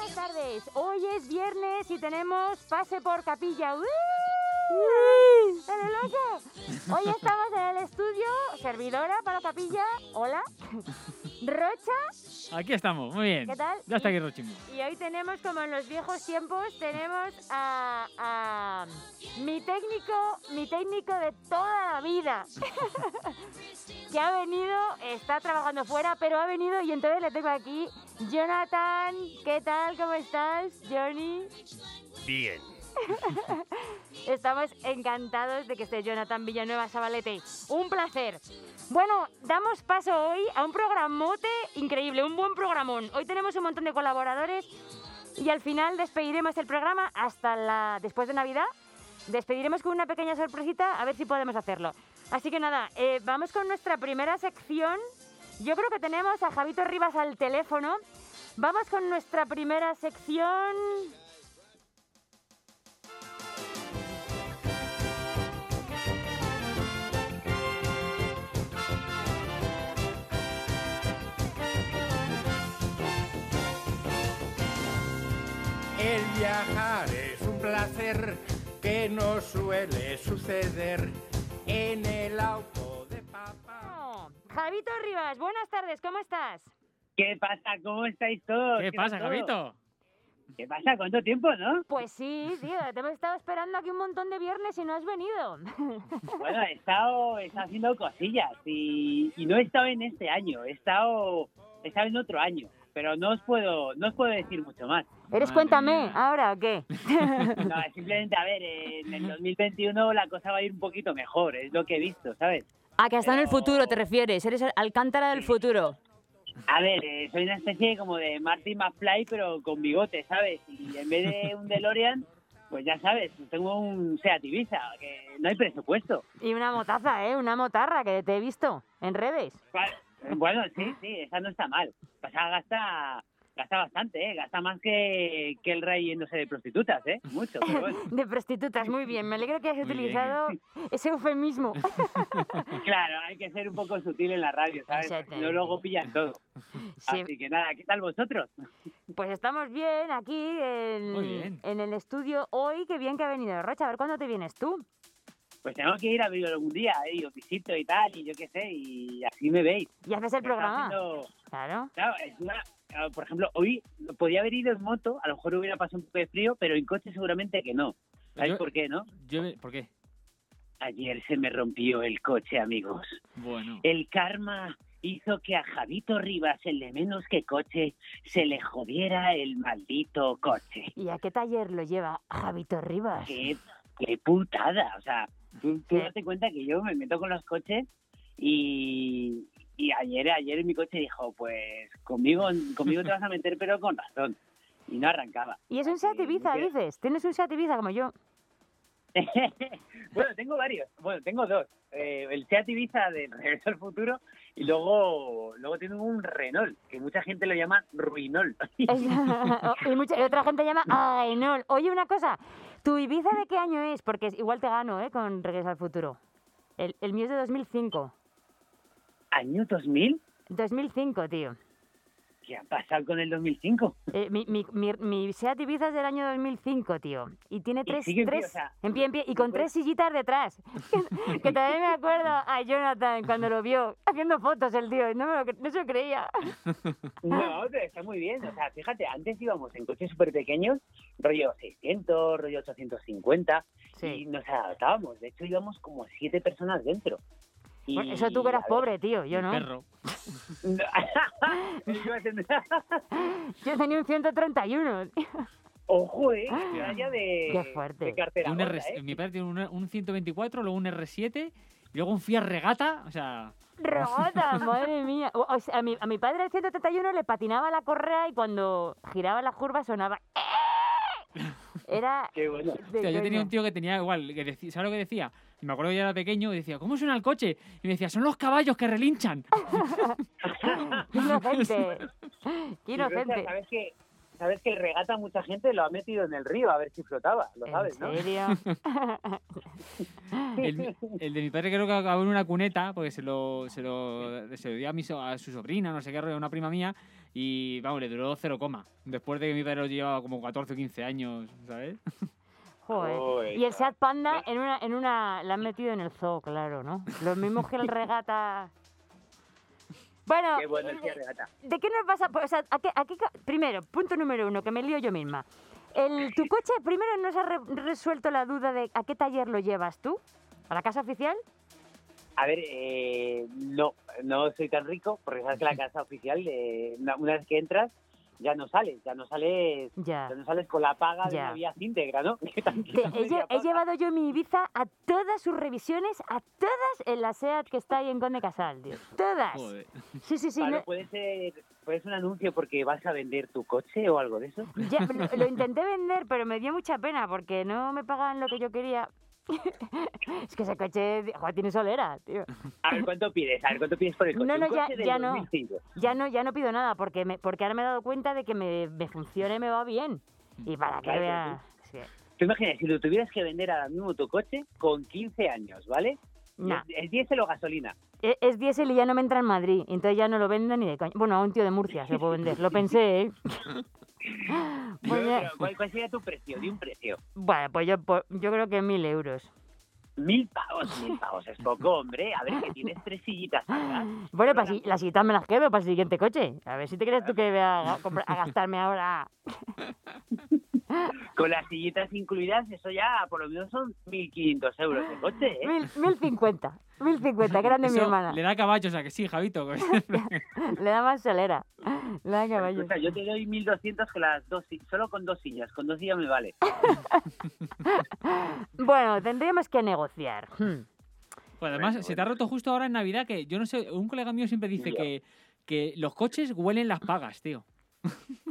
viernes. Hoy es viernes y tenemos pase por capilla. ¡Uh! ¡Pero loco! Hoy estamos en el estudio, servidora para capilla. Hola. Rocha. Aquí estamos, muy bien. ¿Qué tal? Ya está aquí Rochingo. Y hoy tenemos, como en los viejos tiempos, tenemos a, a mi técnico, mi técnico de toda la vida. que ha venido, está trabajando fuera, pero ha venido y entonces le tengo aquí. Jonathan, ¿qué tal? ¿Cómo estás? Johnny. Bien. Estamos encantados de que esté Jonathan Villanueva Sabalete. Un placer. Bueno, damos paso hoy a un programote increíble, un buen programón. Hoy tenemos un montón de colaboradores y al final despediremos el programa hasta la después de Navidad. Despediremos con una pequeña sorpresita a ver si podemos hacerlo. Así que nada, eh, vamos con nuestra primera sección. Yo creo que tenemos a Javito Rivas al teléfono. Vamos con nuestra primera sección. El viajar es un placer que no suele suceder en el auto de papá. Oh, Javito Rivas, buenas tardes, ¿cómo estás? ¿Qué pasa? ¿Cómo estáis todos? ¿Qué pasa, tal todo? Javito? ¿Qué pasa? ¿Cuánto tiempo, no? Pues sí, tío, te hemos estado esperando aquí un montón de viernes y no has venido. Bueno, he estado, he estado haciendo cosillas y, y no he estado en este año, he estado, he estado en otro año, pero no os puedo, no os puedo decir mucho más. ¿Eres Madre cuéntame mía. ahora o qué? No, simplemente, a ver, en el 2021 la cosa va a ir un poquito mejor, es lo que he visto, ¿sabes? A que está en el Pero- futuro te refieres, eres el Alcántara del futuro. A ver, eh, soy una especie como de Marty McFly, pero con bigote, ¿sabes? Y en vez de un DeLorean, pues ya sabes, tengo un Seat Ibiza, que no hay presupuesto. Y una motaza, ¿eh? Una motarra que te he visto en redes. Vale. Bueno, sí, sí, esa no está mal. O sea, gasta, gasta bastante, ¿eh? Gasta más que, que el rey yéndose de prostitutas, ¿eh? Mucho, pero bueno. De prostitutas, muy bien. Me alegra que hayas Muy bien. utilizado ese eufemismo. Claro, hay que ser un poco sutil en la radio, ¿sabes? Porque Exactamente. No luego pillan todo. Sí, Así que nada, ¿qué tal vosotros? pues estamos bien aquí en, Muy bien. en el estudio hoy. Qué bien que ha venido Rocha. A ver, ¿cuándo te vienes tú? Pues tengo que ir a verlo algún día, ¿eh? Y os visito y tal, y yo qué sé, y así me veis. Y haces el Pero está programa. haciendo- Claro. Claro, es una- claro, por ejemplo, hoy podía haber ido en moto, a lo mejor hubiera pasado un poco de frío, pero en coche seguramente que no. Pues ¿Sabéis Yo- por qué, no? Yo- ¿Por qué? Ayer se me rompió el coche, amigos. Bueno. El karma hizo que a Javito Rivas, el de menos que coche, se le jodiera el maldito coche. ¿Y a qué taller lo lleva Javito Rivas? Qué, qué putada. O sea, tú, tú date cuenta que yo me meto con los coches y, y ayer, ayer mi coche dijo, pues conmigo, conmigo te vas a meter, pero con razón. Y no arrancaba. Y es un Seat Así Ibiza, que- dices. Tienes un Seat Ibiza como yo. bueno, tengo varios. Bueno, tengo dos. Eh, el Seat Ibiza de Regreso al Futuro y luego luego tengo un Renault, que mucha gente lo llama Ruinol. Es- y mucha y otra gente llama ay no oye una cosa tu Ibiza de qué año es porque es- igual te gano eh con Regreso al Futuro el, el mío es de 2005 ¿Año 2000? 2005 tío ¿Qué ha pasado con el 2005? Eh, mi, mi, mi, mi Seat Ibiza es del año 2005 tío y tiene Y tres, sigue en pie, tres- o sea, en pie en pie y con tres sillitas detrás que, que también me acuerdo a Jonathan cuando lo vio haciendo fotos el tío y no, me lo cre- no se lo creía No, pero está muy bien. O sea, fíjate, antes íbamos en coches súper pequeños, rollo 600, rollo 850, y sí nos adaptábamos. De hecho, íbamos como siete personas dentro. Y, Bueno, eso tú que eras a ver, pobre tío yo el no Perro. no. Iba a tener- yo tenía un 131 Ojo, eh, medalla de, Ah, Qué fuerte. de cartera. Un gorda, R- eh. Mi padre tiene un, un 124, luego un R7, y luego un Fiat Regata. O sea, Rogota, madre mía. O- o sea, a, mi, a mi padre el 131 le patinaba la correa y cuando giraba la curva sonaba. Era. Qué bueno. de hostia, yo tenía coña. un tío que tenía igual, que decía, ¿sabes lo que decía? Y me acuerdo que yo era pequeño y decía, ¿cómo suena el coche? Y me decía, son los caballos que relinchan. Qué inocente. Qué Y Rosa, inocente. ¿sabes qué? ¿Sabes sabes que el regata mucha gente lo ha metido en el río a ver si flotaba, lo sabes, ¿no? ¿En serio? El, el de mi padre creo que acabó en una cuneta, porque se lo, se lo, se lo dio a, mi so- a su sobrina, no sé qué rollo, una prima mía, y vamos, le duró cero coma. Después de que mi padre lo llevaba como 14 o 15 años, ¿sabes? Joder. Joder, eh. Y el Seat Panda en una, en una, la han metido en el zoo, claro, ¿no? Los mismos que el regata. Bueno, Qué bueno el eh, que regata. ¿de qué nos vas a.? O sea, ¿a qué- a qué ca- primero, punto número uno, que me lío yo misma. El, tu coche, primero nos ha re- resuelto la duda de a qué taller lo llevas tú. ¿A la casa oficial? A ver, eh, no, no soy tan rico, porque sabes que la casa oficial, eh, una, una vez que entras, ya no sales, ya no sales, Ya. ya no sales con la paga de Ya. una vía íntegra, ¿no? Que tan- Que he, lle- he llevado yo mi Ibiza a todas sus revisiones, a todas en la SEAT que está ahí en Conde Casal, tío. Todas. Joder. Ah, Sí, sí, sí. Pablo, no- puede ser, puede ser un anuncio porque vas a vender tu coche o algo de eso. Ya, lo, lo intenté vender, pero me dio mucha pena porque no me pagaban lo que yo quería. es que ese coche joder, tiene solera, tío. A ver cuánto pides, a ver cuánto pides por el coche. No, no, Un ya- coche del ya no. 2005. Ya no, ya no pido nada porque, me, porque ahora me he dado cuenta de que me, me funciona y me va bien. Y para que Claro que vea... sí. Tú imaginas, si lo tuvieras que vender ahora mismo tu coche con 15 años, ¿vale? Nah. Es, es diésel o gasolina. E- Es diésel y ya no me entra en Madrid, entonces ya no lo vendo ni de coña. Bueno, a un tío de Murcia se lo puedo vender, lo pensé, ¿eh? Pues ya- Pero, ¿cuál, cuál sería tu precio? Di un precio. bueno, pues yo, po- yo creo que mil euros. Mil pavos, mil pavos, es poco, hombre. A ver, que tienes tres sillitas. ¿verdad? Bueno, para si, las citas me las quedo para el siguiente coche. A ver si te crees tú que voy a, ga- compra- a gastarme ahora. Con las sillitas incluidas, eso ya por lo menos son 1.500 euros de coche, ¿eh? Mil, mil cincuenta. Mil cincuenta, que eran de mi Eso hermana. Le da caballo, o sea que sí, Javito. Le da más solera. Le da caballo. O sea, yo te doy 1.200 con las dos, si- solo con dos sillas. Con dos sillas me vale. Bueno, tendríamos que negociar. Hmm. Pues además, se te ha roto justo ahora en Navidad que yo no sé, un colega mío siempre dice Ya. que, que los coches huelen las pagas, tío.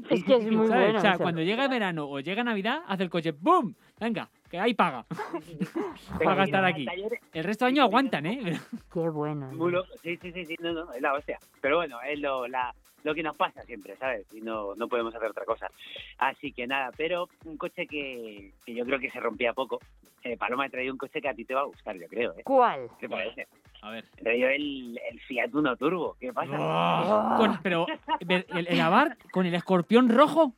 Es que es muy ¿Sabes? bueno. o sea, eso. cuando llega el verano o llega Navidad, hace el coche ¡boom! Venga, que hay paga. Tengo que ir gastar al aquí. taller El resto del año aguantan, ¿eh? Qué bueno. ¿no? Muy loco. Sí, sí, sí, sí, no, no, es la hostia. Pero bueno, es lo, la, lo que nos pasa siempre, ¿sabes? Y no, no podemos hacer otra cosa. Así que nada, pero un coche que, que yo creo que se rompía poco. Eh, Paloma, he traído un coche que a ti te va a gustar, yo creo, ¿eh? ¿Cuál? ¿Qué te parece? A ver. He traído el, el Fiat Uno Turbo, ¿qué pasa? ¡Buah! Ah. Con- pero ver, el, el Abarth con el escorpión rojo.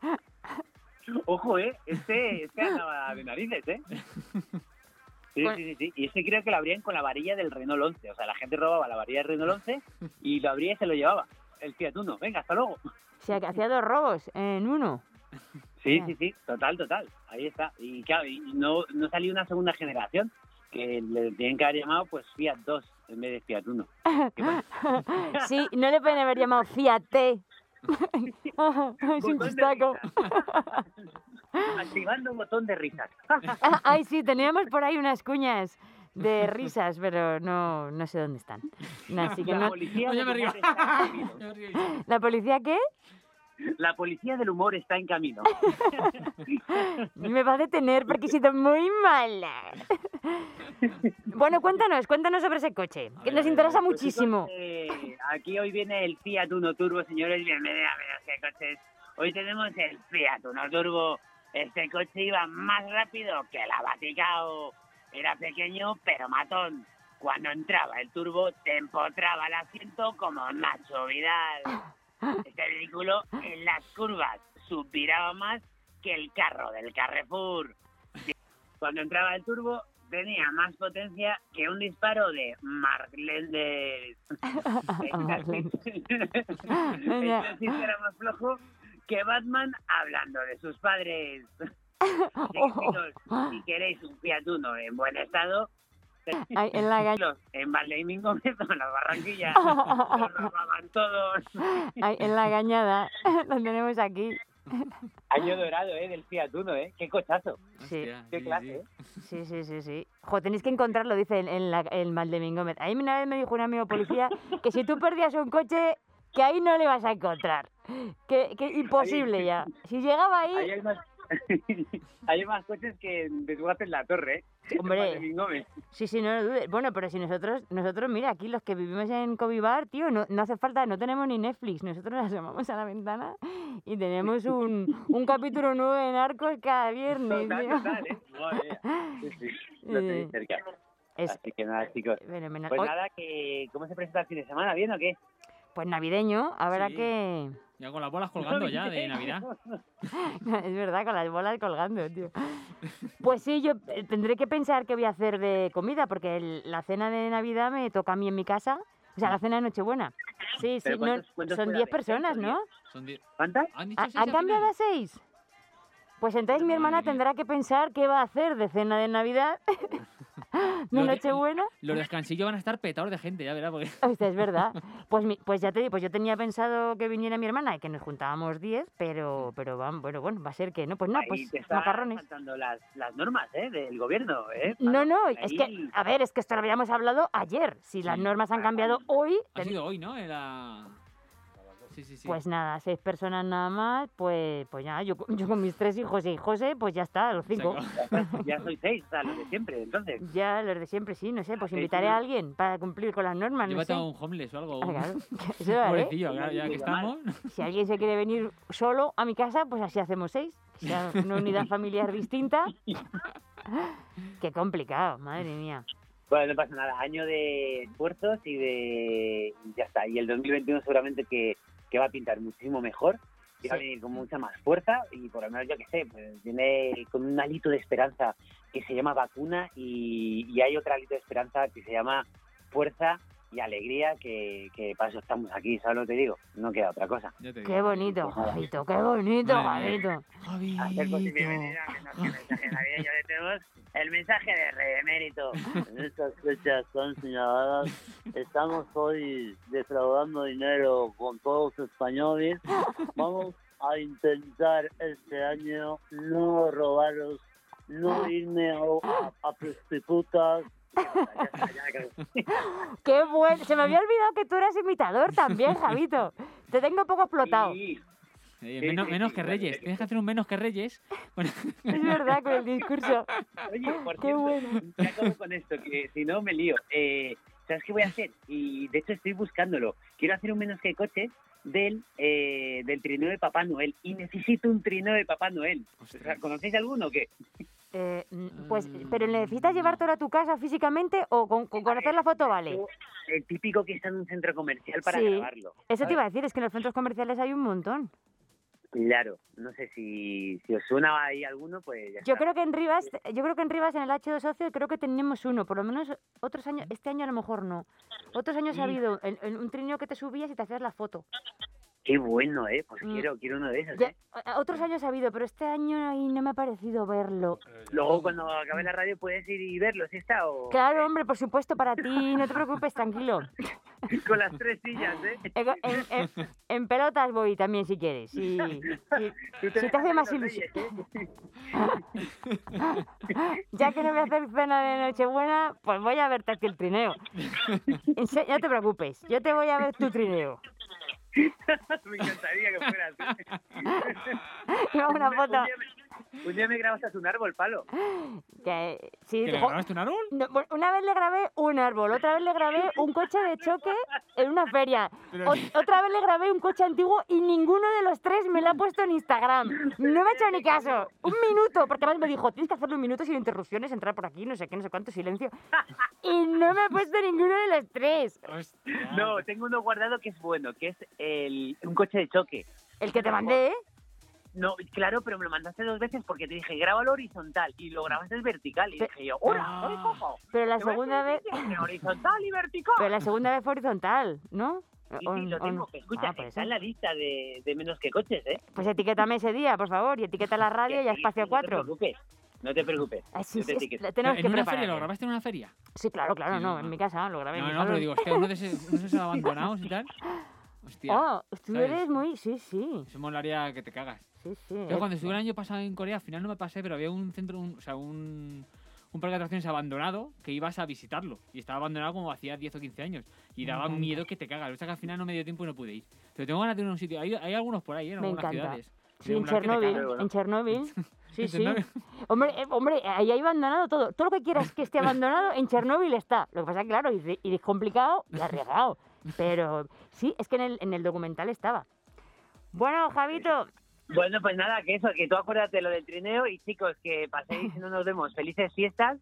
Ojo, ¿eh? Este, este andaba de narices, ¿eh? Sí, sí, sí, sí. Y este creo que lo abrían con la varilla del Renault 11. O sea, la gente robaba la varilla del Renault 11 y lo abría y se lo llevaba. El Fiat Uno, venga, hasta luego. O sea, que hacía dos robos en uno. Sí, Claro. sí, sí, total, total. Ahí está. Y claro, y no, no salió una segunda generación que le tienen que haber llamado pues Fiat 2 en vez de Fiat 1. ¿Qué pasa? Sí, no le pueden haber llamado Fiat. es un Botón de chistaco. risa. Activando un botón de risas. Ah, Ay, sí, teníamos por ahí unas cuñas de risas, pero no, no sé dónde están. Así que La no- policía, No, ya del me río. humor está en camino. Ya me río. ¿La policía qué? La policía del humor está en camino. Me va a detener porque he sido muy mala. Bueno, cuéntanos, cuéntanos sobre ese coche, que ver, a nos ver, interesa Pues, chicos, muchísimo. eh, aquí hoy viene el Fiat Uno Turbo, señores. Bienvenidos a Menos que Coches. Hoy tenemos el Fiat Uno Turbo. Este coche iba más rápido que la Vaticao. Era pequeño, pero matón. Cuando entraba el turbo, te empotraba el asiento como Nacho Vidal. Este vehículo en las curvas suspiraba más que el carro del Carrefour. Cuando entraba el turbo, tenía más potencia que un disparo de Mark Lendes. Entonces era ah. más flojo que Batman hablando de sus padres. Oh, Así que, ah. chicos, si queréis un Fiat Uno en buen estado, Ay, en la gall- los- en Valdeimín Gómez o en las Barranquillas, los robaban todos. ay, en la gañada, lo tenemos aquí. Año dorado, ¿eh? Del Fiat Uno, ¿eh? Qué cochazo, Sí, Hostia, qué sí, clase, ¿eh? sí. sí, sí, sí, sí. Jo, tenéis que encontrarlo, dice en, en la, en Valdemín Gómez. A mí una vez me dijo un amigo policía que si tú perdías un coche, que ahí no le vas a encontrar. Que, que imposible ya. Si llegaba Ahí ahí, el más, Hay más coches que desguaces en la torre, ¿eh? Hombre. En Valentín Gómez. Sí, sí, no lo dudes. Bueno, pero si nosotros, nosotros, mira, aquí los que vivimos en Covivar, tío, no, no hace falta, no tenemos ni Netflix. Nosotros nos asomamos a la ventana y tenemos un, un capítulo nuevo de Narcos cada viernes, Total, tío. total, ¿eh? Madre mía. Sí, sí, lo tenéis Eh, cerca. Es Así que nada, chicos. fenomenal. Pues Hoy, nada, que ¿cómo se presenta el fin de semana? ¿Bien o qué? pues navideño, habrá Sí. que... Ya con las bolas colgando ya de Navidad. Es verdad, con las bolas colgando, tío. Pues sí, yo eh, tendré que pensar qué voy a hacer de comida, porque el- la cena de Navidad me toca a mí en mi casa. O sea, la cena de Nochebuena. Sí, sí, Pero no- ¿cuántos- cuántos son puede 10 haber? personas, ¿Cuántos, ¿no? Son die- ¿Cuántas? ¿Han dicho ¿Ha- seis al ¿Han final? cambiado a 6? Pues entonces mi Madre hermana mía. tendrá que pensar qué va a hacer de cena de Navidad, Lo de de- Nochebuena. Los descansillos van a estar petados de gente, ya verás. Porque... Hostia, es verdad. Pues, mi- pues ya te digo, pues yo tenía pensado que viniera mi hermana y que nos juntábamos 10, pero, pero van, bueno, bueno, va a ser que no. Pues no, Ahí pues te están macarrones. faltando las, las normas ¿eh? del gobierno. ¿eh? No, Pablo, no, es que, ahí. a ver, es que esto lo habíamos hablado ayer. Si las Sí. normas han cambiado hoy, Ha ten- sido hoy, ¿no? Era... Sí, sí, sí. pues nada, seis personas nada más, pues, pues ya, yo, yo con mis tres hijos y José, pues ya está, los Se cinco. acabó. Ya soy seis, o sea, lo de siempre, entonces. Ya los de siempre, sí, no sé, pues Sí, invitaré sí. a alguien para cumplir con las normas, no Llévate sé. a un homeless o algo. Ah, Un claro, eso un haré. pobrecillo, claro, ya que Digo, mal. estamos. Si alguien se quiere venir solo a mi casa, pues así hacemos seis. Que sea una unidad familiar distinta. Qué complicado, madre mía. Bueno, no pasa nada. Año de esfuerzos y de. y Ya está. Y el 2021 seguramente que, que va a pintar muchísimo mejor. Y va a Sí. venir con mucha más fuerza. Y por lo menos, yo que sé, pues, viene con un alito de esperanza que se llama vacuna. Y, y hay otra alito de esperanza que se llama fuerza y alegría. Que, que para eso estamos aquí, ¿sabes lo que te digo? No queda otra cosa. Ya te digo. Qué bonito, Javito, qué bonito, Madre mía. Javito. Hacer cosas y Jovito. bienvenida, que no, que mensaje navideño de tenemos el mensaje de Redemérito. En estas fechas tan señaladas, estamos hoy defraudando dinero con todos los españoles. Vamos a intentar este año no robaros, Ah. no irme a, a prostitutas. Qué bueno. Se me había olvidado que tú eras imitador también, Javito. Te tengo un poco explotado. Eh, menos, menos que Reyes. Tienes que hacer un menos que Reyes. Bueno, Es verdad con el discurso. Oye, por Qué cierto, bueno. ya acabo con esto, que si no me lío. Eh, ¿Sabes qué voy a hacer? Y de hecho estoy buscándolo. Quiero hacer un menos que coche del, eh, del trineo de Papá Noel. Y necesito un trineo de Papá Noel. O sea, Ostras. ¿Conocéis alguno o qué? Eh, mm, pues, pero Mm. ¿necesitas llevártelo a tu casa físicamente o con, con conocer la foto vale? Yo, El típico que está en un centro comercial para Sí. grabarlo. Eso te ¿sabes? iba a decir, es que en los centros comerciales hay un montón. Claro. No sé si, si os suena ahí alguno, pues ya Yo está. creo que en Rivas, yo creo que en Rivas en el H2 Ocio creo que tenemos uno, por lo menos otros años, este año a lo mejor no. Otros años ha habido en, en un trineo que te subías y te hacías la foto. Qué bueno, ¿eh? Pues Mm. quiero, quiero uno de esos, Ya- ¿eh? a- otros años ha habido, pero este año ahí no me ha parecido verlo. Luego cuando acabe la radio puedes ir y verlo, si está o... Claro, hombre, por supuesto, para ti, no te preocupes, tranquilo. Con las tres sillas, ¿eh? En, en- en- en pelotas voy también si quieres. Si, si- Tú si te dejas hace ver más los ilusión. Reyes, ¿eh? Ya que no voy a hacer cena de Nochebuena, pues voy a verte aquí el trineo. En se- No te preocupes, yo te voy a ver tu trineo. Me encantaría que fuera así. Lleva una Un día foto. me- Un día me grabas hasta un árbol, palo. Que, sí, ¿Que le jo- grabaste un árbol? no, bueno, una vez le grabé un árbol, otra vez le grabé un coche de choque en una feria, Pero- o- otra vez le grabé un coche antiguo y ninguno de los tres me lo ha puesto en Instagram. No me ha hecho ni caso. Un minuto, porque además me dijo, tienes que hacerlo un minuto sin interrupciones, entrar por aquí, no sé qué, no sé cuánto, silencio. Y no me ha puesto ninguno de los tres. Hostia. No, tengo uno guardado que es bueno, que es el, un coche de choque. El que te mandé, ¿eh? No, claro, pero me lo mandaste dos veces porque te dije, grábalo horizontal. Y lo grabaste vertical. Y Pe- dije yo, ¡hola! Ah. ¡Soy cojo! Pero la Te voy a segunda vez, hacer difícil, Horizontal y vertical. pero la segunda vez fue horizontal, ¿no? Sí, O- sí, lo o- tengo. que Escucha, Ah, pues está eso. en la lista de, de menos que coches, ¿eh? Pues etiquétame ese día, por favor, y etiqueta la radio y a Que sí, Espacio sí, 4. No te preocupes. No te preocupes. Ah, sí, Yo sí, te es- etiqueto. la Pero tenemos ¿En que una preparar. ¿eh? feria? ¿Lo grabaste en una feria? Sí, claro, claro, Sí, no, no, en no. mi casa lo grabé. en No, mi no, pero salón. digo, hostia, uno de esos uno de esos abandonados y tal. Hostia. Oh, tú ¿sabes? eres muy... Sí, sí, Eso molaría que te cagas. sí, sí. eh. Yo cuando estuve el año pasado en Corea, al final no me pasé, pero había un centro, un, o sea, un, un parque de atracciones abandonado que ibas a visitarlo. Y estaba abandonado como hacía 10 o 15 años. Y Me daba encanta. miedo que te cagas. O sea que al final no me dio tiempo y no pude ir. Pero tengo ganas de ir a un sitio. Hay, hay algunos por ahí, ¿eh? en Me algunas encanta. ciudades. Sí, de en un lado que te Chernóbil, cagas. en Chernóbil. Sí, En sí. Chernóbil. Hombre, eh, hombre, ahí hay abandonado todo. Todo lo que quieras que esté abandonado, en Chernóbil está. Lo que pasa, claro, y, de- y es complicado y arriesgado. Pero sí, es que en el, en el documental estaba. Bueno, Javito, Bueno, pues nada, que eso, que tú acuérdate lo del trineo y chicos, que paséis y no nos vemos. Felices fiestas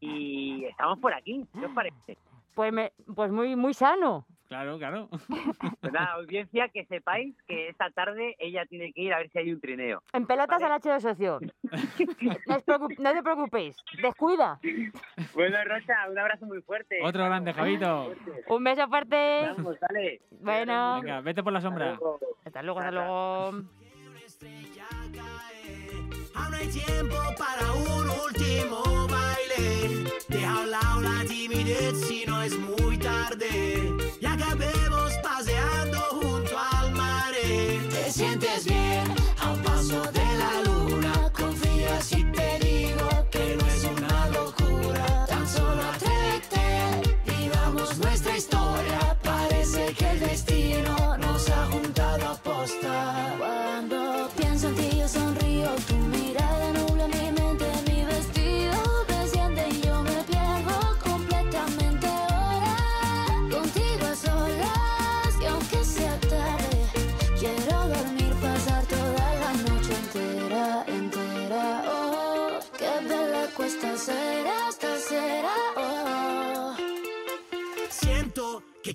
y estamos por aquí, ¿qué os parece? pues, me- pues muy, muy sano. Claro, claro. Pues nada, audiencia, que sepáis que esta tarde ella tiene que ir a ver si hay un trineo. En pelotas Vale. al H de socio. No, os preocup- no te preocupéis, descuida. Bueno, Rocha, un abrazo muy fuerte. Otro grande, Javito. Un beso fuerte. Vamos, dale. Bueno. Venga, vete por la sombra. Hasta luego, hasta luego. estrella cae. Aún hay tiempo para un último baile. Deja a un lado la timidez si no es muy tarde. Y acabemos paseando junto al mar. Te sientes bien a un paso de la luna. Confía si te digo que no es una locura. Tan solo atrévete, vivamos nuestra historia. Parece que el destino nos ha juntado a posta. Cuando pienso en ti yo sonrío, tu mirada nubla mi mente, mi vestido desciende y yo me pierdo completamente ahora. Contigo a solas y aunque sea tarde, quiero dormir, pasar toda la noche entera, entera. Oh, qué bella cuesta ser hasta será. Oh. Siento que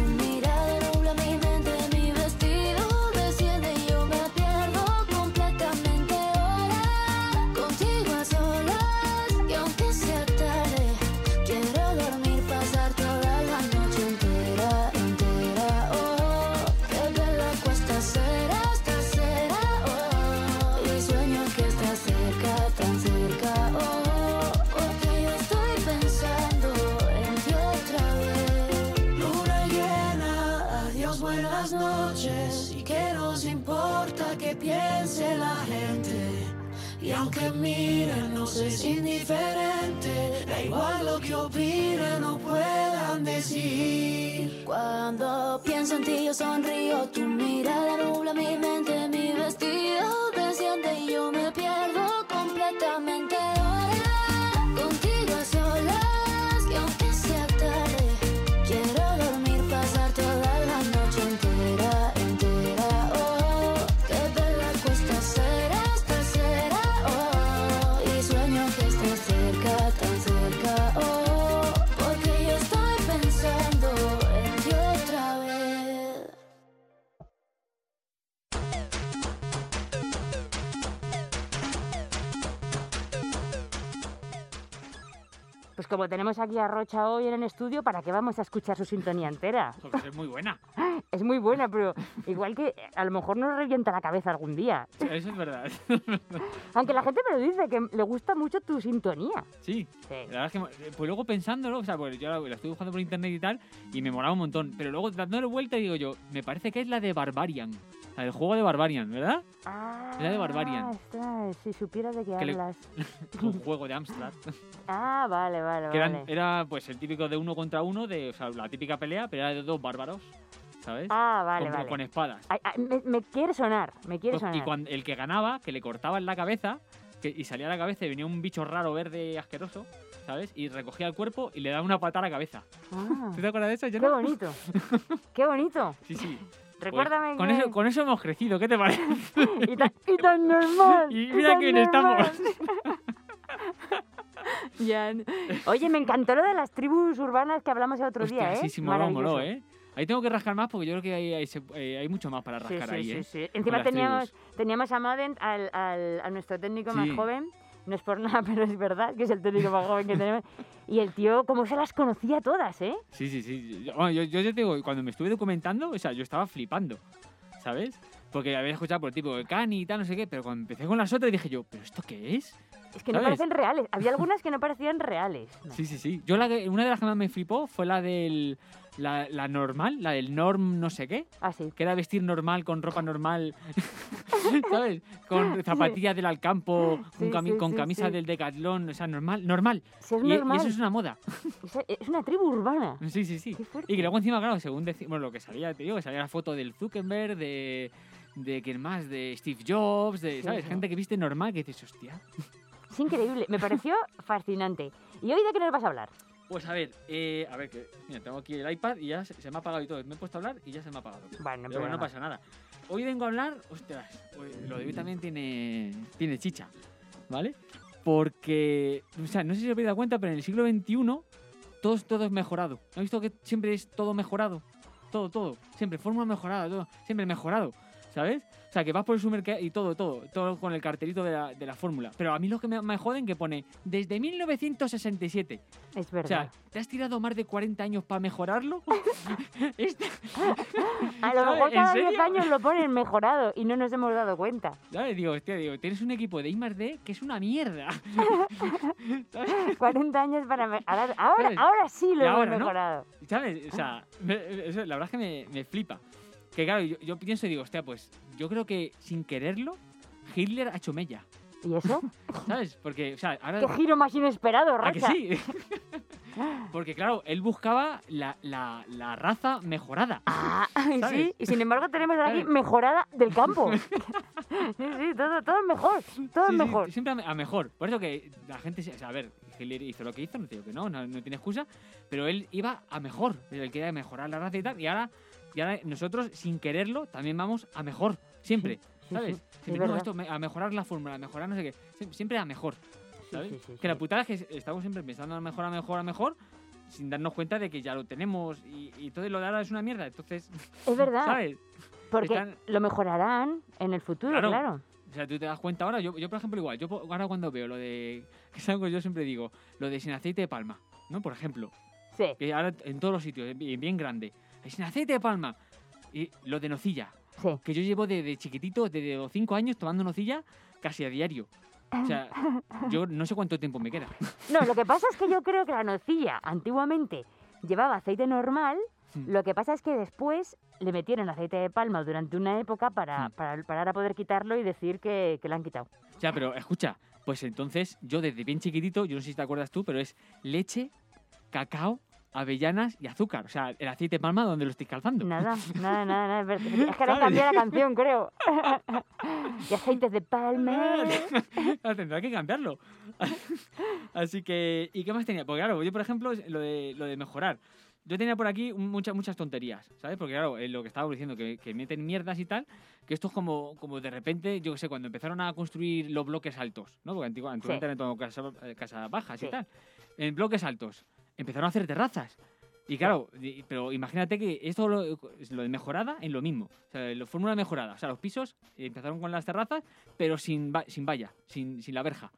mirada nubla mi mente, mi vestido desciende y yo me pierdo completamente ahora. Contigo a solas y aunque sea tarde, quiero dormir, pasar toda la noche entera, entera. Oh, que bella cuesta ser hasta será. Oh, y sueño que estás cerca, tan cerca. Oh, porque yo estoy pensando en ti otra vez. Luna llena, adiós, buenas noches. Y que nos importa que piense la gente. Y aunque miren, nos es indiferente. Da igual lo que opinen o puedan decir. Cuando pienso en ti yo sonrío, tu mirada nubla mi mente, mi vestido desciende y yo me pierdo completamente ahora. Contigo a solas y aunque sea tarde, quiero dormir, pasar toda la noche entera, entera. Oh, qué bella cuesta ser hasta será. Oh, y sueño que estás cerca, tan cerca. Oh, porque yo estoy pensando en ti otra vez. Pues como tenemos aquí a Rocha hoy en el estudio, ¿para qué vamos a escuchar su sintonía entera? Porque es muy buena. Es muy buena, pero igual que a lo mejor nos revienta la cabeza algún día. Eso es verdad. Aunque la gente me lo dice, que le gusta mucho tu sintonía. Sí. Sí. La verdad es que, mo- eh, pues luego pensándolo, o sea, pues yo la, la estuve buscando por internet y tal, y me molaba un montón. Pero luego dándole vuelta, digo yo, me parece que es la de Barbarian. La del juego de Barbarian, ¿verdad? Ah, Era de Barbarian. ostras, si supieras de qué Que le- hablas. Un juego de Amstrad. Ah, vale, vale, Que eran- vale. era pues el típico de uno contra uno, de, o sea, la típica pelea, pero era de dos bárbaros, ¿sabes? Ah, vale, con, vale. con espadas. Ay, ay, Ah, me, me quiere sonar, me quiere Pues, y sonar. cuando, el que ganaba, que le cortaban la cabeza, que- y salía la cabeza y venía un bicho raro, verde, asqueroso, ¿sabes? Y recogía el cuerpo y le daba una patada a la cabeza. Ah, ¿Tú te acuerdas de eso? Yo qué bonito, qué bonito. Sí, sí. Pues, Recuérdame con, que... eso, con eso hemos crecido, ¿qué te parece? Y tan, y tan normal. Y mira tan que bien estamos. normal. Ya. Oye, me encantó lo de las tribus urbanas que hablamos el otro día, Hostia, ¿eh? Sí, sí, moló, Maravilloso. moló, ¿eh? Ahí tengo que rascar más porque yo creo que hay, hay, se- eh, hay mucho más para Sí, rascar sí, ahí, sí, ¿eh? sí. Encima las teníamos, tribus. teníamos a Madden, al, al- a nuestro técnico más Sí. joven. No es por nada, pero es verdad que es el técnico más joven que tenemos. Y el tío, como se las conocía todas, ¿eh? Sí, sí, sí. Yo, bueno, yo, yo ya te digo, cuando me estuve documentando, o sea, yo estaba flipando, ¿sabes? Porque había escuchado por el tipo de Cani y tal, no sé qué, pero cuando empecé con las otras dije yo, ¿pero esto qué es? Es que no ¿Sabes? parecen reales. Había algunas que no parecían reales. Sí, sí, sí. Yo la que- una de las que más me flipó fue la del. La, la normal, la del norm no sé qué. Así. Que era vestir normal, con ropa normal. ¿Sabes? Con zapatillas del Alcampo, Sí, un cami- sí, con sí, camisa sí. del Decathlon. O sea, normal, normal. Sí, es Y- y normal. eso es una moda. Esa- Es, una tribu urbana. Sí, sí, sí. Qué fuerte. Y que luego encima, claro, según deci- bueno, lo que salía, te digo, que salía la foto del Zuckerberg, de, de quién más, de Steve Jobs, de, Sí, ¿sabes? sí. Gente que viste normal, que dices, hostia. Es increíble. Me pareció fascinante. ¿Y hoy de qué nos vas a hablar? Pues a ver, eh, a ver, que, mira, tengo aquí el iPad y ya se, se me ha apagado y todo. Me he puesto a hablar y ya se me ha apagado. Bueno, Pero bueno, problema. no pasa nada. Hoy vengo a hablar, ostras, hoy- lo de hoy también tiene, tiene chicha, ¿vale? Porque, o sea, no sé si os habéis dado cuenta, pero en el siglo XXI todo, es- todo es mejorado. ¿No ¿Habéis visto que siempre es todo mejorado? Todo, todo. Siempre fórmula mejorada, todo. Siempre mejorado, ¿sabes? O sea, que vas por el supermercado y todo, todo. Todo con el cartelito de la, de la fórmula. Pero a mí lo que me, me joden que pone desde 1967. Es O sea, verdad. ¿te has tirado más de 40 años para mejorarlo? Esta- a lo ¿sabes? mejor ¿en cada 10 serio? años lo ponen mejorado y no nos hemos dado cuenta. ¿Sabes? Digo, hostia, digo, tienes un equipo de I más D que es una mierda. 40 años para me- ahora, ahora, ¿Sabes? ahora sí lo Y hemos ahora no. mejorado. Ah. ¿Sabes? O sea, me- me- eso, la verdad es que me, me flipa. Que claro, yo, yo pienso y digo, hostia, pues yo creo que sin quererlo, Hitler ha hecho mella. ¿Y eso? ¿Sabes? Porque, o sea, ahora. ¡Qué giro más inesperado, ¿A que Racha! sí? Porque claro, él buscaba la, la- la raza mejorada. Ah, y ¿Sabes? sí, y sin embargo tenemos aquí Claro. mejorada del campo. sí, sí, todo, todo es mejor, todo Sí, es sí, mejor. siempre a, me- a mejor. Por eso que la gente. se- o sea, a ver, Hitler hizo lo que hizo, no te digo que no, no, no tiene excusa. Pero él iba a mejor. Él quería mejorar la raza y tal. Y ahora, y ahora nosotros, sin quererlo, también vamos a mejor. Siempre. sí, ¿Sabes? sí, es Siempre, no, verdad. esto, me- a mejorar la fórmula, a mejorar no sé qué. Siem- Siempre a mejor. ¿Sabes? sí, sí, que la sí. putada es que estamos siempre pensando a mejor, a mejor, a mejor. Sin darnos cuenta de que ya lo tenemos. Y, y todo lo de ahora es una mierda. Entonces, Es verdad, ¿sabes? porque están- lo mejorarán en el futuro, Claro. claro. O sea, tú te das cuenta ahora. Yo, yo, por ejemplo, igual. Yo po- ahora cuando veo lo de. Que es algo que yo siempre digo. Lo de sin aceite de palma. ¿No? Por ejemplo. Sí, Que ahora en todos los sitios. Y bien grande. Sin aceite de palma. Y lo de nocilla. sí. Que yo llevo desde chiquitito, desde los 5 años, tomando nocilla casi a diario. O sea, yo no sé cuánto tiempo me queda. No, lo que pasa es que yo creo que la nocilla antiguamente llevaba aceite normal, Hmm. lo que pasa es que después le metieron aceite de palma durante una época para, Hmm. para, para ahora poder quitarlo y decir que, que la han quitado. O sea, pero escucha. Pues entonces, yo desde bien chiquitito, yo no sé si te acuerdas tú, pero es leche, cacao, avellanas y azúcar. O sea, el aceite de palma donde lo estoy calzando. Nada, nada, nada, nada. Es verdad. Es que ahora ¿Sabes? cambié la canción, creo. y aceites de palma. Ah, Tendrá que cambiarlo. Así que, ¿y qué más tenía? Porque claro, yo por ejemplo, es lo de, lo de mejorar. Yo tenía por aquí un- muchas, muchas tonterías, ¿sabes? Porque claro, eh, lo que estábamos diciendo, que, que meten mierdas y tal, que esto es como, como de repente, yo qué sé, cuando empezaron a construir los bloques altos, ¿no? Porque antigu- antiguamente eran todo casa- eh, casas bajas y Sí. tal. En bloques altos, empezaron a hacer terrazas. Y claro, y- pero imagínate que esto lo, lo de mejorada en lo mismo. O sea, la fórmula mejorada. O sea, los pisos eh, empezaron con las terrazas, pero sin, va- sin valla, sin, sin la verja.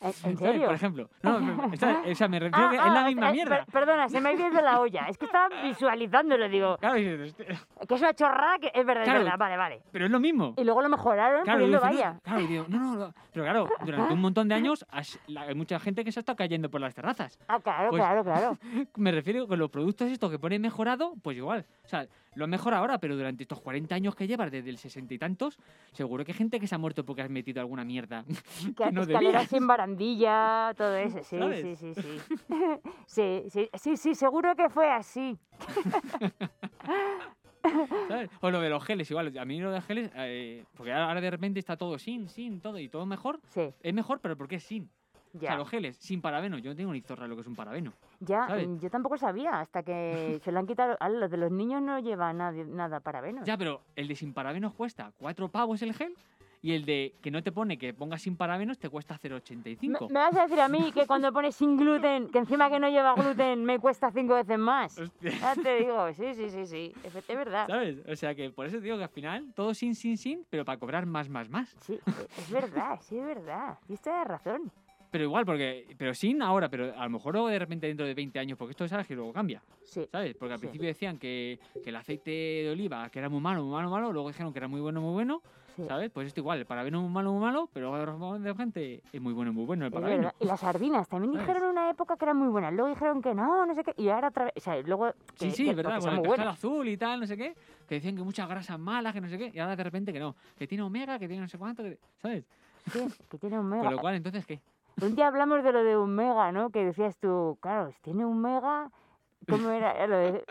¿En, en ¿Sabes? serio? Por ejemplo. No, pero, está- o sea, me refiero Ah, que ah, es la o misma sea, mierda. per- perdona, se me ha ido de la olla. Es que estaba visualizándolo, digo. Claro, dices, "Hostia". Que es una chorrada, que es verdad, Claro. es verdad, vale, vale. pero es lo mismo. Y luego lo mejoraron Claro, eh, poniendo dices, no, valla. claro, y digo, no, no, no. Pero claro, durante un montón de años has- la- hay mucha gente que se ha estado cayendo por las terrazas. Ah, claro, Pues- claro, claro. Me refiero con los productos estos que ponen mejorado, pues igual. O sea, lo han mejorado ahora, pero durante estos 40 años que llevas, desde el 60 y tantos, seguro que hay gente que se ha muerto porque has metido alguna mierda. Que no escaleras debías. sin barandilla, todo eso. Sí, ¿Sabes? sí, sí, sí. sí, sí, sí, sí, seguro que fue así. ¿sabes? O lo de los geles, igual. A mí lo de los geles, eh, porque ahora ahora de repente está todo sin, sin, todo y todo mejor. Sí, Es mejor, pero porque es sin. O sea, ya. los geles, sin parabeno. Yo no tengo ni zorra lo que es un parabeno. Ya, ¿sabes? mm, yo tampoco sabía hasta que se lo han quitado. Ah, los de los niños no lleva nadie- nada para venos. Ya, pero el de sin parabenos cuesta 4 pavos el gel y el de que no te pone que pongas sin parabenos te cuesta ¿Me, 0,85. me vas a decir a mí que cuando pones sin gluten, que encima que no lleva gluten, me cuesta cinco veces más? Hostia, Ya te digo, sí, sí, sí, sí, efe- es verdad. ¿Sabes? O sea que por eso te digo que al final todo sin, sin, sin, pero para cobrar más, más, más. Sí, e- es verdad, sí, es verdad. Tienes toda la razón. pero igual, porque. Pero sin ahora, pero a lo mejor luego de repente dentro de 20 años, porque esto es que luego cambia. Sí. ¿Sabes? Porque al Sí. principio decían que, que el aceite de oliva, que era muy malo, muy malo, malo, luego dijeron que era muy bueno, muy bueno, Sí. ¿sabes? Pues esto igual, el parabeno muy malo, muy malo, pero luego de repente es muy bueno, muy bueno el Es parabeno. verdad. Y las sardinas también ¿Sabes? dijeron en una época que eran muy buenas. Luego dijeron que no, no sé qué. Y ahora otra vez. O sea, luego. Sí, que- sí, que- es verdad, porque con son el muy pescado buenas. azul y tal, no sé qué, que decían que muchas grasas malas, que no sé qué, y ahora de repente que no, que tiene omega, que tiene no sé cuánto, que- ¿sabes? Sí, que tiene un Con mega. lo cual, entonces, ¿qué? Un día hablamos de lo de un mega, ¿no? Que decías tú, claro, si tiene un mega. ¿Cómo era? Era lo de-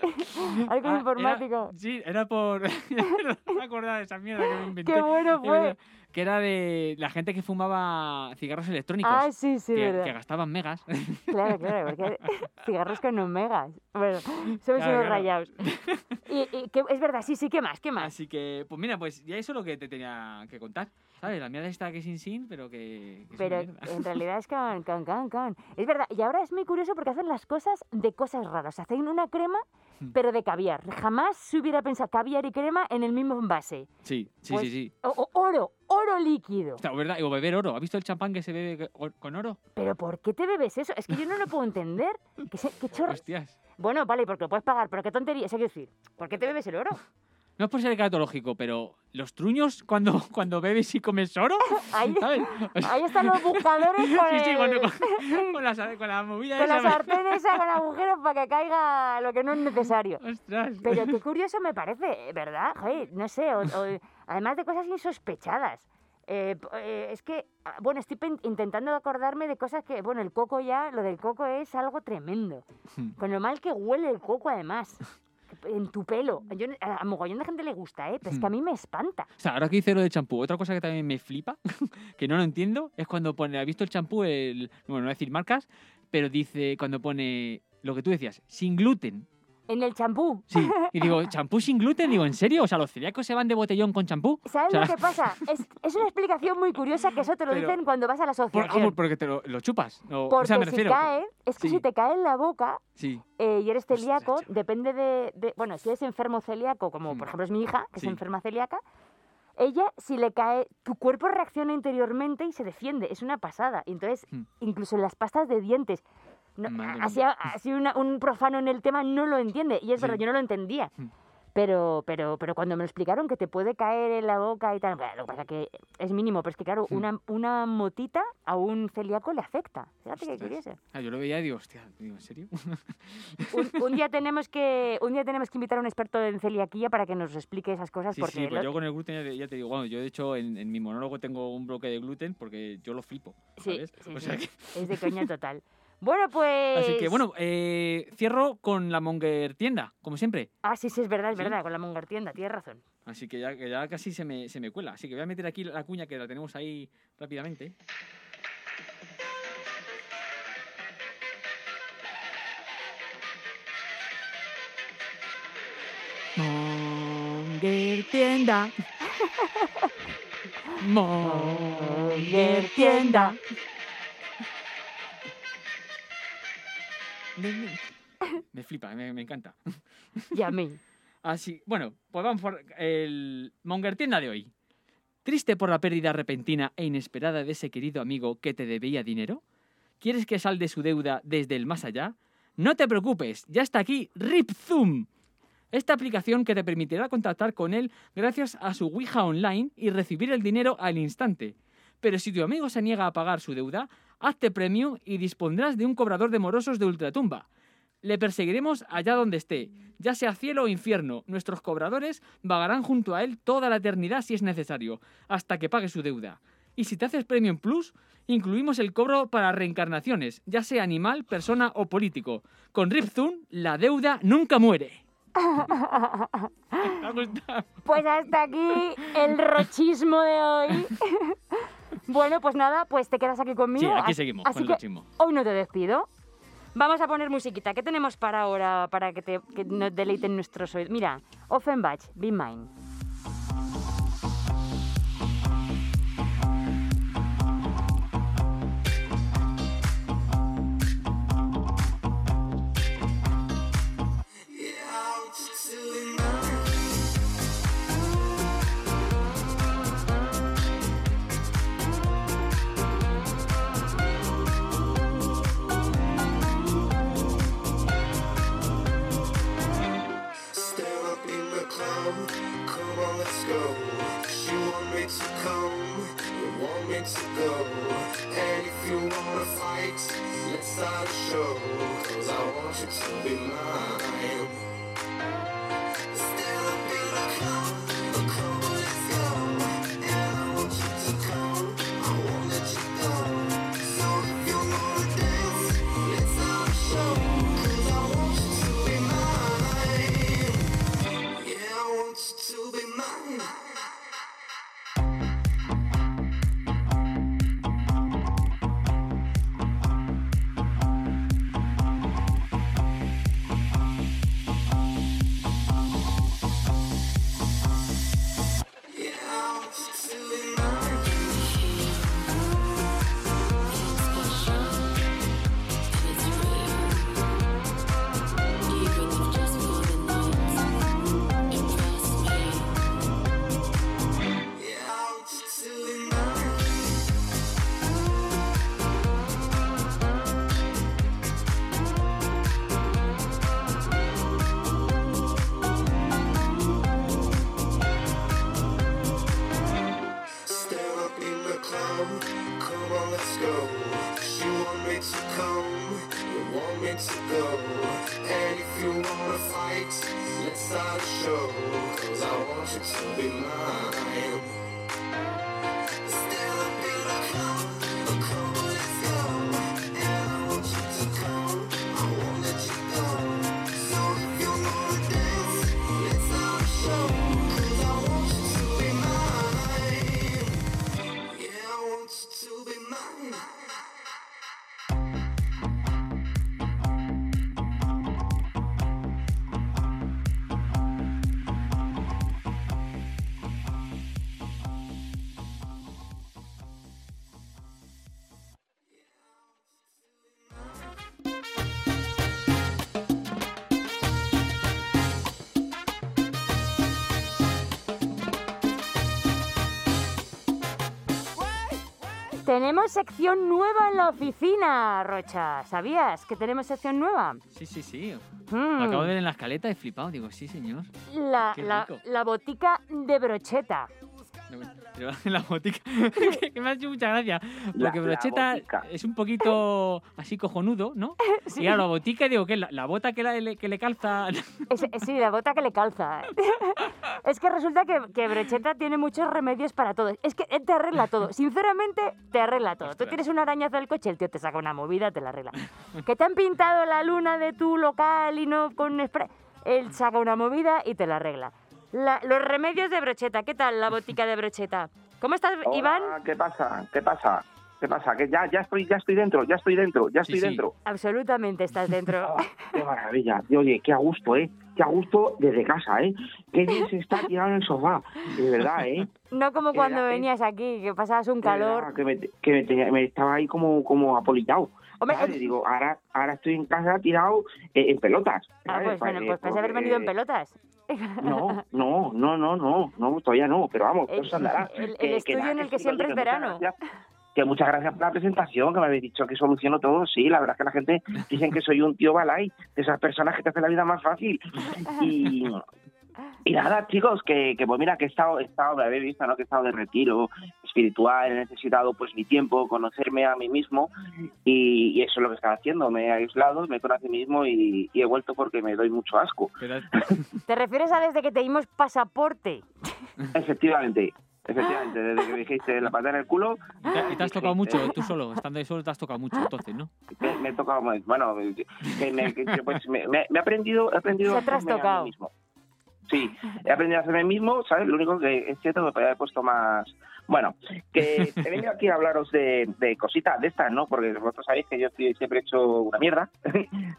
Algo Ah, era- informático. sí, era por... no me acordaba de esa mierda que me inventé. ¡Qué bueno Es fue! verdad, Que era de la gente que fumaba cigarros electrónicos. Ah, sí, sí, que, verdad. que gastaban megas. Claro, claro, porque cigarros con omegas. Bueno, somos Claro, unos claro. rayados. Y, y que- es verdad, sí, sí, ¿qué más? ¿Qué más? Así que, pues mira, pues ya eso es lo que te tenía que contar. ¿Sabes? La mierda está que es sin sin, pero que. que es una Pero mierda. en realidad es con, con, con, con. Es verdad, y ahora es muy curioso porque hacen las cosas de cosas raras. Hacen una crema, Hmm. pero de caviar. Jamás se hubiera pensado caviar y crema en el mismo envase. Sí, sí, pues- sí, sí. O- o- oro, oro líquido. Está, ¿verdad? O beber oro. ¿Has visto el champán que se bebe co- con oro? ¿Pero por qué te bebes eso? Es que yo no lo puedo entender. ¿Qué, se- qué chorra- Hostias. Bueno, vale, porque lo puedes pagar, pero qué tontería. Es decir, ¿por qué te bebes el oro? No es por ser catológico, pero los truños cuando, cuando bebes y comes oro. Ahí- ¿Sabes? O sea, Ahí están los buscadores con sí, sí, con, el- con- con la, con la movida Con la esa. sartén esa con agujeros para que caiga lo que no es necesario. Ostras. Pero qué curioso me parece, eh, ¿verdad? Joder, no sé, o- o- además de cosas insospechadas. Eh, p- eh, es que, ah, bueno, estoy pen- intentando acordarme de cosas que, bueno, el coco ya, lo del coco es algo tremendo. Hmm. Con lo mal que huele el coco, además. En tu pelo. Yo no- a a mogollón de gente le gusta, ¿eh? Pero es que a Hmm. mí me espanta. O sea, ahora que hice lo del champú, otra cosa que también me flipa, que no lo entiendo, es cuando pone, ha visto el champú, el, bueno, no voy a decir marcas, pero dice, cuando pone lo que tú decías, sin gluten. En el champú. Sí, y digo, champú sin gluten, digo, ¿en serio? O sea, los celíacos se van de botellón con champú. ¿Sabes O sea, lo que pasa? Es, es una explicación muy curiosa que eso te lo Pero- dicen cuando vas a la por- ah, asociación. por- porque te lo, lo chupas. o- Porque o sea, me refiero. si cae, es que sí. si te cae en la boca Sí, eh, y eres Ostras, celíaco, chaval. depende de, de- Bueno, si eres enfermo celíaco, como por Mm. ejemplo es mi hija, que Sí. es enferma celíaca, ella, si le cae, tu cuerpo reacciona interiormente y se defiende. Es una pasada. Y Entonces, Mm. incluso en las pastas de dientes. no- Madre así así una- un profano en el tema no lo entiende. Y es Sí. verdad, yo no lo entendía. Mm. Pero, pero, pero cuando me lo explicaron que te puede caer en la boca y tal, bueno, lo que pasa que es mínimo, pero es que claro, Mm. una, una motita a un celíaco le afecta. Fíjate qué Ostras. curioso. Pues Ah, yo lo veía y digo, hostia, digo, ¿en serio? un, un día tenemos que un día tenemos que invitar a un experto en celiaquía para que nos explique esas cosas Sí, porque sí, pues lo- yo con el gluten ya te, ya te digo, bueno, yo de hecho en, en mi monólogo tengo un bloque de gluten porque yo lo flipo, sí, ¿sabes? sí, o sea sí, que- es de coña total. Bueno, pues Así que bueno, eh, cierro con la Monger tienda, como siempre. Ah, sí, sí, es verdad, es Sí. verdad, con la mongartienda, tienes razón. Así que ya, que ya casi se me, se me cuela. Así que voy a meter aquí la cuña que la tenemos ahí rápidamente. Monger tienda. Monger tienda. Me flipa, me- me encanta. Y a mí. Así, bueno, pues vamos por el Monger Tienda de hoy. ¿Triste por la pérdida repentina e inesperada de ese querido amigo que te debía dinero? ¿Quieres que salde su deuda desde el más allá? No te preocupes, ya está aquí Rip Zoom. Esta aplicación que te permitirá contactar con él gracias a su Ouija online y recibir el dinero al instante. Pero si tu amigo se niega a pagar su deuda, hazte premium y dispondrás de un cobrador de morosos de ultratumba. Le perseguiremos allá donde esté, ya sea cielo o infierno, nuestros cobradores vagarán junto a él toda la eternidad si es necesario, hasta que pague su deuda. Y si te haces Premium Plus, incluimos el cobro para reencarnaciones, ya sea animal, persona o político. Con Ripzoom, la deuda nunca muere. Me ha gustado. Pues hasta aquí el rochismo de hoy. bueno, pues nada, pues te quedas aquí Sí, conmigo. aquí as- seguimos Así con el que rochismo. hoy no te despido. Vamos a poner musiquita. ¿Qué tenemos para ahora para que, te, que nos deleiten nuestros oídos? Mira, Offenbach, Be Mine. Thank Tenemos sección nueva en la oficina, Rocha. ¿Sabías que tenemos sección nueva? Sí, sí, sí. Mm, Lo acabo de ver en la escaleta y flipado. Digo, sí, señor. la, qué la- rico. la botica de brocheta. Pero en la botica. que me ha hecho mucha gracia. La- Porque la brocheta botica. es un poquito así cojonudo, ¿no? Y ahora la botica, digo, ¿qué? La, la bota que, la- le- que le calza. Es- es- sí, la bota que le calza. es que resulta que, que Brocheta tiene muchos remedios para todo. Es que él te arregla todo. Sinceramente, te arregla todo. Tú Ostras. tienes una arañazo del coche, el tío te saca una movida, te la arregla. que te han pintado la luna de tu local y no con spray. Él saca una movida y te la arregla. La- los remedios de Brocheta. ¿Qué tal la botica de Brocheta? ¿Cómo estás, Hola, Iván? ¿Qué pasa? ¿Qué pasa? ¿Qué pasa? Que ya, ya estoy, ya estoy dentro, ya estoy dentro, ya Sí, estoy sí. dentro. Absolutamente estás dentro. Ah, qué maravilla. Y oye, qué a gusto, ¿eh? Qué a gusto desde casa, ¿eh? Qué bien se está tirado en el sofá. De verdad, ¿eh? no como cuando Era, eh. venías aquí, que pasabas un De calor. verdad, que me, te- que me, tenía- me estaba ahí como, como apolillado. Hombre, eh, ¿sabes? Digo, ahora, ahora estoy en casa tirado eh, en pelotas. Ah, ¿sabes? pues bueno, Eh, pues pensé haber venido en porque- pelotas. No, no, no, no, no, no, todavía no, pero vamos, El- todo se andará. el- el Que- que estudio nada, en el que sí, siempre oye, es que muchas verano. gracias, que muchas gracias por la presentación, que me habéis dicho que soluciono todo. Sí, la verdad es que la gente dicen que soy un tío balay, de esas personas que te hacen la vida más fácil. Y, y nada, chicos, que, que pues mira, que he estado, he estado, me habéis visto, ¿no? Que he estado de retiro espiritual, he necesitado pues mi tiempo, conocerme a mí mismo y, y eso es lo que estaba haciendo. Me he aislado, me conozco a mí mismo y- y he vuelto porque me doy mucho asco. Pero ¿Te refieres a desde que te dimos pasaporte? Efectivamente, efectivamente, desde que me dijiste la pata en el culo, y te, y te has tocado Sí, mucho, eh. tú solo, estando ahí solo te has tocado mucho, entonces, ¿no? que me he tocado, más. bueno, que me, que yo, pues, me, me- me he aprendido, he aprendido Se a ha hacerme a trastocado. mí mismo. Sí, he aprendido a hacerme mismo, ¿sabes? Lo único que es cierto que me podría haber puesto más... Bueno, que he venido aquí a hablaros de, de cositas de estas, ¿no? Porque vosotros sabéis que yo estoy- siempre he hecho una mierda,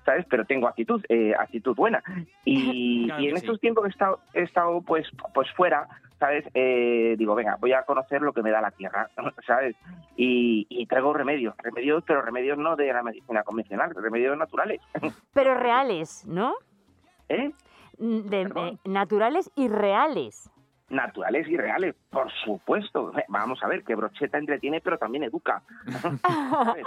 ¿sabes? Pero tengo actitud, eh, actitud buena. Y, Claro y en que sí. estos tiempos que he estado, he estado pues, pues fuera, ¿sabes? Eh, digo, venga, voy a conocer lo que me da la tierra, ¿sabes? Y, y traigo remedios, remedios, pero remedios no de la medicina convencional, remedios naturales, Pero reales, ¿no? ¿eh? Mm, de- Perdón. eh, naturales y reales. Naturales y reales, por supuesto. Vamos a ver, que Brocheta entretiene, pero también educa. A ver,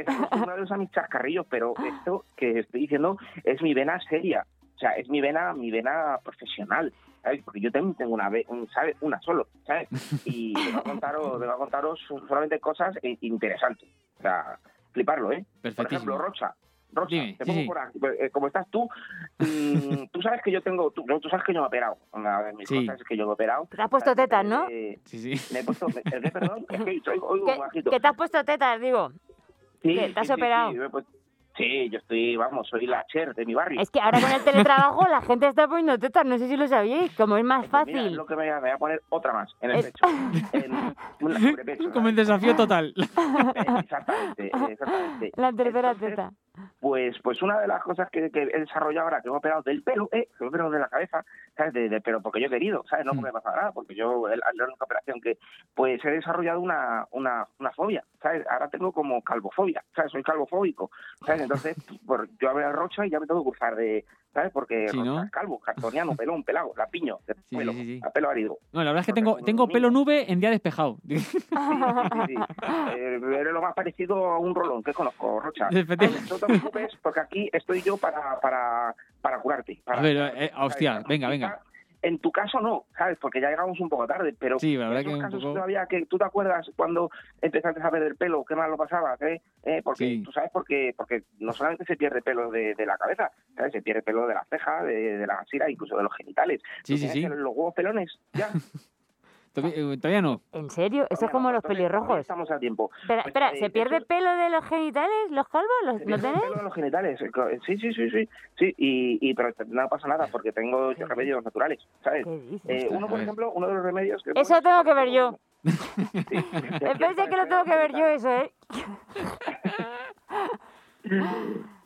estáis acostumbrados a mis chascarrillos, pero Ah. esto que estoy diciendo es mi vena seria. O sea, es mi vena, mi vena profesional, ¿sabes? Porque yo también tengo una, ve- un- ¿sabes? Una solo, ¿sabes? Y vengo a contaros, vengo a contaros solamente cosas eh, interesantes. O sea, fliparlo, ¿eh? Por Perfectísimo. ejemplo, Rocha. Rosa, Dime, te sí, pongo sí. por aquí. Eh, Como estás tú, mm, tú sabes que yo tengo, tú, tú sabes que yo me he operado. Una de mis Sí. cosas es que yo me he operado. Te has puesto tetas, ¿no? Eh, Sí, sí. me he puesto, me- ¿el qué, perdón? Es que soy- oigo Que, bajito. que te has puesto tetas, digo. Sí, que te has sí, sí, operado. Sí, me he puesto- sí, yo estoy, vamos, soy la Cher de mi barrio. Es que ahora con el teletrabajo la gente está poniendo tetas, no sé si lo sabíais, como es más Pues mira, es fácil. lo que me, voy a- me voy a poner otra más en el Es- pecho. en un sobrepecho. Como el desafío total. Eh, Exactamente, eh, exactamente. La tercera Entonces, teta. Pues, pues una de las cosas que, que he desarrollado ahora, que me he operado del pelo, eh, que me he operado de la cabeza, ¿sabes? De, de- pero porque yo he querido, ¿sabes? Mm. No porque me pasa nada, porque yo, el- la única operación que... Pues he desarrollado una, una, una fobia, ¿sabes? Ahora tengo como calvofobia, ¿sabes? Soy calvofóbico, ¿sabes? Entonces, por, yo abro la rocha y ya me tengo que cruzar de... ¿Sabes? Porque Sí, ¿no? rocha, calvo, cartoniano, pelón, pelado, la piño, de Sí, pelo, sí, sí. a pelo árido. No, la verdad es que tengo, tengo pelo nube en día despejado. Sí, Ah. sí, sí, sí. Eh, eres lo más parecido a un rolón que conozco, Rocha. Efectivamente. No te preocupes, porque aquí estoy yo para, para, para curarte. para- A ver, eh, ¿sabes? hostia, venga, venga. En tu caso no, ¿sabes? Porque ya llegamos un poco tarde, pero Sí, la verdad en que esos un casos poco- todavía que tú te acuerdas cuando empezaste a perder pelo, qué mal lo pasabas, ¿eh? Eh, porque Sí. tú sabes porque porque no solamente se pierde pelo de, de la cabeza, ¿sabes? Se pierde pelo de la ceja, de, de la axila, incluso de los genitales. Sí, sí, Tú tienes sí. que Los huevos pelones, ya. Todavía, eh, todavía no. ¿En serio? Eso es como los Entonces, todavía pelirrojos. Estamos a tiempo. Espera, Pues, espera, eh, ¿se pierde eso- pelo de los genitales, los calvos? ¿Los, ¿lo Tengo tenéis? pelo en los genitales, eh, co- sí, sí, sí, sí, sí, y, y pero no pasa nada porque tengo yo remedios naturales, ¿sabes? ¿Qué dices? Eh, uno, A por ver. ejemplo, uno de los remedios que... Eso tengo que ver yo. Sí. Pensé que lo tengo que ver yo eso, ¿eh?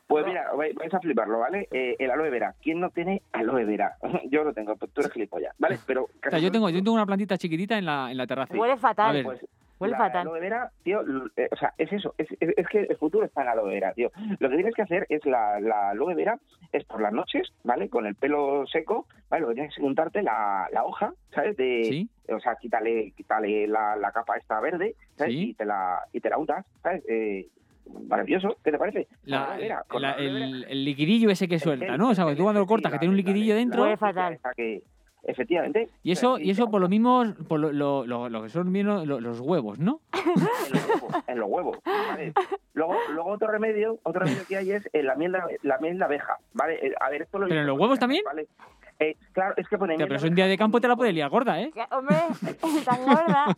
Pues mira, vais vais a fliparlo, ¿vale? Eh, el aloe vera. ¿Quién no tiene aloe vera? Yo lo tengo, tú eres gilipollas, ¿vale? Pero... O sea, yo tengo, yo tengo una plantita chiquitita en la, en la terraza. Huele A fatal. ver. Pues, Huele la fatal. aloe vera, tío, l- eh, o sea, es eso, es, es- es que el futuro está en la aloe vera, tío. Lo que tienes que hacer es la, la aloe vera, es por las noches, ¿vale? Con el pelo seco, ¿vale? Lo que tienes que untarte la, la hoja, ¿sabes? De, Sí. O sea, quítale, quítale la, la capa esta verde, ¿sabes? Sí. Y, te la, y te la untas, ¿sabes? Eh, maravilloso, ¿é te parece? Con La- aloe vera, con ah, la- aloe vera. el, el liquidillo ese que El suelta, gel, ¿no? O sea, el que tú gel, cuando lo sí, cortas, que la- tiene un la- liquidillo la- dentro. Huele fatal. esa que- efectivamente. Y eso, ¿sabes? y eso por lo mismo, por lo, lo- lo- lo que son bien lo- lo- los huevos, ¿no? en los huevos, en los huevos, ¿vale? Luego, luego otro remedio, otro remedio que hay es eh, la miel de, la miel de abeja, ¿vale? Eh, A ver, esto lo he ¿Pero en visto los huevos también? ¿vale? Eh, claro, es que pone O sea, miel pero de eso en día de abeja campo te la con- puede liar gorda, ¿eh? Ya, Hombre, tan gorda.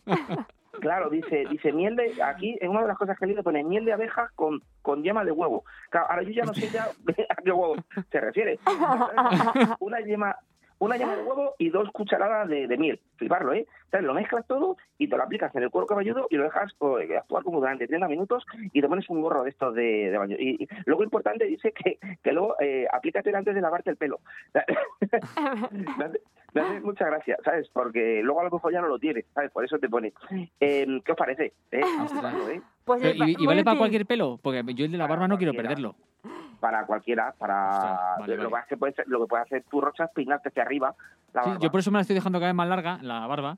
Claro, dice, dice miel de, aquí en una de las cosas que he leído pone miel de abeja con, con yema de huevo. Claro, ahora yo ya no sé ya a qué huevo se refiere. Una yema, una yema de huevo y dos cucharadas de, de miel. Fliparlo, ¿eh? Entonces lo mezclas todo y te lo aplicas en el cuero cabelludo y lo dejas o, eh, actuar como durante 30 minutos y te pones un gorro de estos de, de baño. Y, y luego importante dice que, que luego eh, aplícate antes de lavarte el pelo. Me hace- me hace mucha gracia, ¿sabes? Porque luego a lo mejor ya no lo tienes, ¿sabes? Por eso te pone. Em, ¿Qué os parece? ¿Eh? Claro, ¿eh? Pues Ah, Pero, es pa- y, y muy vale para útil. cualquier pelo, porque yo el de la barba no quiero Cualquiera. perderlo. Para cualquiera, para. Ostras, vale, lo, vale. Que puedes, lo que puedes hacer tú, Rocha, es peinarte hacia arriba. La Sí, barba. yo por eso me la estoy dejando cada vez más larga, la barba,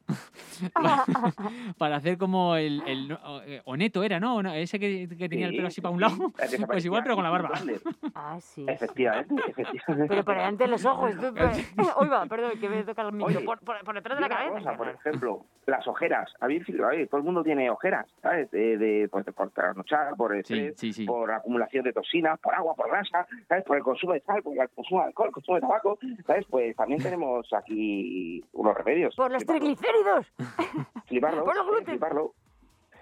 para, para hacer como el, el no- eh, Oneto era, ¿no? Ono- Ese que, que tenía el Sí, pelo así para un sí, lado. sí, Pues igual, pero con la barba. Butler. Ah, sí. Efectivamente, efectivamente. Pero por delante de los ojos. tú, pues- Uy, va, perdón, que me toca el micro. Oye, por, por- por detrás Y de la una cabeza. cosa, qué por raro. ejemplo, las ojeras. A ver, a ver, todo el mundo tiene ojeras, ¿sabes? De, de, pues, de- por trasnochar, por Sí, estrés, sí, sí. por acumulación de toxinas, por agua, por grasa, ¿sabes? Por el consumo de sal, por el consumo de alcohol, consumo de tabaco, ¿sabes? Pues también tenemos aquí unos remedios. Por los Fliparlo, triglicéridos. Fliparlo. por los eh, gluten. Fliparlo.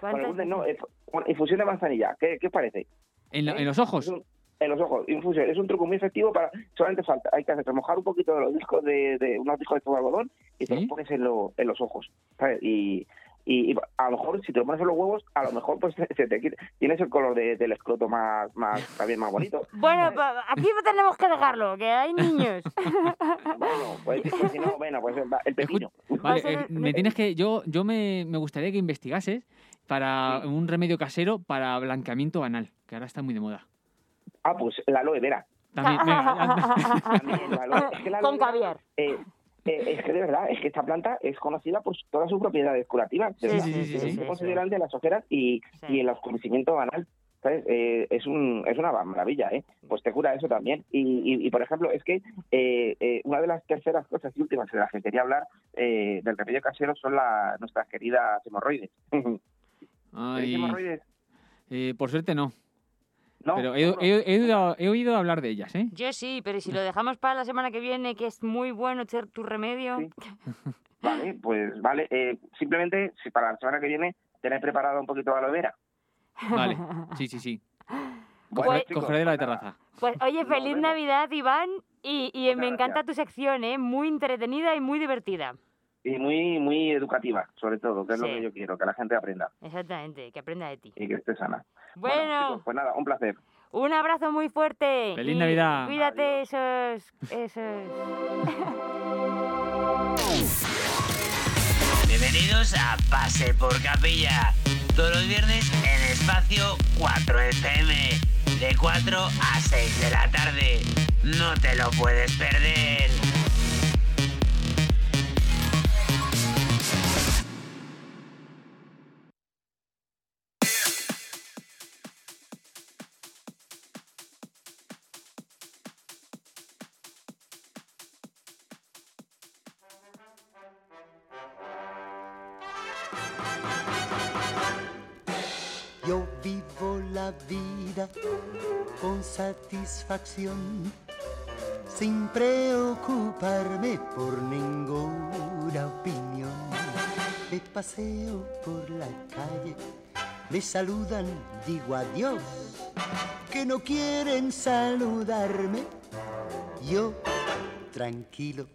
Bueno, ¿Cuántas gluten no, eh, con infusión de manzanilla. ¿Qué, qué os parece? En, la- ¿Eh? en los Es ojos. un- en los ojos, infusión. Es un truco muy efectivo para. Solamente falta. Hay que hacer remojar un poquito de los discos de, de unos discos de todo algodón y te ¿Sí? los pones en, lo- en los ojos. ¿sabes? Y, y, y a lo mejor, si te lo pones en los huevos, a lo mejor pues se te quita. Tienes el color de- del escroto más, más también más bonito. Bueno, pa- aquí tenemos que dejarlo, que hay niños. Bueno, pues, pues si no, bueno, pues va- el pepino. Vale, Vas a eh, ver- me tienes que. Yo, yo me, me gustaría que investigases para un remedio casero para blanqueamiento anal, que ahora está muy de moda. Ah, pues la aloe vera. También, venga, anda. También la aloe- es que la Con aloe vera- caviar. Eh, eh, es que de verdad, es que esta planta es conocida por su- todas sus propiedades curativas. De Sí, verdad. sí, sí, es sí, un sí, considerante de las ojeras y, Sí. y el oscurecimiento anal. ¿sabes? Eh, es, un, es una maravilla, ¿eh? Pues te cura eso también. Y, y- y, por ejemplo, es que eh, eh, una de las terceras cosas y últimas de las que quería hablar eh, del remedio casero son la, nuestras queridas hemorroides. ¿Tenéis Ay, hemorroides? eh, por suerte no. No, Pero he, seguro. he- he dudado- he oído hablar de ellas, ¿eh? Yo sí, pero si lo dejamos para la semana que viene, que es muy bueno ser tu remedio. Sí. Vale, pues vale. Eh, simplemente, si para la semana que viene tenéis preparado un poquito de aloe vera. Vale, sí, sí, sí. Bueno, Cogeré- chicos, cogeré de la pues nada. terraza. Pues oye, Nos feliz vemos. Navidad, Iván. Y, y Muchas me encanta tu sección, ¿eh? Muy entretenida y muy divertida. Y muy, muy educativa, sobre todo, que es lo Sí. que yo quiero, que la gente aprenda Exactamente, que aprenda de ti. y que esté sana. Bueno, chicos, pues nada, un placer. un abrazo muy fuerte. Feliz y Navidad. Cuídate esos... esos... Bienvenidos a Pase por Capilla. Todos los viernes en espacio 4FM. De 4 a 6 de la tarde. No te lo puedes perder. Yo vivo la vida con satisfacción, sin preocuparme por ninguna opinión. Me paseo por la calle, me saludan, digo adiós, que no quieren saludarme. Yo, tranquilo,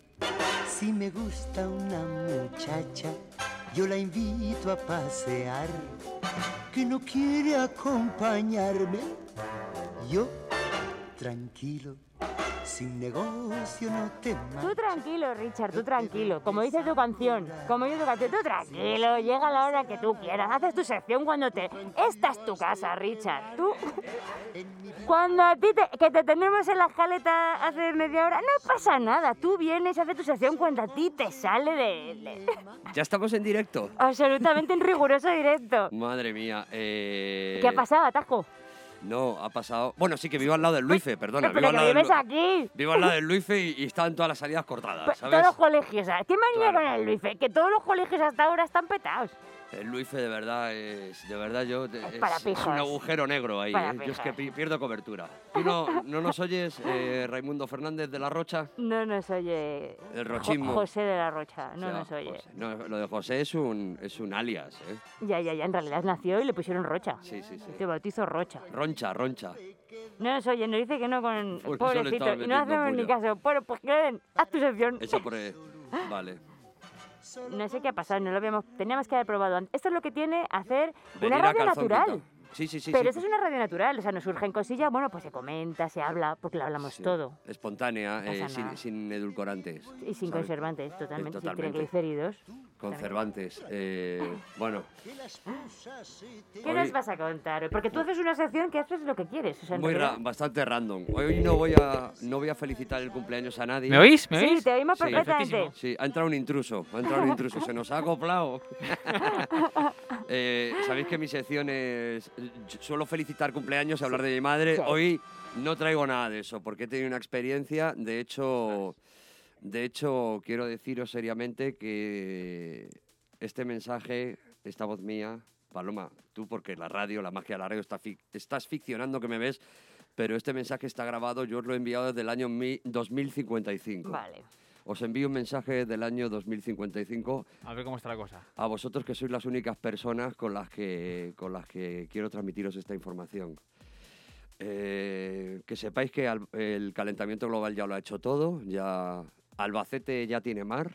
si me gusta una muchacha, yo la invito a pasear que no quiere acompañarme. Yo, tranquilo, sin negocio no te Tú mato. tranquilo, Richard, tú tranquilo. Como dice tu canción, como dice tu canción, tú tranquilo. Llega la hora que tú quieras. Haces tu sección cuando te... Esta es tu casa, Richard. Tú... Cuando a ti te, que te tenemos en la escaleta hace media hora, no pasa nada. Tú vienes, haces tu sección cuando a ti te sale de, de- Ya estamos en directo. absolutamente en riguroso directo. Madre mía. Eh... ¿Qué ha pasado, Atajo? No, ha pasado. Bueno, sí que vivo al lado del Luife, perdona. Pues, Pero Vivo al que lado del vives Lu- aquí. vivo al lado del Luife y, y están todas las salidas cortadas, Pues, ¿sabes? todos los colegios. ¿sabes? ¿Qué manía Claro. con el Luis? eh? Que todos los colegios hasta ahora están petados. El Luife de verdad es, de verdad yo es, Pues para es pijos. un agujero negro ahí. Para eh. Yo es que pijos. pi- pierdo cobertura. ¿Tú no, no nos oyes, eh, Raimundo Fernández de la Rocha? No nos oye. El Jo- rochismo. José de la Rocha, no O sea, nos oye. José- no, lo de José es un es un alias, ¿eh? Ya, ya, ya. En realidad nació y le pusieron Rocha. Sí, sí, sí. Te bautizo Rocha. Roncha, roncha. No nos oye, nos dice que no con. Por eso le Pobrecito. estaba Y no hacemos ni metiendo puño. caso. Bueno, pues creen. Haz tu sección. Eso por eh, Vale. No sé qué ha pasado, no lo habíamos. Teníamos que haber probado antes. Esto es lo que tiene hacer Venir una a radio calzón natural. quitado. Sí, sí, sí. pues. Pero sí. eso es una radio natural, o sea, nos surgen cosillas, bueno, pues se comenta, se habla, porque lo hablamos Sí. todo. Espontánea, eh, pasa nada. sin, sin edulcorantes. Y sin ¿sabes? conservantes, totalmente, sin totalmente. triglicéridos. Conservantes. eh, bueno, ¿Qué Hoy- nos vas a contar? hoy? Porque tú haces una sección que haces lo que quieres. O sea, en muy ra- realidad- bastante random. Hoy no voy a no voy a felicitar el cumpleaños a nadie. ¿Me oís? ¿Me Sí, oís? te oímos Sí, perfectamente. Sí, ha entrado un intruso, ha entrado un intruso, se nos ha acoplado. Eh, Sabéis que mis secciones suelo felicitar cumpleaños y hablar de mi madre. Sí. Hoy no traigo nada de eso, porque he tenido una experiencia. De hecho, de hecho, quiero deciros seriamente que este mensaje, esta voz mía, Paloma, tú porque la radio, la magia de la radio, está fic- estás ficcionando que me ves. Pero este mensaje está grabado, yo os lo he enviado desde el año mi- 2055. Vale. Os envío un mensaje del año 2055 A ver cómo está la cosa. a vosotros que sois las únicas personas con las que, con las que quiero transmitiros esta información. Eh, que sepáis que al- el calentamiento global ya lo ha hecho todo, ya Albacete ya tiene mar.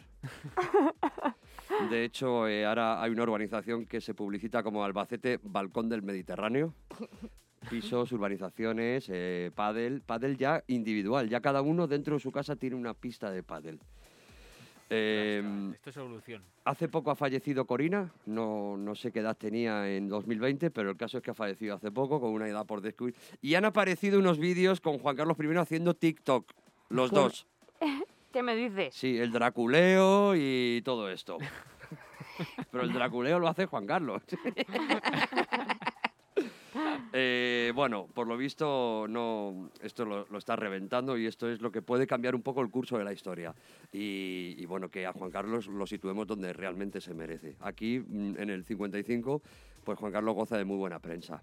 De hecho, eh, ahora hay una urbanización que se publicita como Albacete Balcón del Mediterráneo. Pisos, urbanizaciones, eh, pádel, pádel ya individual, ya cada uno dentro de su casa tiene una pista de pádel. Em, Esto es evolución. Hace poco ha fallecido Corina, no, no sé qué edad tenía en 2020, pero el caso es que ha fallecido hace poco, con una edad por descubrir. Y han aparecido unos vídeos con Juan Carlos I haciendo TikTok, los dos. ¿Qué me dices? Sí, el draculeo y todo esto. Pero el draculeo lo hace Juan Carlos. Eh, bueno, por lo visto, no, esto lo, lo está reventando y esto es lo que puede cambiar un poco el curso de la historia. Y, y bueno, que a Juan Carlos lo situemos donde realmente se merece. Aquí, mm, en el 55, pues Juan Carlos goza de muy buena prensa.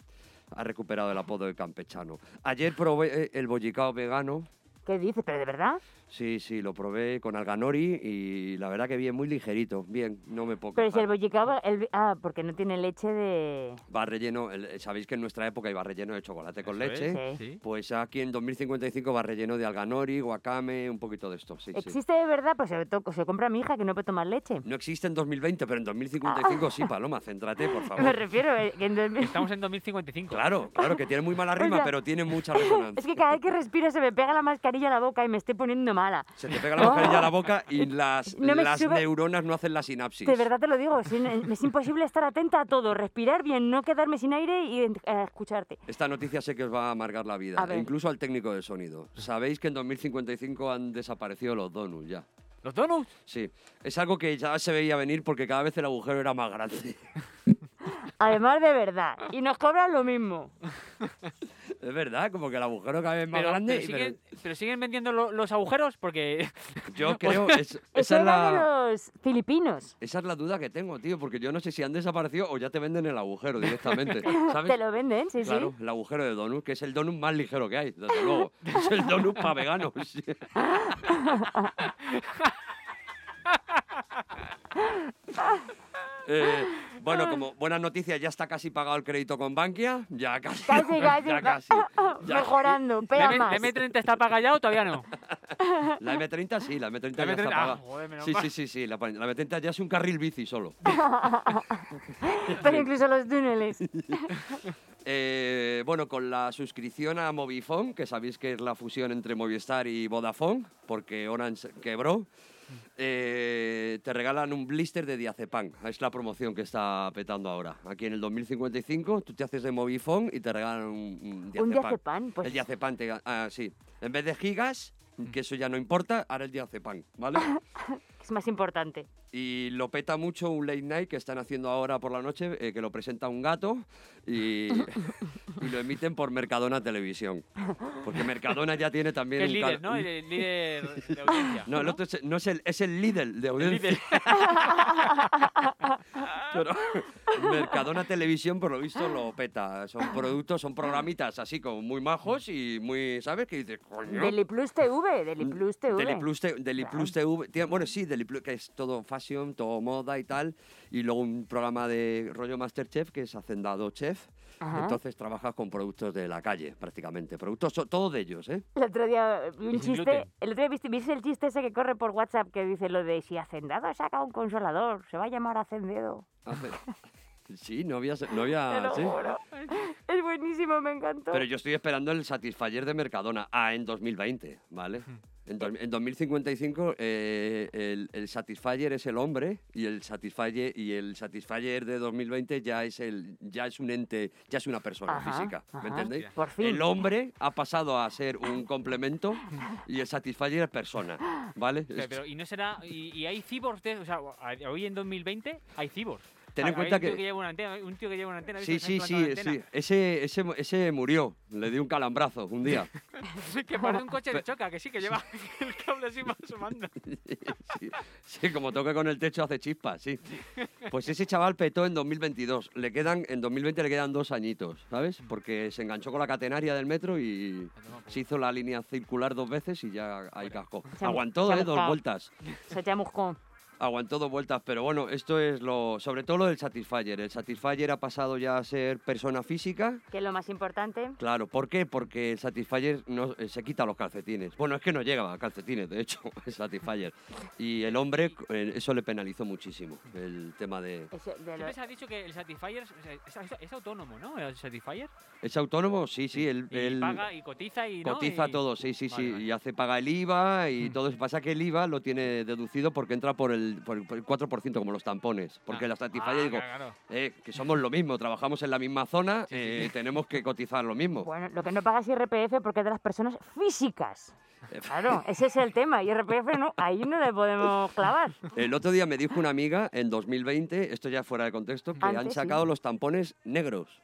ha recuperado el apodo de campechano. Ayer probé eh, el bollicao vegano. ¿Qué dices? ¿Pero de verdad? Sí, sí, lo probé con alganori y la verdad que bien, muy ligerito. Bien, no me puedo Pero si el quejar. bollicao... el- ah, porque no tiene leche de... Va relleno, el- eh, sabéis que en nuestra época iba relleno de chocolate con Eso es, leche. sí. Pues aquí en 2055 va relleno de alganori, guacame, un poquito de esto. Sí, sí. Existe de verdad, pues se lo to- se lo compra a mi hija que no puede tomar leche. No existe en 2020, pero en 2055 sí, Paloma, céntrate, por favor. Me refiero eh, que en 2000 Estamos en 2055. Claro, claro, que tiene muy mala rima, sea- pero tiene mucha resonancia. Es que cada vez que respiro se me pega la mascarilla a la boca y me estoy poniendo mala. Se te pega la mascarilla a la boca y las, No me las sube- neuronas no hacen la sinapsis. De verdad te lo digo, es, in- es imposible estar atenta a todo, respirar bien, no quedarme sin aire y eh, escucharte. Esta noticia sé que os va a amargar la vida, A e ver. incluso al técnico de sonido. Sabéis que en 2055 han desaparecido los donuts ya. ¿Los donuts? Sí, es algo que ya se veía venir porque cada vez el agujero era más grande. Además de verdad, y nos cobran lo mismo. es verdad, como que el agujero cada vez más Pero, grande. pero y- siguen, pero siguen vendiendo lo- los agujeros porque... pero yo creo, es- Eso esa, es era la, de los filipinos. esa es la duda que tengo, tío, porque yo no sé si han desaparecido o ya te venden el agujero directamente. ¿sabes? Te lo venden, sí, Claro, sí. el agujero de donut, que es el donut más ligero que hay, desde luego. Es el donut para veganos. Eh, bueno, como buenas noticias, ya está casi pagado el crédito con Bankia. Ya casi. Casi, casi, ya ca- casi. Ya. Mejorando, pega ¿La más. M30 está pagada ya o todavía no? La M30 sí, la La M30 ya está M30, ah, pagada. joder, menos sí, mal. sí, sí, sí, la, pa- la M30 ya es un carril bici solo. Pero incluso los túneles. Eh, bueno, con la suscripción a Movifone, que sabéis que es la fusión entre Movistar y Vodafone, porque Orange quebró, eh, te regalan un blister de diazepam. Es la promoción que está petando ahora. Aquí en el 2055 tú te haces de Movifone y te regalan un, un diazepam. diazepam, pues. El diazepam, te, ga- ah, sí. En vez de gigas, que eso ya no importa, ahora el diazepam, ¿vale? Es más importante. Y lo peta mucho un late night que están haciendo ahora por la noche, eh, que lo presenta un gato y, y lo emiten por Mercadona Televisión. Porque Mercadona ya tiene también Que es un líder, cal- ¿no? El, el líder de audiencia. No, el otro es, no es el, es el Lidl de audiencia. Pero Mercadona Televisión, por lo visto, lo peta. Son productos, son programitas así como muy majos y muy, ¿sabes? Que dices, coño. Deli Plus TV, Deli Plus TV. Deliplus, te- Deliplus TV, tiene- bueno, sí, Deliplus, que es todo fashion, todo moda y tal, y luego un programa de rollo Masterchef que es Hacendado Chef, Ajá. entonces trabajas con productos de la calle, prácticamente, productos, so- todos de ellos, ¿eh? El otro día vi un Y sin chiste, gluten. el otro día viste, viste el chiste ese que corre por WhatsApp que dice lo de si Hacendado saca un consolador, se va a llamar Hacendedo. Hace- Sí, no había, no había, Te lo Ah, sí. juro. Es buenísimo, me encantó. Pero yo estoy esperando el Satisfyer de Mercadona. Ah, en 2020, ¿vale? Hmm. En, dos- en 2055 eh, el, el Satisfyer es el hombre y el Satisfyer y el Satisfyer de 2020 ya es el ya es un ente, ya es una persona Ajá, física, ajá. ¿me entendéis? Por fin. El hombre ha pasado a ser un complemento y el Satisfyer es persona, ¿vale? Pero, pero, ¿y no será...? ¿Y, y hay cyborgs? de- o sea, a- hoy en 2020 hay cyborgs. Ten en Hay cuenta un tío que- lleva una antena, un tío que lleva una antena. Sí, ¿viste? sí, Que se ha implantado sí, una sí. Ese, ese, ese murió, le dio un calambrazo un día. antena. que parece un coche de choca, que sí, que lleva el cable así más asomando. Sí, sí, como toca con el techo hace chispas, sí. Pues ese chaval petó en 2022. Le quedan, en 2020 le quedan dos añitos, ¿sabes? Porque se enganchó con la catenaria del metro y se hizo la línea circular dos veces y ya ahí cascó. Se ha- Aguantó, se ha ¿eh? Dos buscado. vueltas. Se chamuscó. Aguantó dos vueltas, pero bueno, esto es lo, sobre todo lo del Satisfyer. El Satisfyer ha pasado ya a ser persona física. Que es lo más importante. Claro, ¿por qué? Porque el Satisfyer no, eh, se quita los calcetines. Bueno, es que no llega a calcetines, de hecho, el Satisfyer. Y el hombre, eh, eso le penalizó muchísimo, el tema de... Ese- de lo- Siempre se ha dicho que el Satisfyer es, es- es- es autónomo, ¿no? El Satisfyer. ¿Es autónomo? Sí, sí, él, Y él paga y cotiza y ¿no? cotiza Y- todo, sí, sí, Vale, sí, vale. Mm. y hace paga el IVA y todo eso. Pasa que el IVA lo tiene deducido porque entra por el, por el- por el 4%, como los tampones, porque la Satisfyer, Ah, digo, claro. eh, que somos lo mismo, trabajamos en la misma zona, eh, tenemos que cotizar lo mismo. Bueno, lo que no pagas IRPF porque es de las personas físicas. Eh, Claro, ese es el tema. IRPF no, ahí no le podemos clavar. El otro día me dijo una amiga en 2020, esto ya fuera de contexto, que Antes, han sí. sacado los tampones negros.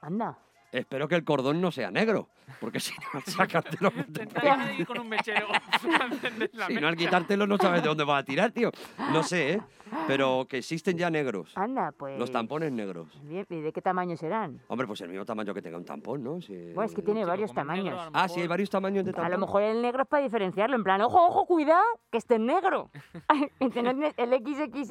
Anda. Espero que el cordón no sea negro, porque si no, al sacártelo, no te Intentar ir con un mechero. si no al quitártelo no sabes de dónde vas a tirar, tío. No sé, ¿eh? Pero que existen ya negros. Anda, pues. Los tampones negros. Bien, ¿Y de qué tamaño serán? Hombre, pues el mismo tamaño que tenga un tampón, ¿no? Si- Bueno, es que tiene varios tamaños. Ah, sí, hay varios tamaños de A tampón. lo mejor el negro es para diferenciarlo, en plan, ojo, ojo, cuidado, que esté en negro. Este no es el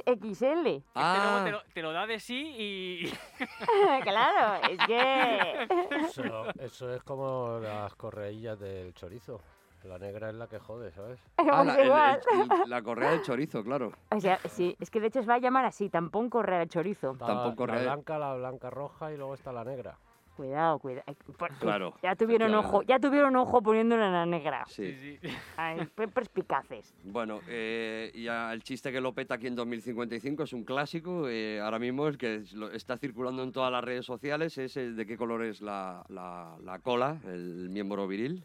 XXXL. Este Ah. luego te lo, te lo da de sí y. claro, es que... Eso, eso es como las correillas del chorizo. La negra es la que jode, ¿sabes? Ah, la, el- igual. el- el- la correa del chorizo, claro. O sea, sí, es que de hecho se va a llamar así, tampón correa de chorizo. Está Tampoco la re- blanca, la blanca roja y luego está la negra. Cuidado, cuidado. Ay, por- Claro, Ya tuvieron ojo, ya tuvieron ojo poniéndola en la negra. Sí. Ay, qué perspicaces. Bueno, eh, y a- el chiste que lo peta aquí en 2055 es un clásico. eh, ahora mismo es que es- lo- está circulando en todas las redes sociales. Es el de qué color es la, la- la cola, el miembro viril.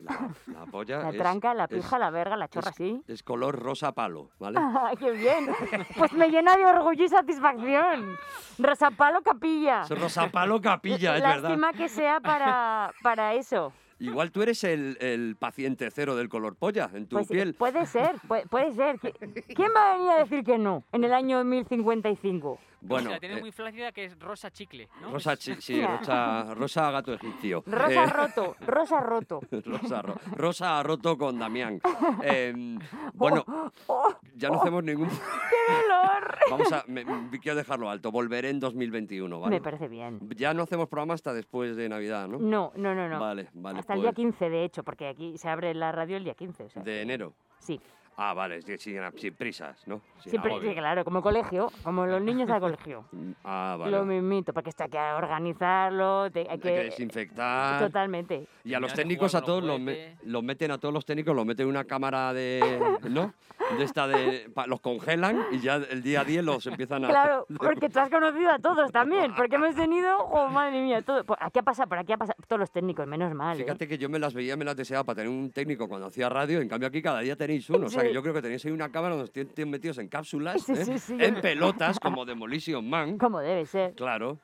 La, la polla. La es- tranca, la es- pija, la verga, la chorra, es- sí. Ah. Es color rosa palo, ¿vale? Ay, ¡Qué bien! Pues me llena de orgullo y satisfacción. Rosapalo Capilla. Es rosa palo capilla, es Lástima verdad. que sea para, para eso. Igual tú eres el, el paciente cero del color polla en tu Pues, piel. Puede ser, pu- puede, ser. ¿Qui- ¿Quién va a venir a decir que no en el año 1055? Bueno, la tiene eh, muy flácida que es rosa chicle, ¿no? rosa, chi- sí, rosa, rosa gato egipcio. pues Rosa Eh, roto, rosa roto. Rosa, Ro- Rosa ha roto con Damián. Em, bueno, Oh, ya no hacemos ningún. Vamos a. me- me- quiero dejarlo alto. Volveré en 2021, ¿vale? Me parece bien. Ya no hacemos programa hasta después de Navidad, ¿no? No, no, no, no. Vale, vale. Hasta el día pues, 15, de hecho, porque aquí se abre la radio el día 15. o sea. de enero. Sí. Ah, vale, sí, sin, sin prisas, ¿no? Sin Siempre, agobio. sí, claro, como colegio, como los niños al colegio. Ah, vale. Lo mismito, porque esto hay que organizarlo, te- hay Hay que que... desinfectar. Totalmente. Y a los técnicos a todos los, me- los meten a todos los técnicos, los meten en una cámara de ¿no? De esta de pa- los congelan y ya el día 10 los empiezan a Claro, porque tú has conocido a todos también, porque hemos tenido, oh, madre mía, todo. Por aquí ha pasado, por aquí ha pasado, todos los técnicos, menos mal. ¿eh? Fíjate que yo me las veía, me las deseaba para tener un técnico cuando hacía radio, en cambio aquí cada día tenéis uno. O sea, Sí. que yo creo que tenéis ahí una cámara donde estén estén metidos en cápsulas, Sí, ¿eh? sí, sí, yo en me- pelotas, como Demolition Man. Como debe ser. Claro.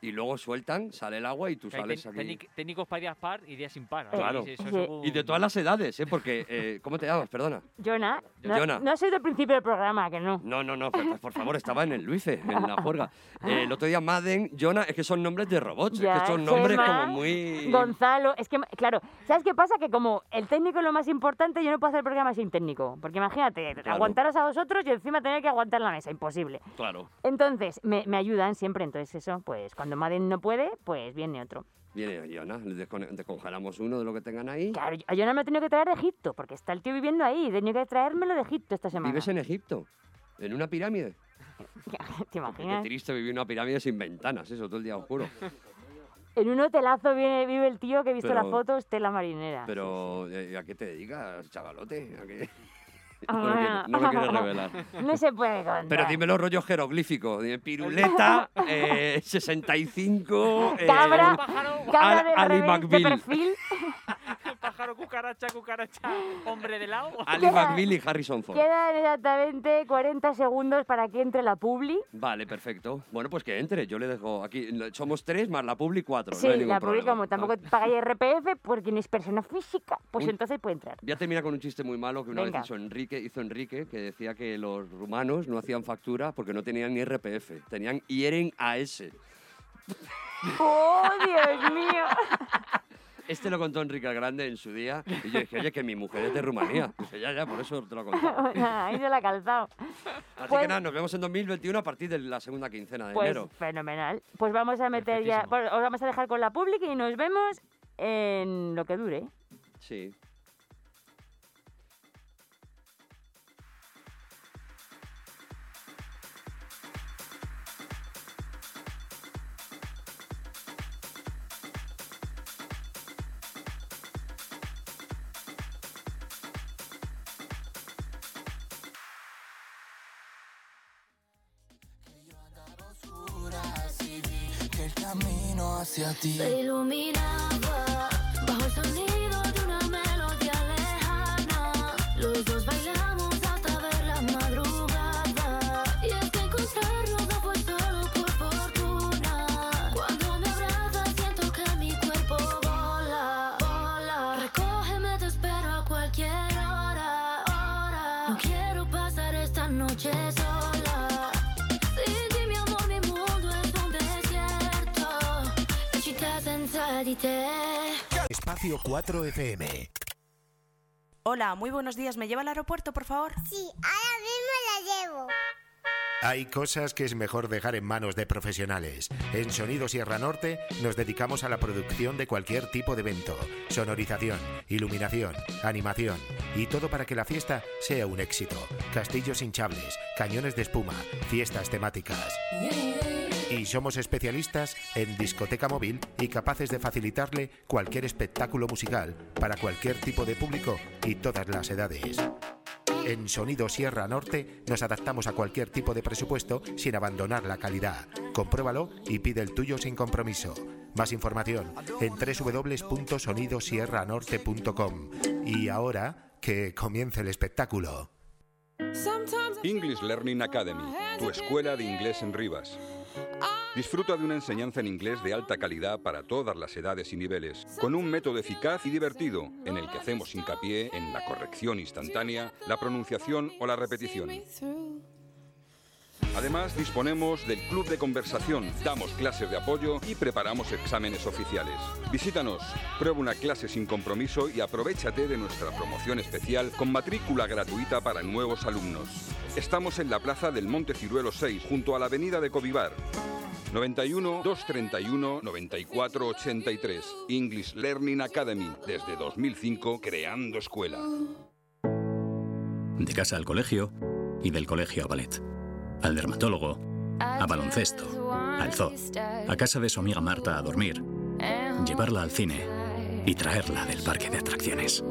Y luego sueltan, sale el agua y tú Que hay sales tec- aquí. técnic- técnicos para días par y días sin par. ¿no? Claro. Sí, eso es un- Y de todas las edades, ¿eh? Porque, eh, ¿cómo te llamas? Perdona. Jonah, no, Jonah. no soy del principio del programa, que no. No, no, no, pero, por favor, estaba en el Luife, en la juerga. Eh, el otro día Madden, Jonah, es que son nombres de robots, es Ya, que son nombres Gemma, como muy... Gonzalo, es que, claro, ¿sabes qué pasa? Que como el técnico es lo más importante, yo no puedo hacer el programa sin técnico. Porque imagínate, Claro. aguantaros a vosotros y encima tener que aguantar la mesa, imposible. Claro, Entonces, me, me ayudan siempre, entonces eso, pues cuando Madden no puede, pues viene otro. viene Jonah, le descone- descongelamos uno de lo que tengan ahí. Claro, yo, yo no me he tenido que traer de Egipto, porque está el tío viviendo ahí, he tenido que traérmelo de Egipto esta semana. ¿Vives en Egipto? ¿En una pirámide? ¿Te Qué imaginas? triste vivir en una pirámide sin ventanas, eso, todo el día oscuro. En un hotelazo viene, vive el tío que he visto Pero- las fotos, tela marinera. Pero, eh, ¿a qué te dedicas, chavalote? ¿A qué? Ah, No lo quiero- no lo quiero revelar. No se puede contar. Pero dime los rollos jeroglíficos. Dime, Piruleta, eh, 65... eh, Cabra, cabra Al- de, Ali revés, de McBeal. perfil. Pájaro, cucaracha, cucaracha, hombre de lado. Ali McBeal y Harrison Ford. Quedan exactamente 40 segundos para que entre la publi. Vale, perfecto. Bueno, pues que entre. Yo le dejo aquí. lo- Somos tres más la publi cuatro. sí, no hay ningún la publi, problema. Ah. como tampoco pagáis RPF, por quien es persona física, pues Un- entonces puede entrar. Voy a terminar con un chiste muy malo que una Venga. vez hizo Enrique, hizo Enrique, que decía que los rumanos no hacían factura porque no tenían ni RPF, tenían IEREN AS. ¡Oh, Dios mío! Este lo contó Enrique el Grande en su día y yo dije, oye, que mi mujer es de Rumanía. Dice, ya, ya, por eso te lo conté. Nada, Ahí se la ha calzado. Así Pues- que nada, nos vemos en 2021 a partir de la segunda quincena de Pues enero. fenomenal. Pues vamos a meter ya. bueno, os vamos a dejar con la public y nos vemos en lo que dure. Sí. que el camino hacia ti Se iluminaba bajo el sonido de una melodía lejana. Los dos bailamos hasta ver la madrugada. Y es que encontrarnos no fue solo por fortuna. Cuando me abrazas siento No quiero pasar esta noche sola. Sin ti, mi amor, mi mundo es un desierto. E ci te senza di te. Espacio 4FM. Hola, muy buenos días. ¿Me lleva al aeropuerto, por favor? Sí, ahora mismo la llevo. Hay cosas que es mejor dejar en manos de profesionales. En Sonido Sierra Norte nos dedicamos a la producción de cualquier tipo de evento, sonorización, iluminación, animación y todo para que la fiesta sea un éxito. Castillos hinchables, cañones de espuma, fiestas temáticas. Y somos especialistas en discoteca móvil y capaces de facilitarle cualquier espectáculo musical para cualquier tipo de público y todas las edades. En Sonido Sierra Norte nos adaptamos a cualquier tipo de presupuesto sin abandonar la calidad. Compruébalo y pide el tuyo sin compromiso. Más información en www.sonidosierranorte.com. Y ahora que comience el espectáculo. English Learning Academy, tu escuela de inglés en Rivas. Disfruta de una enseñanza en inglés de alta calidad para todas las edades y niveles, con un método eficaz y divertido en el que hacemos hincapié en la corrección instantánea, la pronunciación o la repetición. Además, disponemos del club de conversación, damos clases de apoyo y preparamos exámenes oficiales. Visítanos, prueba una clase sin compromiso y aprovechate de nuestra promoción especial con matrícula gratuita para nuevos alumnos. Estamos en la plaza del Monte Ciruelo 6, junto a la avenida de Covivar. 91 231 94 83 English Learning Academy desde 2005 creando escuela. De casa al colegio y del colegio a ballet. Al dermatólogo, a baloncesto, al zoo, a casa de su amiga Marta a dormir, llevarla al cine y traerla del parque de atracciones.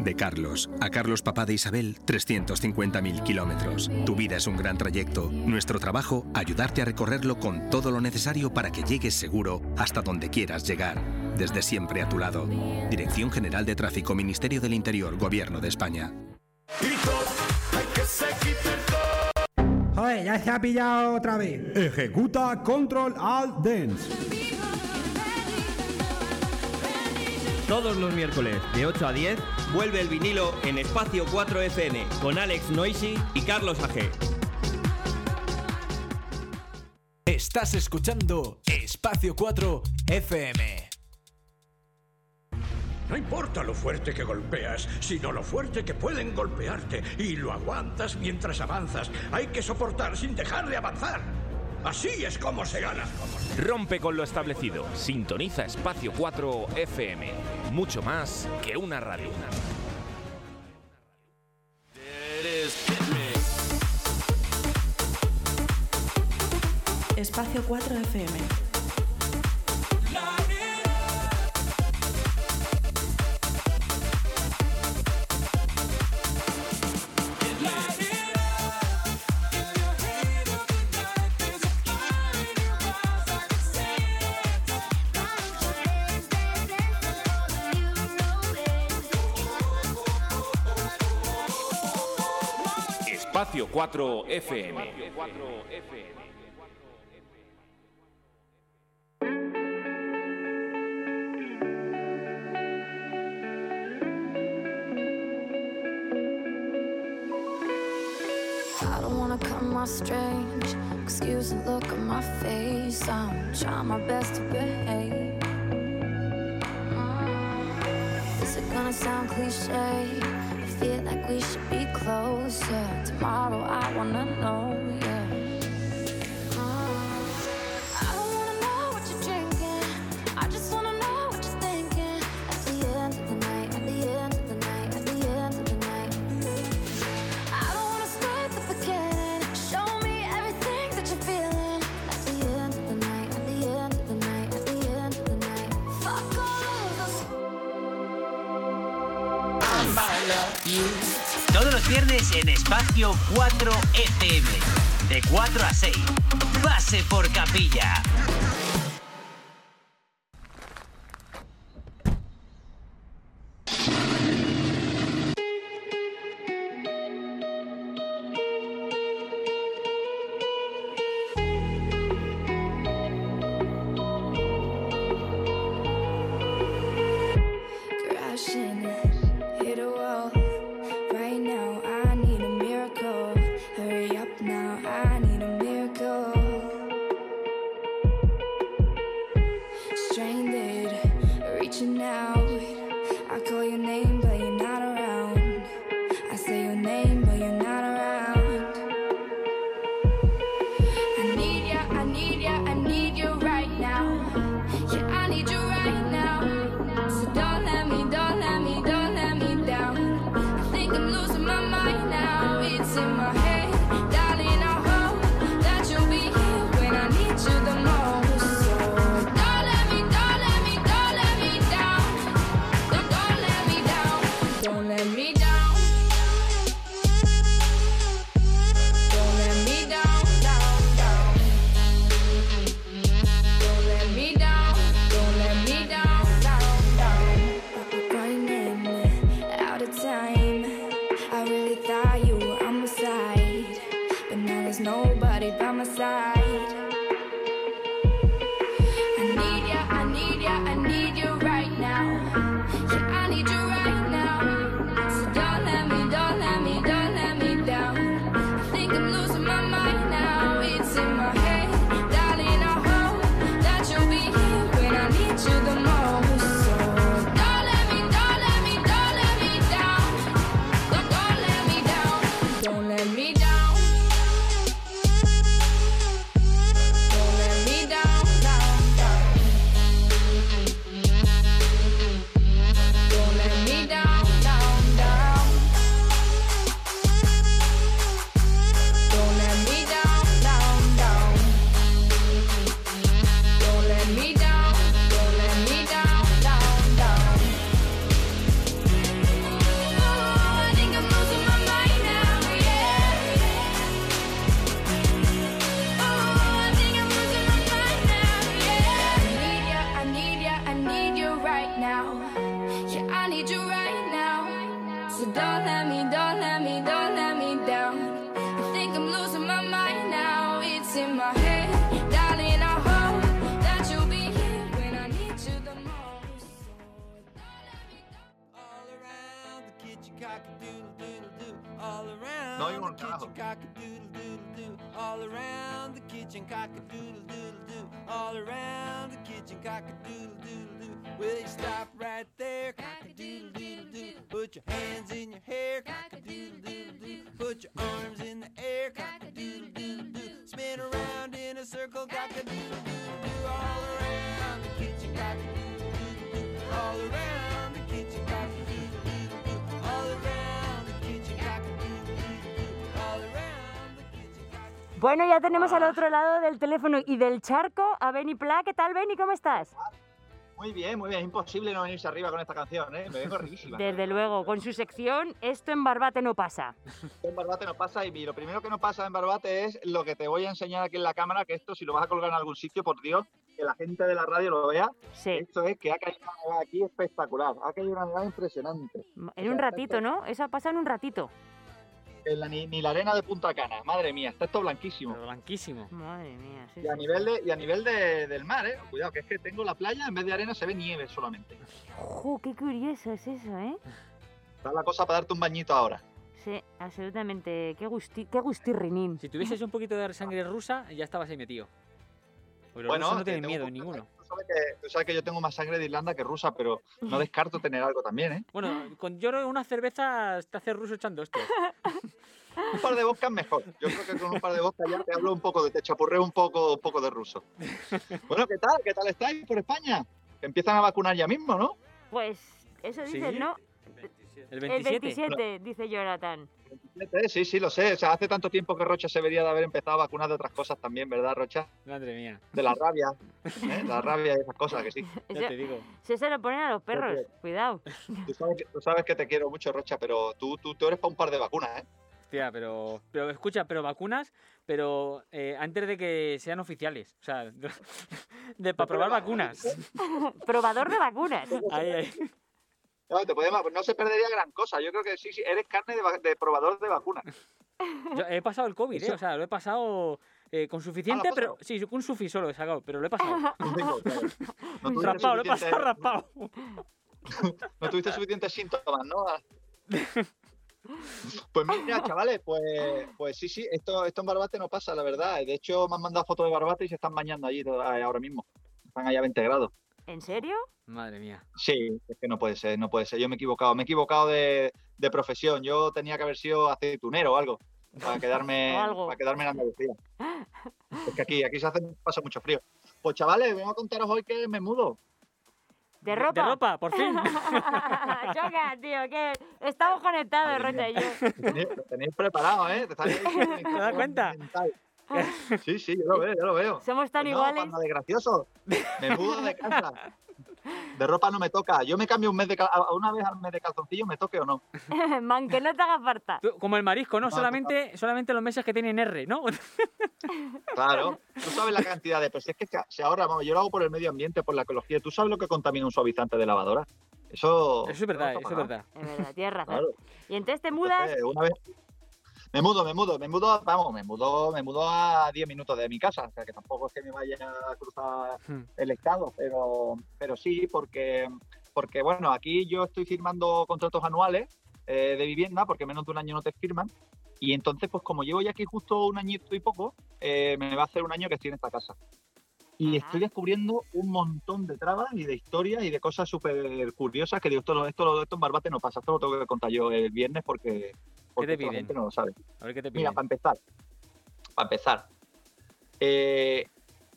De Carlos, a Carlos papá de Isabel, 350.000 kilómetros. Tu vida es un gran trayecto. Nuestro trabajo, ayudarte a recorrerlo con todo lo necesario para que llegues seguro hasta donde quieras llegar. Desde siempre a tu lado. Dirección General de Tráfico, Ministerio del Interior, Gobierno de España. Oye, ya se ha pillado otra vez. Ejecuta Control Alt Dance. Todos los miércoles de 8 a 10 vuelve el vinilo en Espacio 4FN con Alex Noisy y Carlos Ajé. Estás escuchando Espacio 4 FM. No importa lo fuerte que golpeas, sino lo fuerte que pueden golpearte. Y lo aguantas mientras avanzas. Hay que soportar sin dejar de avanzar. Así es como se gana. Rompe con lo establecido. Sintoniza Espacio 4 FM. Mucho más que una radio. Espacio 4 FM. Espacio 4 FM. I don't wanna cut my strange. Excuse the look on my face. I'm trying my best to behave. Mm. Is it gonna sound cliche? I feel like we should be closer. Tomorrow I wanna know, yeah. Mm. I don't wanna know what you're drinking. I just wanna know what you're thinking. At the end of the night, at the end of the night, at the end of the night. I don't wanna start the beginning. Show me everything that you're feeling. At the end of the night, at the end of the night, at the end of the night. Fuck all of those. Todos los viernes en Espacio 4 FM. De 4 a 6. Pase por capilla. Crashing, hit a wall. Right now, I need a voice in my head. Darling, I hope that you'll be here when I need you the most. So don't let me, don't let me, don't let me down. Don't, don't let me down. Don't let me down. Don't let me down, down, down. Don't let me down. Don't let me down, down, down. Running out of time. I really thought you were on my side, but now there's nobody by my side. I need ya, I need ya, I need you right now. Yeah, I need you right now. So don't let me, don't let me, don't let me down. I think I'm losing my mind now. It's in my head, darling. I hope that you'll be here when I need you the most. So don't let me, don't let me, don't let me down. Don't, don't let me down. Don't let me down. Don't let me down, down, down. Don't let me down, down, down. Don't let me down, down, down. Don't let me down. Don't let me down, down, down. Oh, I think I'm losing my mind now, yeah. I think I'm losing my mind now, yeah. I need ya, I need ya, I need you right now. Yeah, I need you right now. So don't let me, don't let me, don't let me down. I think I'm losing my mind now. It's in my head, darling. I hope that you'll be here when I need you the most. All around No oigo the nada. kitchen, cock-a-doodle-doodle-doo. All around the kitchen, cock-a-doodle-doodle-doo. All around the kitchen, cock-a-doodle-doodle-doo. Will you stop right there, cock-a-doodle-doodle-doo? Put your hands in your hair, cock-a-doodle-doodle-doo. Put your arms in the air, cock-a-doodle-doodle-doo. Spin around in a circle, cock-a-doodle-doodle-doo. All around the kitchen, cock-a-doodle-doodle-doo. All around the kitchen, cock-a-doodle-doodle-doo. All around the kitchen, cock-a-doodle-doodle-doo. All around. Bueno, ya tenemos al otro lado del teléfono y del charco a Benny Pla. ¿Qué tal, Benny? ¿Cómo estás? Muy bien, muy bien. Es imposible no venirse arriba con esta canción, ¿eh? Me vengo arribísima. Desde luego, con su sección, esto en Barbate no pasa. En Barbate no pasa y lo primero que no pasa en Barbate es lo que te voy a enseñar aquí en la cámara, que esto si lo vas a colgar en algún sitio, por Dios, que la gente de la radio lo vea. Esto es que ha caído una nevada aquí espectacular. Ha caído una nevada impresionante. En un ratito, ¿no? Eso ha pasado en un ratito. En la- ni, ni la arena de Punta Cana. Madre mía, está esto blanquísimo. blanquísimo. Madre mía, sí. Y a sí. nivel, de- y a nivel de- del mar, ¿eh? Cuidado, que es que tengo la playa, en vez de arena se ve nieve solamente. Ojo, qué curioso es eso, ¿eh? Está la cosa para darte un bañito ahora. Sí, absolutamente. Qué, gusti qué gustirrinín. Si tuvieses un poquito de sangre rusa, ya estabas ahí metido. Pero los Bueno, rusos no que tienen tengo miedo ninguno. Tú sabes, que, tú sabes que yo tengo más sangre de Irlanda que rusa, pero no descarto tener algo también, ¿eh? Bueno, con yo creo que una cerveza te hace ruso echando esto. Un par de vodkas mejor. Yo creo que con un par de vodkas ya te hablo un poco, de, te chapurreo un poco, un poco de ruso. Bueno, ¿qué tal? ¿Qué tal estáis por España? Que empiezan a vacunar ya mismo, ¿no? Pues eso Sí. dices, ¿no? El El 27, dice Jonathan. Sí, sí, lo sé. O sea, hace tanto tiempo que Rocha se vería de haber empezado a vacunar de otras cosas también, ¿verdad, Rocha? Madre mía. De la rabia, ¿eh? La rabia y esas cosas que sí. Eso- Si se lo ponen a los perros, cuidado. Tú sabes, que, tú sabes que te quiero mucho, Rocha, pero tú, tú, tú eres para un par de vacunas, ¿eh? Hostia, pero, pero escucha, pero vacunas, pero eh, antes de que sean oficiales. O sea, de, para probar vacunas. Probador de vacunas. Ahí, ahí. No, te podemos- no se perdería gran cosa. Yo creo que sí, sí, eres carne de, va- de probador de vacunas. Yo he pasado el COVID, ¿eh? O sea, lo he pasado eh, con suficiente, pero. Sí, con sufi solo he sacado, pero lo he pasado. No tuviste raspado, lo he pasado suficiente- raspado. No tuviste suficientes síntomas, ¿no? Ah. Pues mira, chavales, pues, pues sí, sí, esto, esto en Barbate no pasa, la verdad. De hecho, me han mandado fotos de Barbate y se están bañando allí to- ahora mismo. Están allá a 20 grados. ¿En serio? Madre mía. Sí, es que no puede ser, no puede ser. Yo me he equivocado, me he equivocado de, de profesión. Yo tenía que haber sido aceitunero o algo para quedarme, O algo. Para quedarme en Andalucía. Es que aquí, aquí se hace, pasa mucho frío. Pues chavales, vengo a contaros hoy que me mudo. ¿De ropa? De ropa, por fin. Choca, tío, que estamos conectados, Rocha y yo. Lo tenéis preparado, ¿eh? Te estáis- ¿Te das cuenta? Sí, sí, yo lo veo, yo lo veo. Somos tan Pues no, iguales. panda de gracioso. Me mudo de casa. De ropa no me toca. Yo me cambio un mes de cal- a- una vez al mes de calzoncillo, me toque o no. Man, que no te haga falta. Tú, Como el marisco, ¿no? Solamente, solamente los meses que tienen R, ¿no? Claro. Tú sabes la cantidad de... Pero si es que se- se ahorra, vamos, yo lo hago por el medio ambiente, por la ecología. ¿Tú sabes lo que contamina un suavizante de lavadora? Eso... Eso es verdad, no eso toca es nada. verdad. Es verdad, tienes razón. Claro. Y entonces te mudas. Eh, una vez... Me mudo, me mudo, me mudo, vamos, me mudo, me mudo a 10 minutos de mi casa, o sea que tampoco es que me vaya a cruzar el Estado, pero, pero sí, porque, porque bueno, aquí yo estoy firmando contratos anuales eh, de vivienda, porque menos de un año no te firman, y entonces pues como llevo ya aquí justo un añito y poco, eh, me va a hacer un año que estoy en esta casa. Y estoy descubriendo un montón de trabas y de historias y de cosas súper curiosas que digo, esto, no- esto, no- esto en Barbate no pasa, esto lo tengo que contar yo el viernes porque, porque esto la piden? gente no lo sabe. A ver qué te Mira, piden. para empezar, para empezar, eh,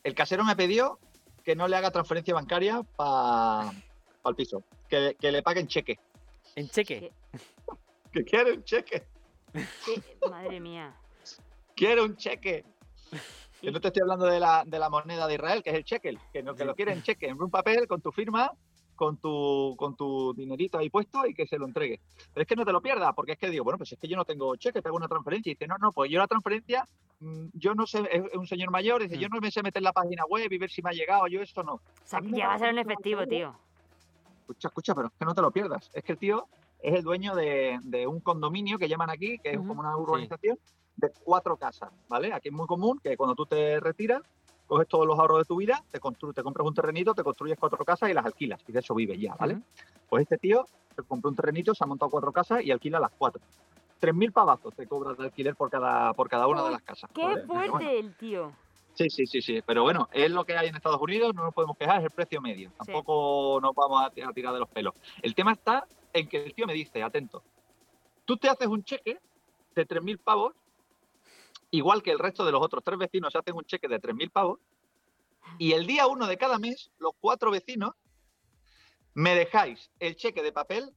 el casero me pidió que no le haga transferencia bancaria para el piso, que, que le paguen cheque. ¿En cheque? Que quiere un cheque, que- Madre mía. quiere un cheque. Yo no te estoy hablando de la, de la moneda de Israel, que es el cheque, que, no, que lo quiere en cheque, en un papel con tu firma, con tu, con tu dinerito ahí puesto y que se lo entregue. Pero es que no te lo pierdas, porque es que digo, bueno, pues es que yo no tengo cheque, tengo una transferencia. Y dice, no, no, pues yo la transferencia, mm, yo no sé, es un señor mayor, Mm. dice, yo no me sé meter en la página web y ver si me ha llegado, yo eso no. A mí me Ya va a ser un parece efectivo, una tío. Escucha, escucha, pero es que no te lo pierdas. Es que el tío es el dueño de, de un condominio que llaman aquí, que es como una urbanización de cuatro casas, ¿vale? Aquí es muy común que cuando tú te retiras, coges todos los ahorros de tu vida, te, constru- te compras un terrenito, te construyes cuatro casas y las alquilas, y de eso vives ya, ¿vale? Pues este tío se compró un terrenito, se ha montado cuatro casas y alquila las cuatro. 3.000 pavazos te cobras de alquiler por cada, por cada una de las casas. Qué ¿vale? Pero fuerte bueno, el tío. Sí, sí, sí, sí. Pero bueno, es lo que hay en Estados Unidos, no nos podemos quejar, es el precio medio. Tampoco nos vamos a, ti- a tirar de los pelos. El tema está en que el tío me dice, atento, tú te haces un cheque de 3.000 pavos, igual que el resto de los otros tres vecinos se hacen un cheque de 3.000 pavos, y el día uno de cada mes, los cuatro vecinos me dejáis el cheque de papel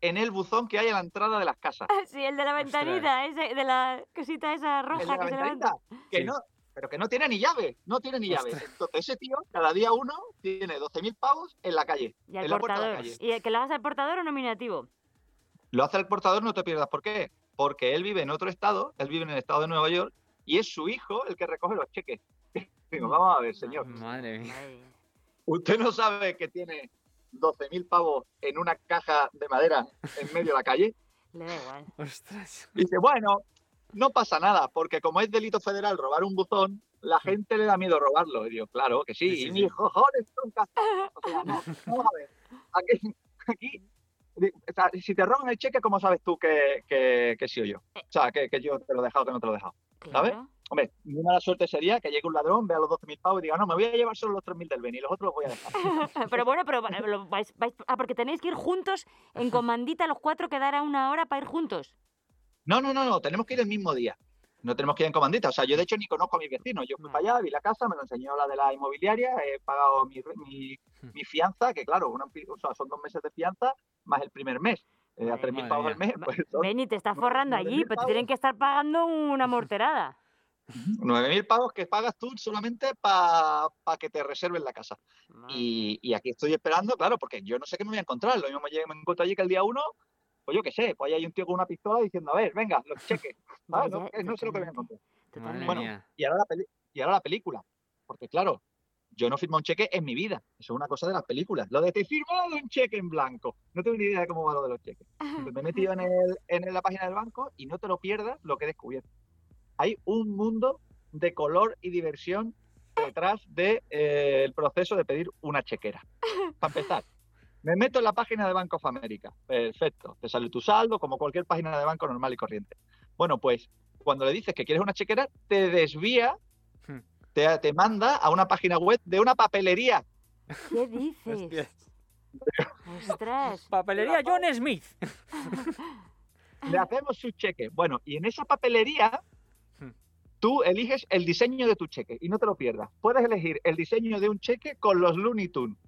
en el buzón que hay a la entrada de las casas. Sí, el de la ventanita, ese, de la cosita esa El de roja la que se ventanita, levanta. que Sí. no, pero que no tiene ni llave, no tiene ni llave. Entonces ese tío, cada día uno, tiene 12.000 pavos en la calle, Y al en la puerta de la portador. calle. ¿Y el que lo hagas al portador o nominativo? Lo hace el portador, no te pierdas. ¿Por qué? Porque él vive en otro estado, él vive en el estado de Nueva York, y es su hijo el que recoge los cheques. Digo, vamos a ver, señor. Madre mía. Usted no sabe que tiene 12.000 pavos en una caja de madera en medio de la calle. Le da igual. Ostras. Dice, bueno, no pasa nada, porque como es delito federal robar un buzón, la gente le da miedo robarlo. Y digo, claro que sí, Sí, sí, y sí. mis cojones son cazados. O sea, no, vamos a ver, aquí, aquí, o sea, si te roban el cheque, ¿cómo sabes tú que, que, que he sido yo? Eh. O sea, que, que yo te lo he dejado, que no te lo he dejado, ¿sabes? Hombre, mi mala suerte sería que llegue un ladrón, vea los 12.000 pavos y diga, no, me voy a llevar solo los 3.000 del Ben y los otros los voy a dejar. pero bueno, pero va- lo vais, vais- ah, porque tenéis que ir juntos en comandita los cuatro, quedará una hora para ir juntos. No, no, no, no, tenemos que ir el mismo día. No tenemos que ir en comandita. O sea, yo de hecho ni conozco a mis vecinos. Yo fui para allá, vi la casa, me lo enseñó la de la inmobiliaria, he pagado mi, re- mi, Hmm. mi fianza, que claro, una fi- o sea, son dos meses de fianza más el primer mes. Eh, a 3.000 pavos al mes, pues son Ven y te estás forrando no, allí, no, pero te tienen que estar pagando una morterada. 9.000 pavos que pagas tú solamente para que te reserven la casa. Y, y aquí estoy esperando, claro, porque yo no sé qué me voy a encontrar. Lo mismo me, lle- me encuentro allí que el día uno, pues yo qué sé, pues ahí hay un tío con una pistola diciendo, a ver, venga, los cheques. ¿sabes? No, Pues ya, no sé lo que voy a encontrar. Totalmente. Bueno, mía. y ahora, la peli- y ahora la película. Porque claro, yo no firmo un cheque en mi vida. Eso es una cosa de las películas. Lo de te he firmado un cheque en blanco. No tengo ni idea de cómo va lo de los cheques. Pues me he metido en, el- en la página del banco y no te lo pierdas lo que he descubierto. Hay un mundo de color y diversión detrás del de, eh, el proceso de pedir una chequera. Para empezar, me meto en la página de Banco of America. Perfecto. Te sale tu saldo como cualquier página de banco normal y corriente. Bueno, pues cuando le dices que quieres una chequera, te desvía, Hmm. te, te manda a una página web de una papelería. ¿Qué dices? Ostras. Papelería John Smith. Le hacemos su cheque. Bueno, y en esa papelería Hmm. tú eliges el diseño de tu cheque y no te lo pierdas. Puedes elegir el diseño de un cheque con los Looney Tunes.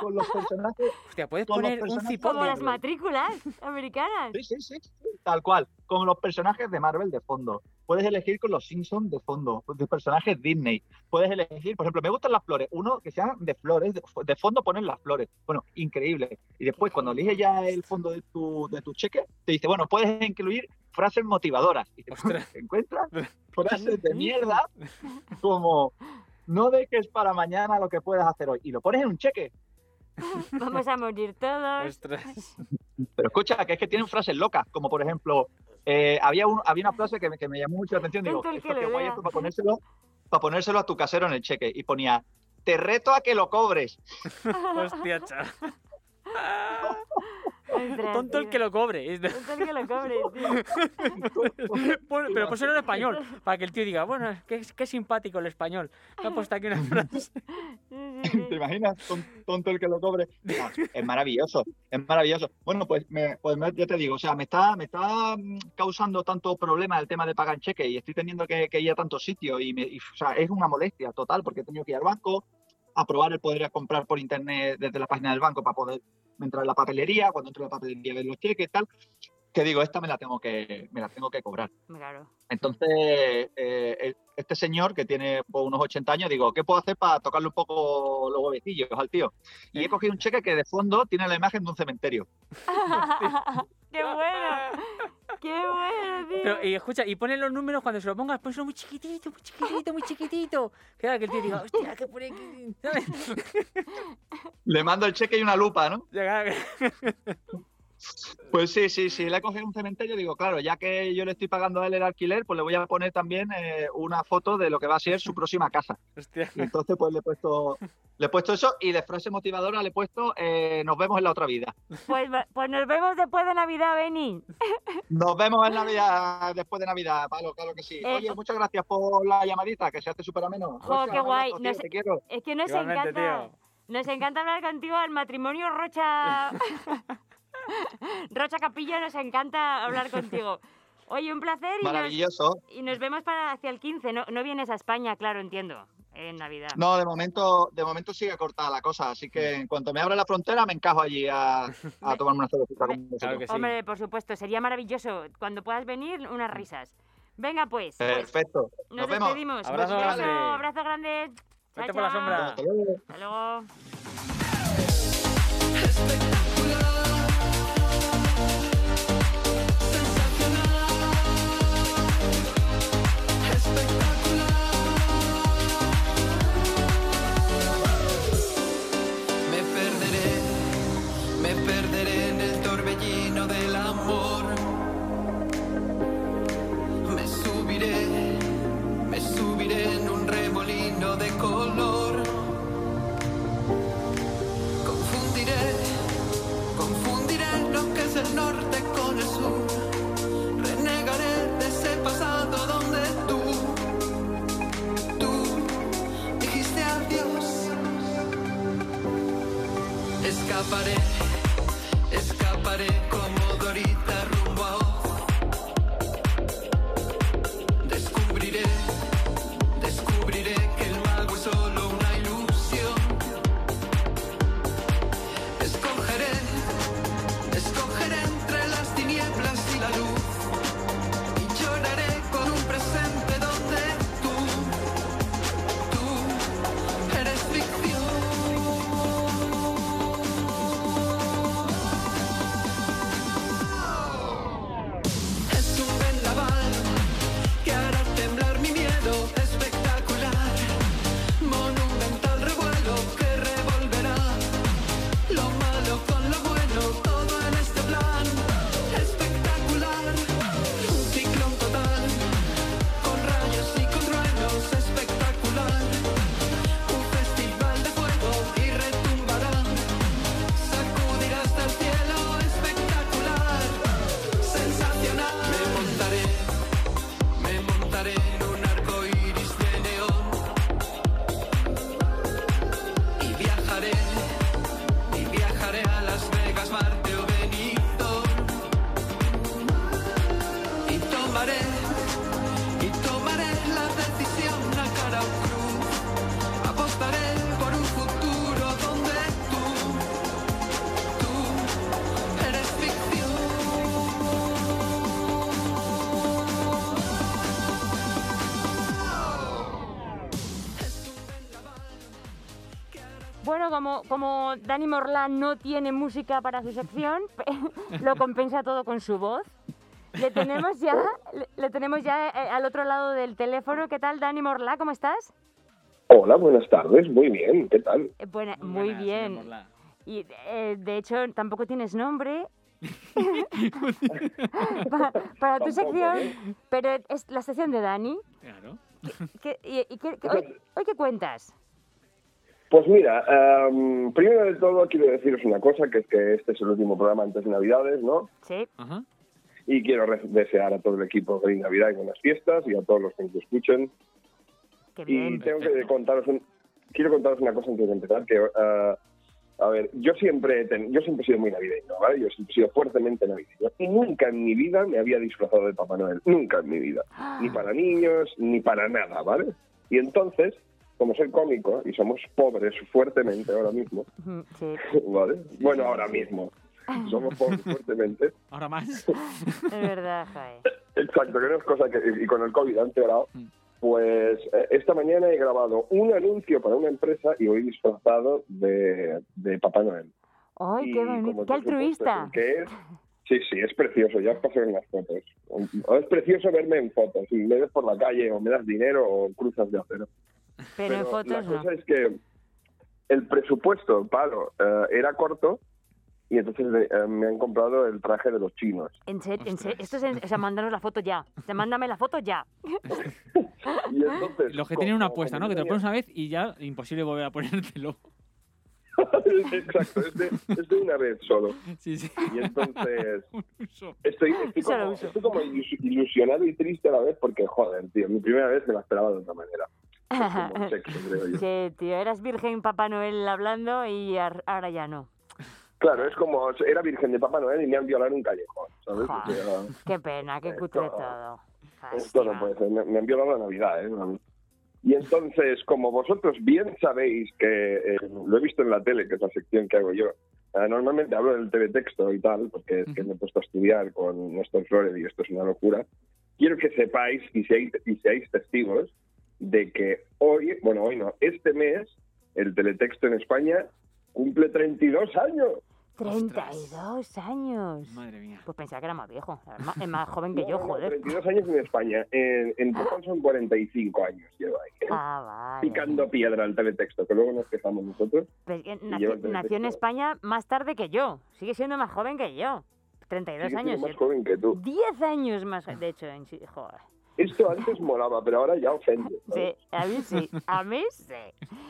con los personajes. Hostia, puedes con los poner un personajes- cipote. Como las matrículas americanas. Sí, sí, sí, sí, Tal cual. Con los personajes de Marvel de fondo. Puedes elegir con los Simpsons de fondo, de personajes Disney. Puedes elegir, por ejemplo, me gustan las flores. Uno que sea de flores, de, de fondo ponen las flores. Bueno, increíble. Y después, cuando eliges ya el fondo de tu, de tu cheque, te dice, bueno, puedes incluir frases motivadoras. Y te encuentras frases de mierda como, no dejes para mañana lo que puedas hacer hoy. Y lo pones en un cheque. Vamos a morir todos. Pues, Pero escucha, que es que tienen frases locas, como por ejemplo, eh, había, un- había una frase que me, que me llamó mucho la atención. Digo, Tanto el esto que le qué guay, vea". esto para ponérselo, para ponérselo a tu casero en el cheque. Y ponía, te reto a que lo cobres. Hostia, chaval. Ostras, Tonto el tío. que lo cobre. Ah, Tonto el que lo cobre, tío. Pon- pero pónselo en español, para que el tío diga, bueno, qué, qué simpático el español. Me ha puesto aquí una frase. ¿Te imaginas? Ton- Tonto el que lo cobre. No, es maravilloso, es maravilloso. Bueno, pues, me, pues me- yo te digo, o sea, me está, me está mm, causando tanto problema el tema de pagar en cheque y estoy teniendo que, que ir a tantos sitios y, me, y, o sea, es una molestia total porque he tenido que ir al banco, aprobar el poder a comprar por internet desde la página del banco para poder entrar en la papelería, cuando entro en la papelería ver los cheques y tal, que digo, esta me la tengo que, me la tengo que cobrar. Claro. Entonces, eh, el- este señor que tiene pues, unos 80 años, digo, ¿qué puedo hacer para tocarle un poco los huevecillos al tío? Y he cogido un cheque que de fondo tiene la imagen de un cementerio. ¡Qué bueno! ¡Qué bueno, tío! Pero, y escucha, y ponen los números cuando se lo pongas, ponlo muy chiquitito, muy chiquitito, muy chiquitito. Queda que el tío diga, hostia, que pone aquí. ¿sabes? Le mando el cheque y una lupa, ¿no? Llega- Pues sí, sí, sí, le he cogido un cementerio, digo, claro, ya que yo le estoy pagando a él el alquiler, pues le voy a poner también eh, una foto de lo que va a ser su próxima casa. Hostia. Y entonces, pues le he puesto, le he puesto eso y de frase motivadora le he puesto, eh, nos vemos en la otra vida. Pues, va- pues nos vemos después de Navidad, Beni. Nos vemos en Navidad, después de Navidad, Pablo, claro que sí. Eh, Oye, muchas gracias por la llamadita, que se hace súper ameno. ¡Jo, Rocha, qué un guay! abrazo, tío, Nos- te quiero. es que nos Igualmente, encanta. tío. Nos encanta hablar contigo al matrimonio Rocha. Rocha Capillo, nos encanta hablar contigo. Oye, un placer y nos, Maravilloso. y nos vemos para hacia el 15. No, no vienes a España, claro, entiendo, en Navidad. No, de momento, de momento sigue cortada la cosa, así que en cuanto me abra la frontera me encajo allí a, a tomarme una cervecita con vosotros. Hombre, por supuesto, sería maravilloso. Cuando puedas venir, unas risas. Venga, pues. Perfecto. Nos, Nos, vemos. despedimos. Abrazo Un beso, grande. abrazo grande. Chao, Vete por la chao. sombra. Hasta Hasta luego. Me perderé, me perderé en el torbellino del amor. Me subiré, me subiré en un remolino de color. Confundiré, Bueno, como, como Dani Morlán no tiene música para su sección, lo compensa todo con su voz. Le tenemos ya, le, le tenemos ya eh, al otro lado del teléfono. ¿Qué tal, Dani Morlá? ¿Cómo estás? Hola, buenas tardes. Muy bien, ¿qué tal? Eh, buena- muy bien. Y eh, de hecho, tampoco tienes nombre. Pa- para tu Tampoco, sección, ¿eh? pero es la sección de Dani. Claro. ¿Qué- y- y qué- qué- hoy, hoy qué cuentas? Pues mira, em, primero de todo quiero deciros una cosa, que es que este es el último programa antes de Navidades, ¿no? Sí. Y quiero re- desear a todo el equipo feliz Navidad y buenas fiestas y a todos los que nos escuchen. Qué y tengo que contaros un- quiero contaros una cosa antes de empezar que eh, a ver, yo siempre he ten- yo siempre he sido muy navideño, ¿vale? Yo siempre he sido fuertemente navideño y nunca en mi vida me había disfrazado de Papá Noel, nunca en mi vida, ni para niños ni para nada, ¿vale? Y entonces, como soy cómico y somos pobres fuertemente ahora mismo, Mm, Sí. ¿vale? Bueno, ahora mismo. Somos pobres fuertemente. Ahora más. Es verdad, Jae. Exacto, que no es cosa que. Y con el COVID han empeorado. Pues eh, esta mañana he grabado un anuncio para una empresa y voy disfrazado de, de Papá Noel. ¡Ay, qué Y bonito! como ¡Qué por supuesto altruista! es el Que es, sí, sí, es precioso, ya os pasaré las fotos. Es precioso verme en fotos. Si me ves por la calle o me das dinero o cruzas de acero. Pero en la fotos no. cosa es que el presupuesto, claro, eh, era corto y entonces eh, me han comprado el traje de los chinos. En serio, en serio, esto es en- o sea, mándanos la foto ya. O sea, mándame la foto ya. Los que tienen una apuesta, ¿no? Que te lo pones una vez y ya imposible volver a ponértelo. Exacto, es de, es de una vez solo. Y entonces estoy, estoy como, estoy como ilus- ilusionado y triste a la vez porque, joder, tío, mi primera vez me la esperaba de otra manera. Sexo, creo yo. Sí, tío, eras Virgen Papá Noel hablando y ar- ahora ya no. Claro, es como, era virgen de Papá Noel y me han violado en un callejón, ¿sabes? O sea, Qué pena, qué cutre todo. Esto no puede ser, pues, me, me han violado la Navidad, ¿eh? Y entonces, como vosotros bien sabéis que eh, lo he visto en la tele, que es la sección que hago yo, eh, normalmente hablo del teletexto y tal, porque es que me he puesto a estudiar con Néstor Flores y esto es una locura, quiero que sepáis y seáis, y seáis testigos de que hoy, bueno, hoy no, este mes, el teletexto en España cumple 32 años. 32 años. Madre mía. Pues pensaba que era más viejo. era más- Es más joven que No, yo, no, joder. 32 años en España. En, en total son 45 años lleva ahí. ¿eh? Ah, vale. Picando piedra al teletexto, que luego nos quejamos nosotros. Pero es que Y nació, lleva el teletexto. nació en España más tarde que yo. Sigue siendo más joven que yo. 32 Sigue siendo años. ¿eh? más yo- joven que tú. 10 años más. De hecho, en sí, joder. Esto antes molaba, pero ahora ya ofende. Sí, ¿sabes? a mí sí, a mí sí.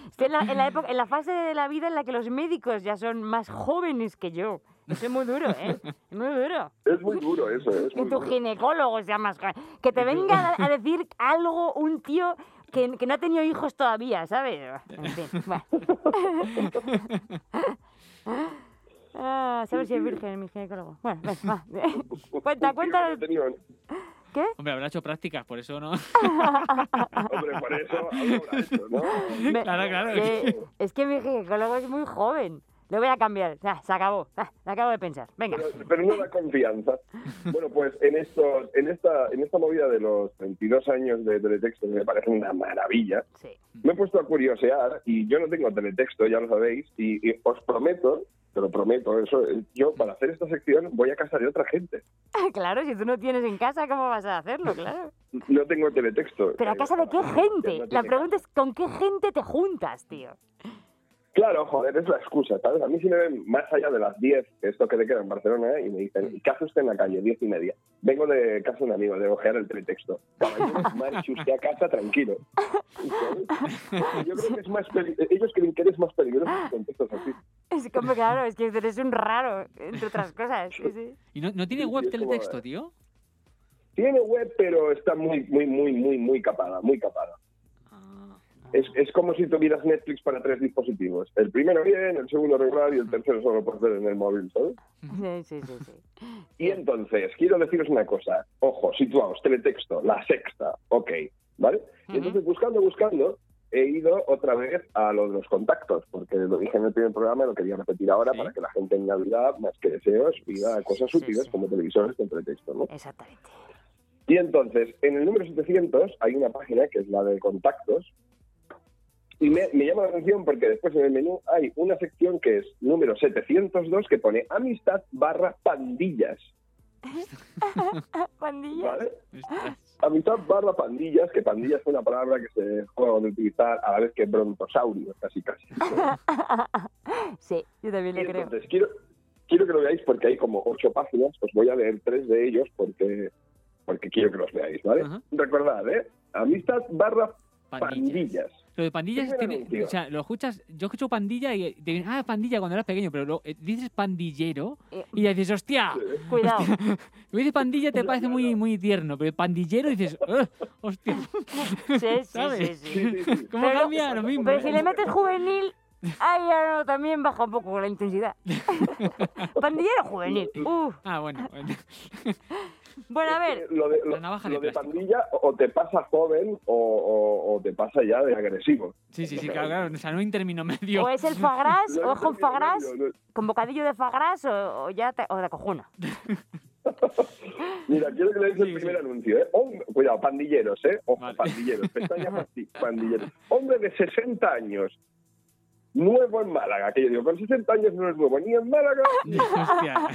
Estoy en la, en la época, en la fase de la vida en la que los médicos ya son más jóvenes que yo. Eso es muy duro, ¿eh? Es muy duro. Es muy duro eso, ¿eh? es Que muy tu duro. ginecólogo sea más joven. Que te venga a, a decir algo un tío que, que no ha tenido hijos todavía, ¿sabes? En fin, bueno. Ah, sabes si es virgen mi ginecólogo. Bueno, venga, va. Cuenta, cuenta. ¿Qué? Hombre, habrá hecho prácticas, por eso no. Hombre, por eso algo habrá hecho, ¿no? Me- eh, Claro, claro. que- es que mi ginecólogo es muy joven. Lo voy a cambiar. Ah, se acabó. Ah, lo acabo de pensar. Venga. Pero, pero no da confianza. Bueno, pues en estos, en esta, en esta movida de los 32 años de teletexto, que me parece una maravilla, me he puesto a curiosear y yo no tengo teletexto, ya lo sabéis, y, y os prometo, te lo prometo, eso, eh, yo para hacer esta sección voy a casa de otra gente. Claro, si tú no tienes en casa, ¿cómo vas a hacerlo? Claro. No tengo teletexto. Pero a Eh, casa de qué gente? La tiene pregunta es ¿con qué gente te juntas, tío? Claro, joder, es la excusa, ¿sabes? A mí si me ven más allá de las 10, que esto que le queda en Barcelona, ¿eh? y me dicen, ¿y qué hace usted en la calle? 10 y media. Vengo de casa de un amigo, de ojear el teletexto. Caballero, marche usted a casa tranquilo. ¿Sabes? Yo creo que es más peli- ellos creen que eres más peligroso con textos así. Es como claro, es que eres un raro, entre otras cosas. sí, sí. ¿Y no, no tiene web es como, teletexto, eh, tío? Tiene web, pero está muy, muy, muy, muy, muy capada, muy capada. Ah. Es, es como si tuvieras Netflix para tres dispositivos. El primero bien, el segundo regular y el tercero solo por ser en el móvil, ¿sabes? Sí, sí, sí, sí. Y entonces, quiero deciros una cosa. Ojo, situaos, teletexto, la sexta, ok, ¿vale? Y entonces, buscando, buscando, he ido otra vez a lo de los contactos, porque lo dije en el primer programa, lo quería repetir ahora para que la gente en Navidad, más que deseos, pida cosas útiles como televisores con teletexto, ¿no? Exactamente. Y entonces, en el número 700 hay una página que es la de contactos, Y me, me llama la atención porque después en el menú hay una sección que es número 702 que pone amistad barra pandillas. Pandilla. ¿Vale? Amistad barra pandillas, que pandillas es una palabra que se juega de utilizar a la vez que brontosaurios, casi casi. sí, yo también le creo. Entonces, quiero, quiero que lo veáis porque hay como ocho páginas, os voy a leer tres de ellos porque, porque quiero que los veáis, ¿vale? Ajá. Recordad, ¿eh? Amistad barra Pandillas. pandillas. Lo de pandillas Primera tiene- mentira. o sea, lo escuchas, yo escucho pandilla y te dicen, ah, pandilla cuando eras pequeño, pero lo- eh, dices pandillero Eh, y ya dices, hostia, Cuidado. lo dices pandilla te parece muy, muy tierno, pero pandillero dices, "Ah, hostia, Sí, sí, ¿sabes? sí, sí. ¿Cómo Pero- cambia lo mismo? Pero eh? si le metes juvenil, ahí ya no, también baja un poco la intensidad. Pandillero juvenil. Uf. Ah, bueno. bueno. Bueno, a ver. Lo de, lo- La navaja lo de de pandilla o o te pasa joven o, o- o te pasa ya de agresivo. Sí, sí, sí, claro, claro, o sea, no hay término medio. O es el fagras, No, o es con no, fagras, no, no. con bocadillo de fagras, o, o ya te, o de cojona. Mira, quiero que leáis el primer anuncio, ¿eh? Hom- Cuidado, pandilleros, ¿eh? Ojo, pandilleros. Pestaña pasti- pandilleros. Hombre de 60 años. Nuevo en Málaga. Que yo digo, con 60 años no es nuevo ni en Málaga. ni- Hostia.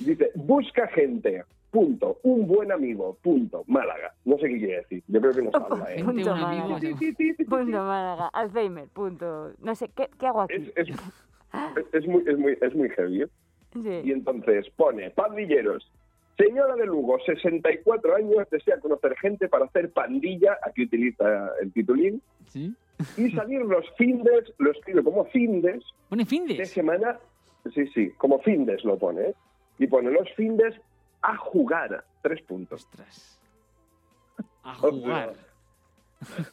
Dice, busca gente. Punto. Un buen amigo. Punto. Málaga. No sé qué quiere decir. Yo creo que nos habla, ¿eh? Punto Málaga. amigo, Punto Málaga. Alzheimer, punto. No sé, ¿qué, qué hago aquí? Es, es muy, es, muy, es muy heavy. ¿eh? Sí. Y entonces pone, pandilleros, señora de Lugo, 64 años, desea conocer gente para hacer pandilla, aquí utiliza el titulín, ¿Sí? y salir los findes, lo escribe como findes, Pone de findes. semana, sí, sí, como findes lo pone, ¿eh? y pone los findes a jugar, tres puntos. Ostras. A jugar.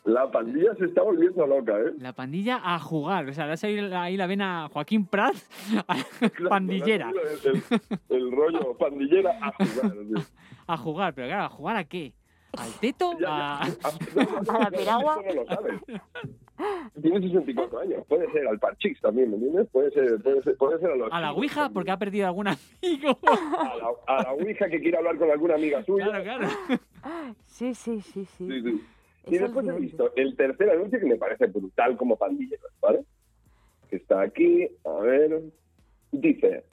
La pandilla se está volviendo loca, ¿eh? La pandilla a jugar. O sea, le has ahí la, ahí la vena Joaquín Prat, pandillera. El, el- el rollo pandillera ah, a jugar. tío. A jugar, pero claro, ¿a jugar a qué? ¿Al teto? ¿A- A la piragua. Eso no lo sabes. Tiene 64 años. Puede ser al parchís también, ¿me entiendes? Puede ser, puede ser, puede ser a los. ¿A la Ouija? Porque ha perdido algún amigo. A la, a la ouija que quiera hablar con alguna amiga suya. Claro, claro. Sí, sí, sí, sí. Sí, sí. Es Y después he alucinante. visto el tercer anuncio que me parece brutal como pandillero, ¿vale? Que está aquí, a ver. Dice: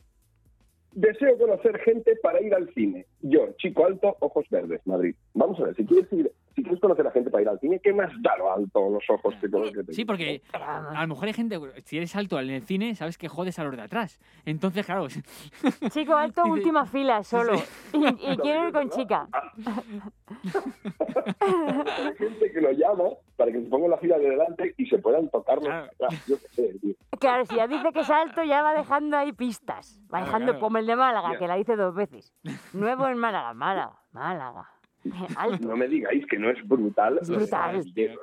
Deseo conocer gente para ir al cine. Yo, chico alto, ojos verdes, Madrid. Vamos a ver, si quieres ir. Si quieres conocer a gente para ir al cine, ¿qué más da lo alto los ojos que con lo que te Sí, porque a lo mejor hay gente, si eres alto en el cine, sabes que jodes a los de atrás. Entonces, claro, Chico alto, Dice- última fila, solo. Y, y quiero ir con chica. Ah. Hay gente que lo llama para que se ponga en la fila de delante y se puedan tocar los- Yo qué sé, tío. Claro, si ya dice que es alto, ya va dejando ahí pistas. Va Claro, dejando claro. como el de Málaga, Ya. que la hice dos veces. Nuevo en Málaga, Málaga, Málaga. Alto. No me digáis que no es brutal. Es lo de brutal. pandilleros.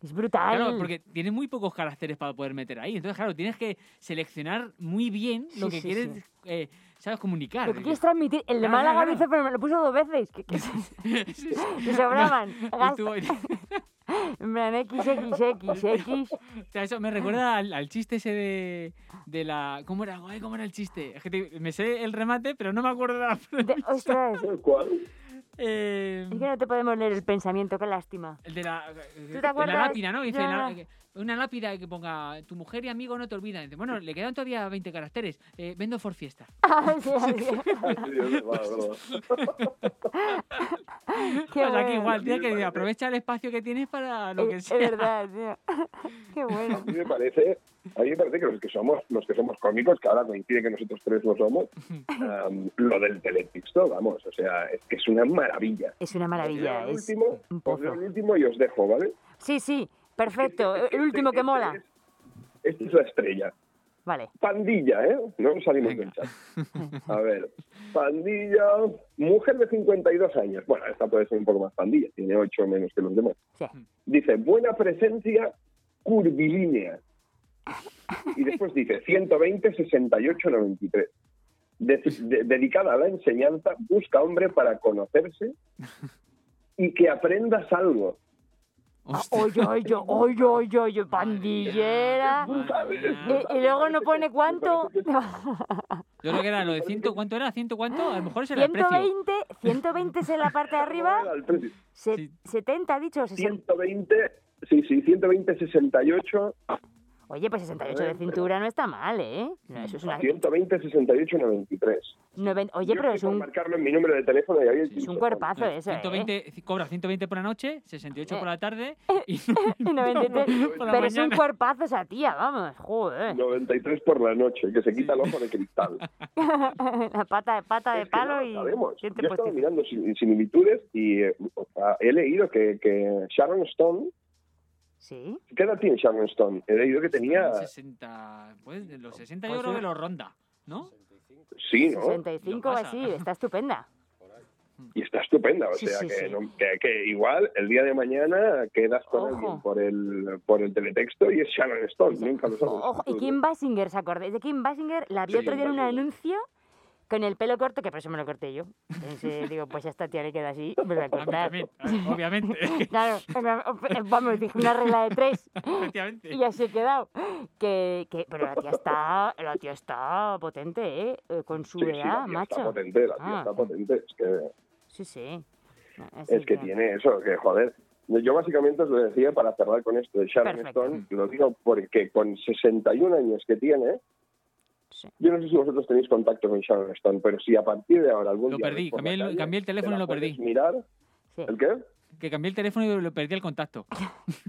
Es brutal. Claro, porque tienes muy pocos caracteres para poder meter ahí. Entonces, claro, tienes que seleccionar muy bien lo Sí, que sí, quieres, sí. eh, ¿sabes? Comunicar. Lo que quieres transmitir. El de Claro, Málaga claro, lo hice, pero me lo puso dos veces. Que, que- y sobraban. Estuvo- Gasta. En plan, X, X, X, X. O sea, eso me Ah. recuerda al, al chiste ese de, de la... ¿Cómo era? Ay, ¿Cómo era el chiste? Es que te- me sé el remate, pero no me acuerdo de la De- ostras, es Tal cual. Eh, que no te podemos leer el pensamiento, qué lástima. el de la, te de acuerdas? la lápida, ¿no? Dice, Ya. la- eh, que- una lápida que ponga tu mujer y amigo no te olvidan. Dice, bueno, le quedan todavía 20 caracteres. Eh, vendo for fiesta. Ah, sí, sí. Sí, es verdad, es verdad. Qué Pues aquí bueno. Eh, igual, tienes que aprovecha el espacio que tienes para lo que Es, sea. es verdad, tío. Qué bueno. A mí me parece, a mí me parece que los que somos, los que somos cómicos, que ahora coincide que nosotros tres lo somos, am, lo del teletexto, vamos, o sea, es que es una maravilla. Es una maravilla. el Es último, un os pozo. leo el último y os dejo, ¿vale? Sí, sí, perfecto. El último que mola. Esta es la estrella. Vale. Pandilla, ¿eh? No nos salimos del chat. A ver, pandilla, mujer de 52 años. Bueno, esta puede ser un poco más pandilla, tiene 8 menos que los demás. Sí. Dice, buena presencia curvilínea. Y después dice, 120, 68, 93. Deci- de- dedicada a la enseñanza, busca hombre para conocerse y que aprendas algo. Ah, Oye, oye, oye, oye, oye, pandillera. Y, y luego no pone cuánto. Yo creo que era lo de ciento, ¿cuánto era? ¿Ciento cuánto? A lo mejor será el precio. 120, 120 es en la parte de arriba, Al precio. se- 70 ha dicho, 60. 120, Sí, sí, 120-68. Oye, pues 68 de cintura no está mal, ¿eh? No, eso es una... 120-68-93. Noven- Oye, pero es un, Marcarlo en mi número de teléfono y ahí es un cuerpazo eso, ¿eh? 120, Cobra 120 por la noche, 68 por la tarde. Y 93. Por la pero es un mañana. cuerpazo esa tía, vamos, joder. 93 por la noche, que se quita el ojo de cristal. la pata, pata de palo y... Yo Pues he estado mirando sin- similitudes y eh, o sea, he leído que, que Sharon Stone. ¿Sí? ¿Qué edad tiene Sharon Stone? He leído que tenía. 60, pues de los 60 yo creo que los ronda, ¿no? Sí, ¿no? 65 o así, está estupenda. Y está estupenda, o Sí, sea, sí, que, sí. no- que- que igual el día de mañana quedas con alguien por el, por el teletexto y es Sharon Stone, nunca lo sabes. Ojo, y Kim Basinger, ¿se acordáis de Kim Basinger? La vi Sí, otro día en Kim un Basinger. anuncio con el pelo corto, que por eso me lo corté yo. Pensé, digo, pues a esta tía le queda así, me lo voy a cortar. Obviamente. Claro, vamos, dije una regla de tres. Efectivamente. Y así he quedado. Que, que, pero la tía está, la tía está potente, ¿eh? Eh, Con su Sí, sí, la edad, tía macho. Está potente, la tía Ah, está potente. Es que, Sí, sí. Así es que tiene eso, que joder. Yo básicamente os lo decía para cerrar con esto de Sharon Perfecto. Stone, lo digo porque con 61 años que tiene, yo no sé si vosotros tenéis contacto con Sharon Stone, pero si a partir de ahora algún Lo día... perdí, veis por cambié la el, calle, cambié el teléfono te y la lo perdí. puedes mirar. ¿El qué? Que cambié el teléfono y lo perdí el contacto.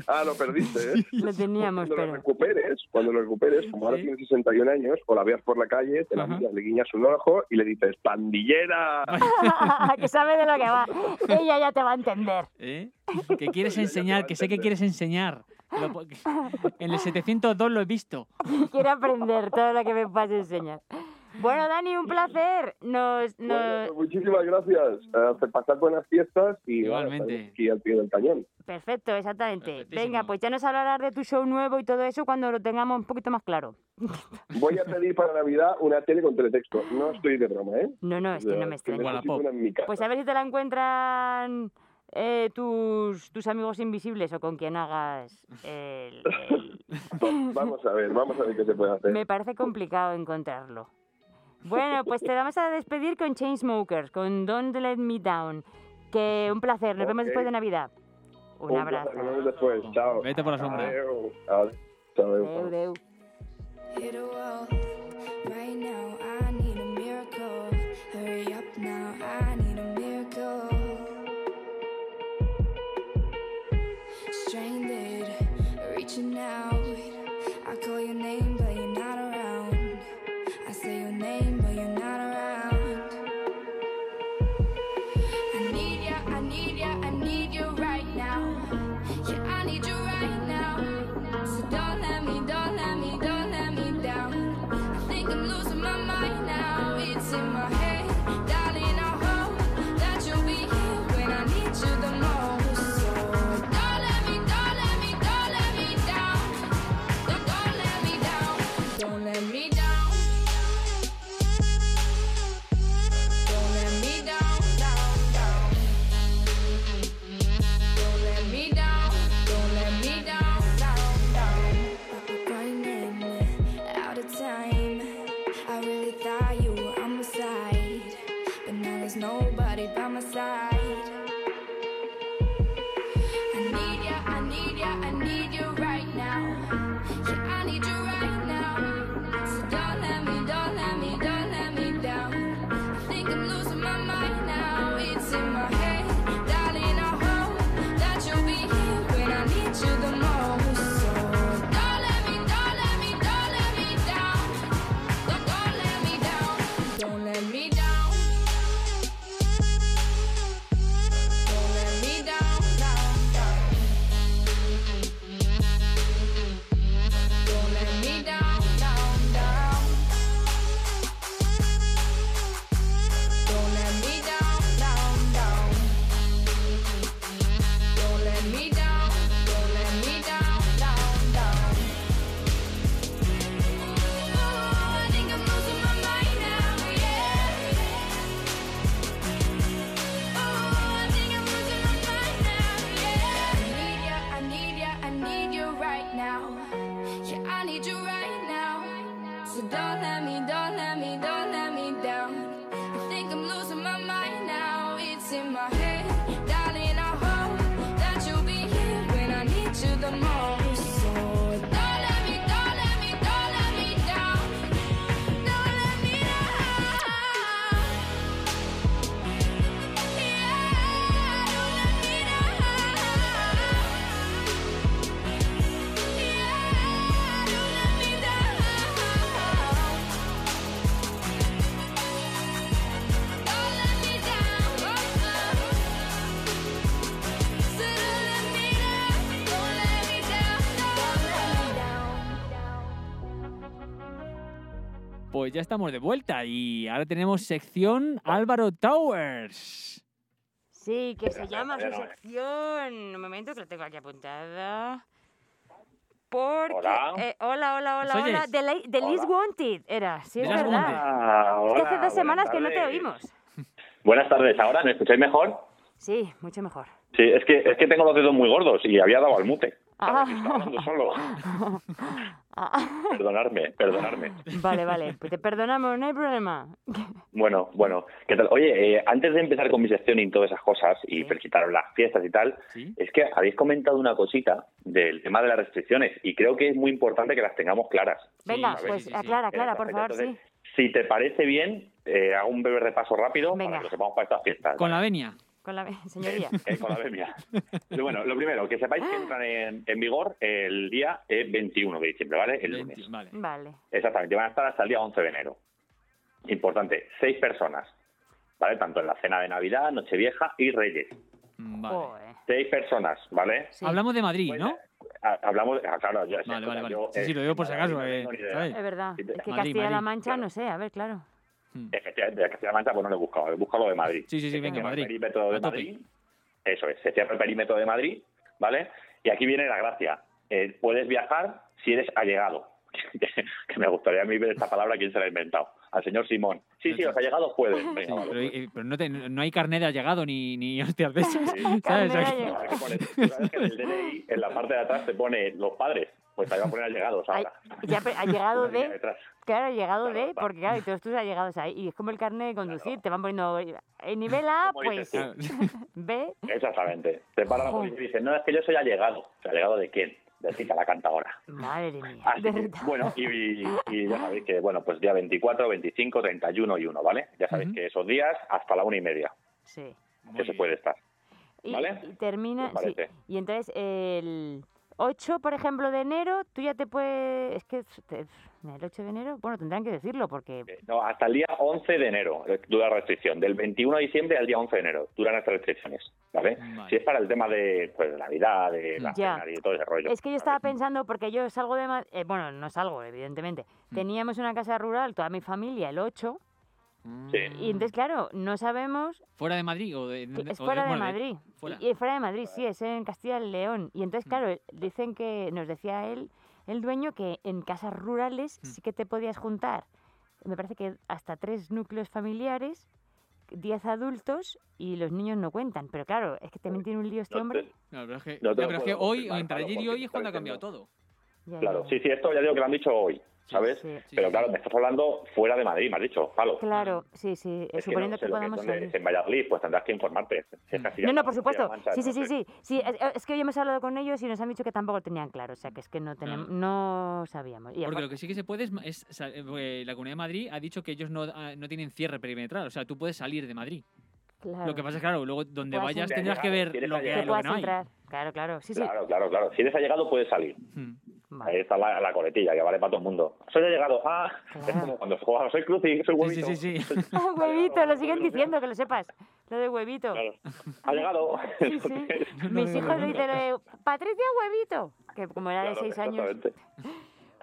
Ah, lo perdiste, ¿eh? Lo teníamos, cuando pero... lo recuperes, cuando lo recuperes, como ahora tienes 61 años, o la veas por la calle, te la miras, le guiñas un ojo y le dices, ¡pandillera! que sabe de lo que va. Ella ya te va a entender. ¿Eh? Que quieres enseñar, que sé que quieres enseñar. Que lo po- En el 702 lo he visto. Quiere aprender todo lo que me puedas enseñar. Bueno, Dani, un placer. Nos, nos- Bueno, pues muchísimas gracias. Eh, pasad buenas fiestas y Igualmente. bueno, aquí al pie del cañón. Perfecto, exactamente. Venga, pues ya nos hablarás de tu show nuevo y todo eso cuando lo tengamos un poquito más claro. Voy a pedir para Navidad una tele con teletexto. Ah. No estoy de broma, ¿eh? No, no, es que no me extraña. necesito una en mi casa. Pues a ver si te la encuentran eh, tus, tus amigos invisibles o con quien hagas. el- el- Vamos a ver, vamos a ver qué se puede hacer. Me parece complicado encontrarlo. Bueno, pues te vamos a despedir con Chainsmokers, con Don't Let Me Down. Que un placer, nos vemos Ok. después de Navidad. Un placer, abrazo. nos vemos después. Chao. Vete por la sombra. Adeu. Adeu. Adeu. Adeu. Hit a wall right now. I need a miracle. Hurry up now. I need a miracle. Stranded, reaching out. I call your name, but you're not around. I say your name, but you're not around. I need ya, I need ya, I need you right now. Yeah, I need you right now. So don't let me, don't let me, don't let me down. Pues ya estamos de vuelta y ahora tenemos sección Álvaro Towers. Sí, que se llama su sección. Un momento que lo tengo aquí apuntada. Porque, Hola. eh, hola, hola, hola, ¿Nos hola. oyes? The, la- The Hola. Least Wanted era, sí, es The Least verdad. es Wanted. que Ah, hace hola, dos semanas buenas que no te tardes. oímos. Buenas tardes, ¿ahora me escucháis mejor? Sí, mucho mejor. Sí, es que, es que tengo los dedos muy gordos y había dado al mute. Ah. Solo, Ah. perdonarme, perdonarme. Vale, vale, pues te perdonamos, no hay problema. Bueno, bueno, ¿qué tal? Oye, eh, antes de empezar con mi sección y todas esas cosas y felicitaros las fiestas y tal, es que habéis comentado una cosita del tema de las restricciones y creo que es muy importante que las tengamos claras. Venga, ¿sabes? pues aclara, aclara, por favor, sí. Entonces, Si te parece bien, eh, hago un breve repaso rápido para que lo sepamos para estas fiestas. Con la venia. Con la señoría. Eh, con la bebia. Pero bueno, lo primero, que sepáis que entran en, en vigor el día eh, 21 de diciembre, ¿vale? El lunes. Vale. Exactamente, van a estar hasta el día 11 de enero. Importante, seis personas, ¿vale? Tanto en la cena de Navidad, Nochevieja y Reyes. Vale. Seis personas, ¿vale? Hablamos de Madrid, ¿no? Ah, Hablamos, ah, claro, yo... Vale, vale, vale. yo, Sí, sí, eh, lo digo por si acaso. eh, tengo ni idea. ¿sabes? Es verdad. Sí, te- Es que Madrid, Castilla-La Madrid, Mancha, no sé, a ver, claro. Efectivamente, de Castilla-La Mancha, pues no lo he buscado, he buscado lo de Madrid. Mm. Sí, sí, sí, Se venga, cierra el Madrid. perímetro de A tope. Madrid. Eso es, se cierra el perímetro de Madrid, ¿vale? Y aquí viene la gracia. Eh, puedes viajar si eres allegado. que me gustaría a mí ver esta palabra, ¿quién se la ha inventado? Al señor Simón. Sí, sí, los allegados pueden. Venga, Sí, vale. pero, eh, pero no, te- no hay carnet de allegado ni, ni hostias de esas. Sí. ¿sabes? No, aquí pone- tú sabes que en el DNI, en la parte de atrás te pone los padres. Pues ahí va a poner allegados ahora. Ya, pero ha llegado Una línea de... detrás. Claro, ha llegado de... Porque claro, y todos tus allegados ahí. Y es como el carnet de conducir, te van poniendo... En nivel A, Como pues... dices B, Exactamente. Te para la Joder. policía y dice, no, es que yo soy allegado. O sea, ¿Allegado de quién? De Rita la cantadora. madre mía. Así que, bueno, y, y- y ya sabéis que, bueno, pues día 24, 25, 31 y 1, ¿vale? Ya sabéis que esos días hasta la una y media Sí. que se puede estar. Y, ¿Vale? y termina... ¿Os sí. parece? Y entonces el 8, por ejemplo, de enero, tú ya te puedes... Es que te- el 8 de enero... Bueno, tendrán que decirlo porque... No, hasta el día 11 de enero eh, dura la restricción. Del 21 de diciembre al día 11 de enero duran estas restricciones, ¿vale? Si es para el tema de, pues, de Navidad, de la Ya. cena y de todo ese rollo. Es que yo estaba pensando, porque yo salgo de... Ma- eh, bueno, no salgo, evidentemente. Teníamos una casa rural, toda mi familia, el 8. Mm. Y Mm. entonces, claro, no sabemos... ¿Fuera de Madrid? O de, Es o fuera de bueno, Madrid. fuera. Y, y fuera de Madrid, sí, es en Castilla y León. Y entonces, claro, dicen que... Nos decía él, el dueño, que en casas rurales sí que te podías juntar. Me parece que hasta tres núcleos familiares, 10 adultos y los niños no cuentan. Pero claro, es que también tiene un lío este No hombre. te- No, pero es que, No ya, te lo pero es que puedo hoy, confirmar, entre claro, ayer y porque hoy, te es está cuando ha cambiado diciendo- todo. Claro, sí, sí, esto ya digo que lo han dicho hoy, ¿sabes? Pero claro, me estás hablando fuera de Madrid, me has dicho, palo. Claro, sí, sí, eh, Es que suponiendo no sé que, lo podamos es donde- salir. En Valladolid, pues tendrás que informarte. Si es Castilla- No, no, por Castilla-La supuesto. Mancha, Sí, sí, no sí, sé. sí. sí es, eh, es que hoy hemos hablado con ellos y nos han dicho que tampoco lo tenían claro, o sea, que es que no tenemos, no sabíamos. Y Porque aparte- lo que sí que se puede es, es sa- eh, porque la Comunidad de Madrid ha dicho que ellos no, ah, no tienen cierre perimetral, o sea, tú puedes salir de Madrid. claro. Lo que pasa es claro, luego donde Puedas vayas entrar. tendrás que ver lo que, hay, que lo que puedas no hay. entrar. Claro, claro, sí, sí. Claro, claro, claro. Si eres allegado, puedes salir. Ahí está la, la coletilla, que vale para todo el mundo. Soy allegado. Ah, es como cuando se juega, soy cruci, soy huevito. Sí, sí, sí. Ah, huevito, lo siguen diciendo, que lo sepas. Lo de huevito. Allegado. Mis hijos le dicen, eh, Patricia, huevito. Que como era de Claro, seis años. Exactamente. Sí,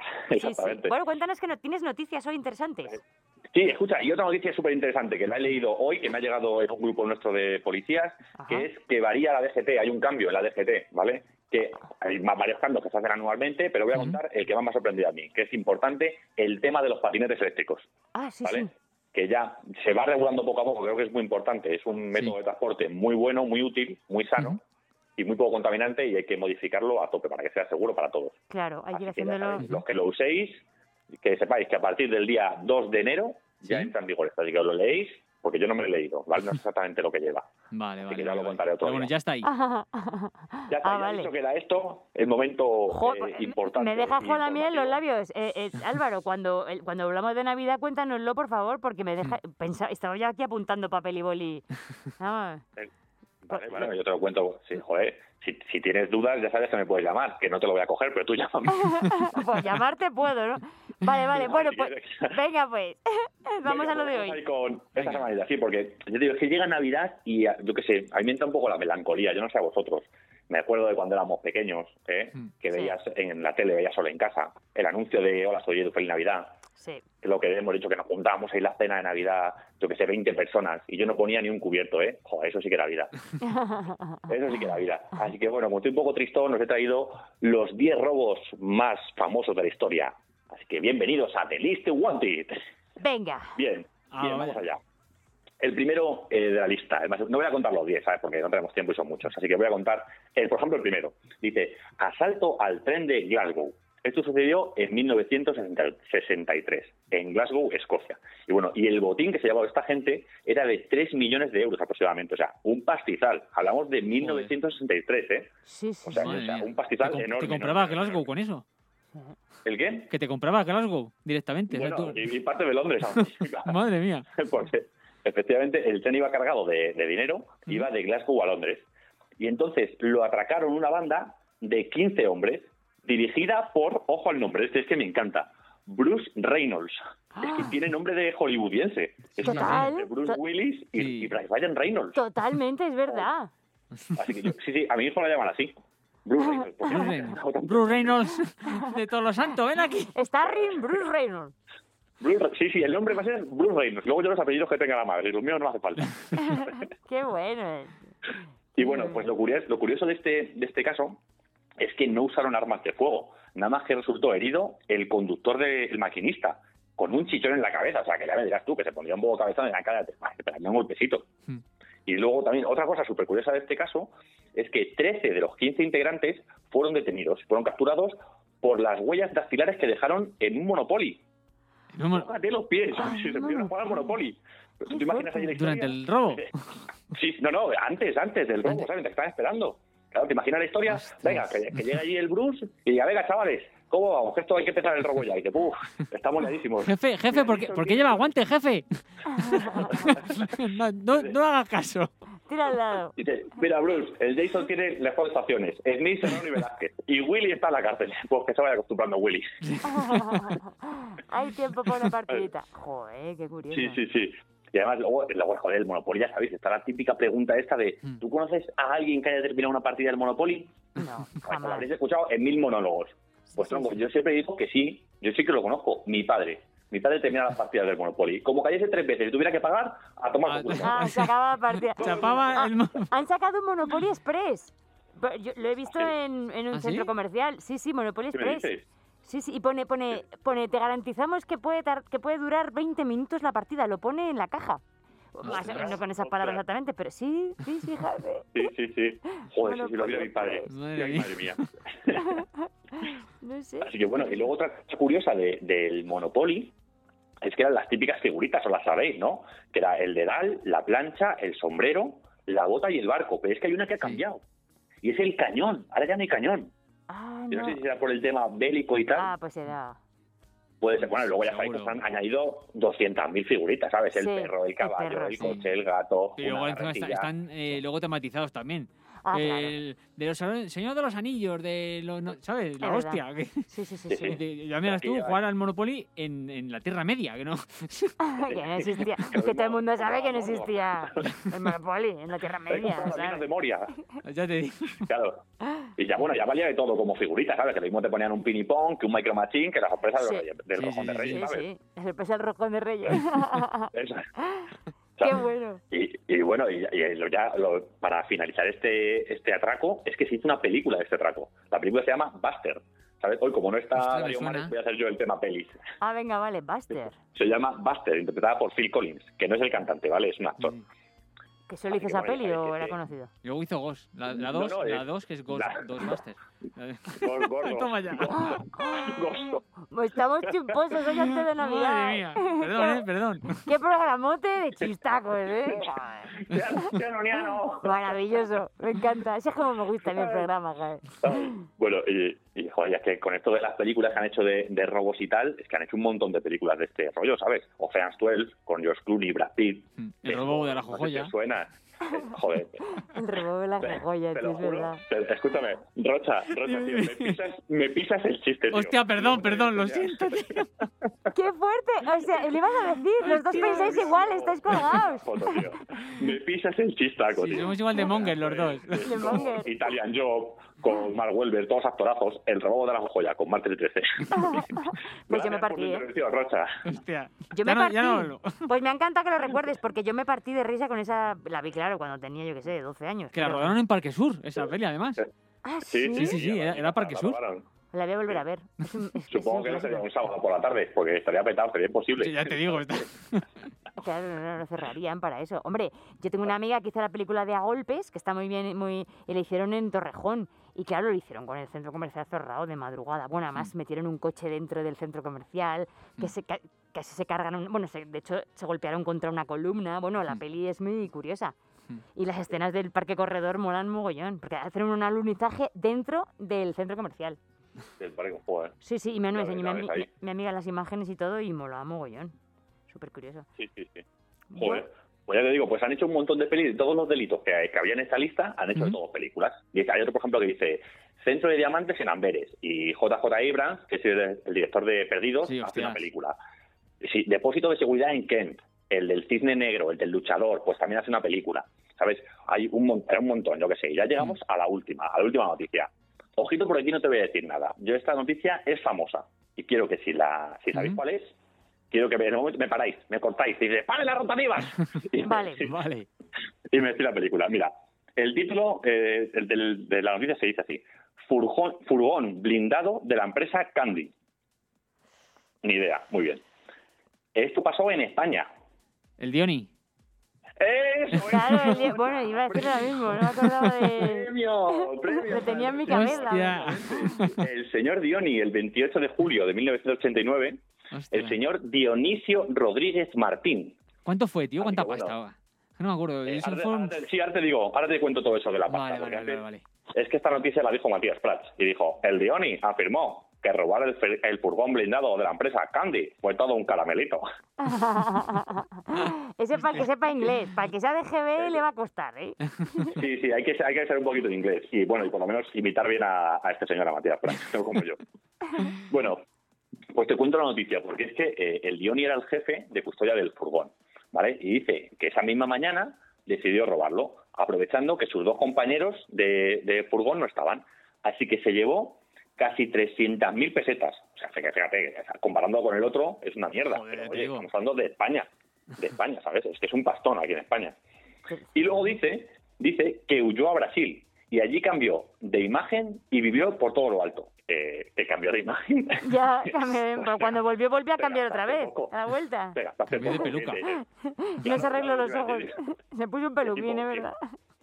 sí. Exactamente. Bueno, pues- cuéntanos que no tienes noticias hoy interesantes. Sí, escucha, y otra noticia súper interesante que la he leído hoy, que me ha llegado en un grupo nuestro de policías, que es que varía la DGT, hay un cambio en la DGT, ¿vale? Que hay ma- varios cambios que se hacen anualmente, pero voy a contar el que más me ha sorprendido a mí, que es importante el tema de los patinetes eléctricos, Ah, sí, ¿vale? Que ya se va regulando poco a poco, creo que es muy importante, es un método de transporte muy bueno, muy útil, muy sano y muy poco contaminante y hay que modificarlo a tope para que sea seguro para todos. Claro, hay que ir Que ya haciéndolo. sabéis, los que lo uséis, que sepáis que a partir del día 2 de enero ya entra en vigor esto. Así que os lo leéis, porque yo no me lo he leído, ¿vale? No sé exactamente lo que lleva. Vale, Así que ya lo contaré otro Pero bueno, día. ya está ahí. Ya está, Ah, ya he vale. dicho que era esto el momento eh, importante. Me dejas y con la miel en los informativo. labios. Eh, eh, Álvaro, cuando, el- cuando hablamos de Navidad, cuéntanoslo, por favor, porque me deja. Mm. Pensaba, estaba yo aquí apuntando papel y boli. Vamos. Vale, bueno, yo te lo cuento. Sí, joder, si, si tienes dudas, ya sabes que me puedes llamar, que no te lo voy a coger, pero tú llámame. pues llamarte puedo, ¿no? Vale, vale. Bueno, pues. Venga, pues. Vamos Venga, a lo de hoy. ahí con esta semanita, sí, porque yo te digo, es que llega Navidad y ah, yo qué sé, a mí me entra un poco la melancolía, yo no sé a vosotros. Me acuerdo de cuando éramos pequeños, ¿eh? Mm. que veías en la tele, veías solo en casa, el anuncio de Hola, soy Edu, feliz Navidad. Sí. que lo que hemos dicho, que nos juntábamos ahí la cena de Navidad, yo que sé, 20 personas, y yo no ponía ni un cubierto, ¿eh? Joder, eso sí que era vida. Eso sí que era vida. Así que bueno, como estoy un poco tristón, nos he traído los 10 robos más famosos de la historia. Así que bienvenidos a The List Wanted. Venga. Bien, Ah, bien, vamos allá. El primero eh, de la lista, además, no voy a contar los 10, ¿sabes? Porque no tenemos tiempo y son muchos. Así que voy a contar, el, por ejemplo, el primero. Dice, asalto al tren de Glasgow. Esto sucedió en 1963, en Glasgow, Escocia. Y bueno, y el botín que se llevaba esta gente era de 3 millones de euros aproximadamente. O sea, un pastizal. Hablamos de 1963, ¿eh? Sí, sí. O sea, Madre o sea, mía. un pastizal Te com- enorme. ¿Te comprabas enorme. Glasgow con eso? ¿El qué? Que te comprabas Glasgow directamente. o sea, Bueno, tú- y, y parte de Londres. aún. Madre mía. porque efectivamente el tren iba cargado de, de dinero, iba de Glasgow a Londres. Y entonces lo atracaron una banda de 15 hombres, dirigida por, ojo al nombre, este es que me encanta, Bruce Reynolds. Es Ah. que tiene nombre de hollywoodiense. Es una Total, mezcla entre Bruce to- Willis y, y Brian Reynolds. Totalmente, es verdad. Así que yo- sí, sí, a mi hijo lo llaman así. Bruce Reynolds. ¿Por qué no Bruce me he Reynolds. dejado tanto? Bruce Reynolds de todos los santos, ven aquí. Está Rin Bruce Reynolds. Bruce Re- sí, sí, el nombre va a ser Bruce Reynolds. Luego yo los apellidos que tenga la madre, los míos no hace falta. Qué bueno. eh. es. Y bueno, pues lo curioso, lo curioso de, este, de este caso es que no usaron armas de fuego. Nada más que resultó herido el conductor del maquinista, con un chichón en la cabeza. O sea, que ya me dirás tú, que se ponía un poco cabezón en la cara. Espera, un golpecito. Y luego también, otra cosa súper curiosa de este caso es que 13 de los 15 integrantes fueron detenidos, fueron capturados por las huellas dactilares que dejaron en un Monopoly. Tócate los pies, si se pidieron jugar al Monopoly. ¿Tú te imaginas ahí la historia? Durante el robo. Sí, no, no, antes, antes del robo, ¿sabes? Te están esperando. Claro, ¿te imaginas la historia? Venga, que, que llega allí el Bruce y diga, venga, chavales, ¿cómo vamos? Que esto hay que empezar el robo ya. Y te, puf, estamos liadísimos. Jefe, jefe, ¿por qué, por qué lleva guante, jefe? no, no, no hagas caso. Tira al lado. Dice, mira, Bruce, el Jason tiene las cuatro estaciones, Smith, Serrano y Velázquez. Y Willy está en la cárcel. Pues que se vaya acostumbrando Willy. Hay tiempo para una partidita. Joder, qué curioso. Sí, sí, sí. Y además, luego, luego joder, el Monopoly, ya sabéis, está la típica pregunta esta de Mm. ¿tú conoces a alguien que haya terminado una partida del Monopoly? No, jamás. Lo habréis escuchado en mil monólogos. Pues no, pues yo siempre digo que sí, yo sí que lo conozco, mi padre. Mi padre termina las partidas del Monopoly. Como cayese tres veces y tuviera que pagar, a tomar por culo. Ah, se acaba la partida. Chapaba Ah, el mo- Han sacado un Monopoly Express. Pero yo lo he visto en, en un ¿Ah, sí? centro comercial. Sí, sí, Monopoly ¿Qué me Express. dices? Sí, sí, y pone, pone, pone, te garantizamos que puede, tar- que puede durar 20 minutos la partida, lo pone en la caja. Más o menos Ostras, no con esas palabras ostras. exactamente, pero sí, sí, sí, Javi. Sí, sí, sí. Joder, sí, sí, lo vio mi padre. pues, Madre Ay, mía. madre mía. No sé. Así que bueno, y luego otra cosa curiosa de- del Monopoly es que eran las típicas figuritas, o las sabéis, ¿no? Que era el dedal, la plancha, el sombrero, la bota y el barco. Pero es que hay una que ha cambiado. Y es el cañón. Ahora ya no hay cañón. Ah, Yo no, no. sé si será por el tema bélico y tal. Ah, pues será. Puede ser. Bueno, luego ya sabéis que se han añadido 200.000 figuritas, ¿sabes? El Sí, perro, el el caballo, el, perro, sí. coche, el gato. Y luego una encima está- carretilla. están eh, luego tematizados también. Ah, claro. el, de los aro- Señor de los Anillos, de los, no- ¿sabes? La Es verdad. hostia. que- Sí, sí, sí, Sí, sí. de- ya miras tú, Aquí ya- jugar al Monopoly en, en la Tierra Media, que no. que no existía. Es que todo el mundo sabe que no existía el Monopoly en la Tierra Hay que Media. comprar las minas ¿sabes? de Moria. ya te digo. Claro. Y ya, bueno, ya valía de todo como figuritas, ¿sabes? Que lo mismo te ponían un pinipón, que un micro machine, que la sorpresa de los Sí. Reyes- del Sí, rojón sí, de sí, reyes, Sí, ¿sabes? sí. La sorpresa del Rojón de Reyes. Eso. Qué bueno. Y, y bueno, y, y lo- ya lo- para finalizar este, este atraco, es que se hizo una película de este atraco. La película se llama Buster. ¿Sabes? Hoy, como no está Ostras, me Darío suena. Mares, voy a hacer yo el tema pelis. Ah, venga, vale, Buster. Se llama Buster, interpretada por Phil Collins, que no es el cantante, ¿vale? Es un actor. Mm. ¿Que solo hizo que esa bueno, peli sabéis o que era sí. conocido? Y Luego hizo Ghost. La 2, No, la no, 2 es- que es Ghost, la- Ghostbusters. Eh, Gor- gordo. Toma ya. Gordo. Pues Estamos chimposos hoy antes de Navidad. Madre mía. Perdón, eh, perdón. Qué programote de chistacos, ¿eh? Niano, niano. Maravilloso, me encanta. Así es como me gusta a mí el programa, Javi. Bueno, y, y, joder, ya que con esto de las películas que han hecho de, de robos y tal, es que han hecho un montón de películas de este rollo, ¿sabes? Ocean's 12, con George Clooney, Brad Pitt. El Mm, robo de la jojoya. suena. Eh, Joder. Remueve la Te- joya, te tío, lo es juro. verdad. Te- Escúchame, Rocha, Rocha, tío, me pisas, me pisas el chiste, tío. Hostia, perdón, perdón, lo siento, tío. ¡Qué fuerte! O sea, le ibas a decir, los dos Hostia, pensáis igual, estáis colgados. Joder, tío. Me pisas el chistaco, Sí, tío. Eh, somos igual de monger los dos. Monger. Italian Job con Mark Welber, todos actorazos, El robo de la joya con Marte 13. Pues yo me Gracias por tu partí, ¿eh? intervención, Rocha. Hostia. Yo me Ya no- partí. ya no hablo. Pues me encanta que lo recuerdes, porque yo me partí de risa con esa. La vi, claro, cuando tenía, yo qué sé, 12 años. Que la pero- rodaron en Parque Sur, esa peli, además. Ah, Sí, Sí, sí. sí, eh. sí, era, era Parque La Sur. robaron. La voy a volver a ver. Es un- es- Supongo que no sería un sábado por la tarde, porque estaría petado, sería imposible. Sí, ya te digo. está- Claro, no, no, no cerrarían para eso. Hombre, yo tengo una amiga que hizo la película de A Golpes, que está muy bien, muy... y la hicieron en Torrejón. Y claro, lo hicieron con el centro comercial cerrado de madrugada. Bueno, además metieron un coche dentro del centro comercial, Mm. que se ca- casi se cargan... un- Bueno, se- de hecho, se golpearon contra una columna. Bueno, Mm. la peli es muy curiosa. Y las escenas del parque corredor molan mogollón, porque hacen un alunizaje dentro del centro comercial. Del parque, joder. Sí, sí, y me, Ya me ves, enseñó ya mi, ves ahí. ami- mi amiga las imágenes y todo, y molaba mogollón. Súper curioso. Sí, sí, sí. Joder. Pues ya te digo, pues han hecho un montón de pelis, de todos los delitos que, hay- que había en esta lista, han hecho de todas películas. Y hay otro, por ejemplo, que dice Centro de Diamantes en Amberes. Y JJ Abrams, que es el, el director de Perdidos, hace una hostias. película. Sí, Depósito de Seguridad en Kent, el del Cisne Negro, el del Luchador, pues también hace una película. ¿Sabes? Hay un, mon- hay un montón, yo qué sé. Y Ya llegamos a la última, a la última noticia. Ojito, por aquí no te voy a decir nada. Yo esta noticia es famosa. Y quiero que si la si sabéis cuál es, quiero que me- en un momento me paráis, me cortáis. Y dices, ¡pare las rotativas! Vale. Vale. y me decís la película. Mira, el título eh, del- del- de la noticia se dice así. Furgón, furgón blindado de la empresa Candy. Ni idea, muy bien. Esto pasó en España. El Diony. ¡Eso! Claro, el día- bueno, iba a decir lo mismo, no me acordaba de... ¡Premio! ¡Premio! Lo tenía en mi cabeza. El señor Dioni, el 28 de julio de 1989, el señor Dionisio Rodríguez Martín. ¿Cuánto fue, Ah, tío? ¿Cuánta bueno. pasta? va? No me acuerdo. Eh, eso ahora, te- fue un- ahora te- sí, ahora te digo, ahora te cuento todo eso de la pasta. Vale, porque vale, vale, antes- vale. Es que esta noticia la dijo Matías Prats y dijo, el Dioni afirmó que robar el, fer- el furgón blindado de la empresa Candy fue todo un caramelito. Ese para que sepa inglés, para que sea de GB le va a costar, ¿eh? Sí, sí, hay que, hay que saber un poquito de inglés y bueno, y por lo menos imitar bien a, a este señor, a Matías Prats, no como yo. Bueno, pues te cuento la noticia, porque es que eh, el Dioni era el jefe de custodia del furgón, ¿vale? Y dice que esa misma mañana decidió robarlo, aprovechando que sus dos compañeros de, de furgón no estaban. Así que se llevó casi 300.000 pesetas. O sea, fíjate, fíjate, o sea, comparando con el otro, es una mierda. Joder, Pero, te oye, digo. estamos hablando de España, de España, ¿sabes? Es que es un pastón aquí en España. Y luego dice, dice que huyó a Brasil y allí cambió de imagen y vivió por todo lo alto. Eh, que cambió de imagen. Ya cambié, pero cuando volvió, volvió a cambiar otra vez, a la vuelta. Te gastaste Cambió de poco, eh, peluca. sí, sí, sí. No se arregló claro, los claro, ojos. Se puso un peluquín, tipo, es verdad.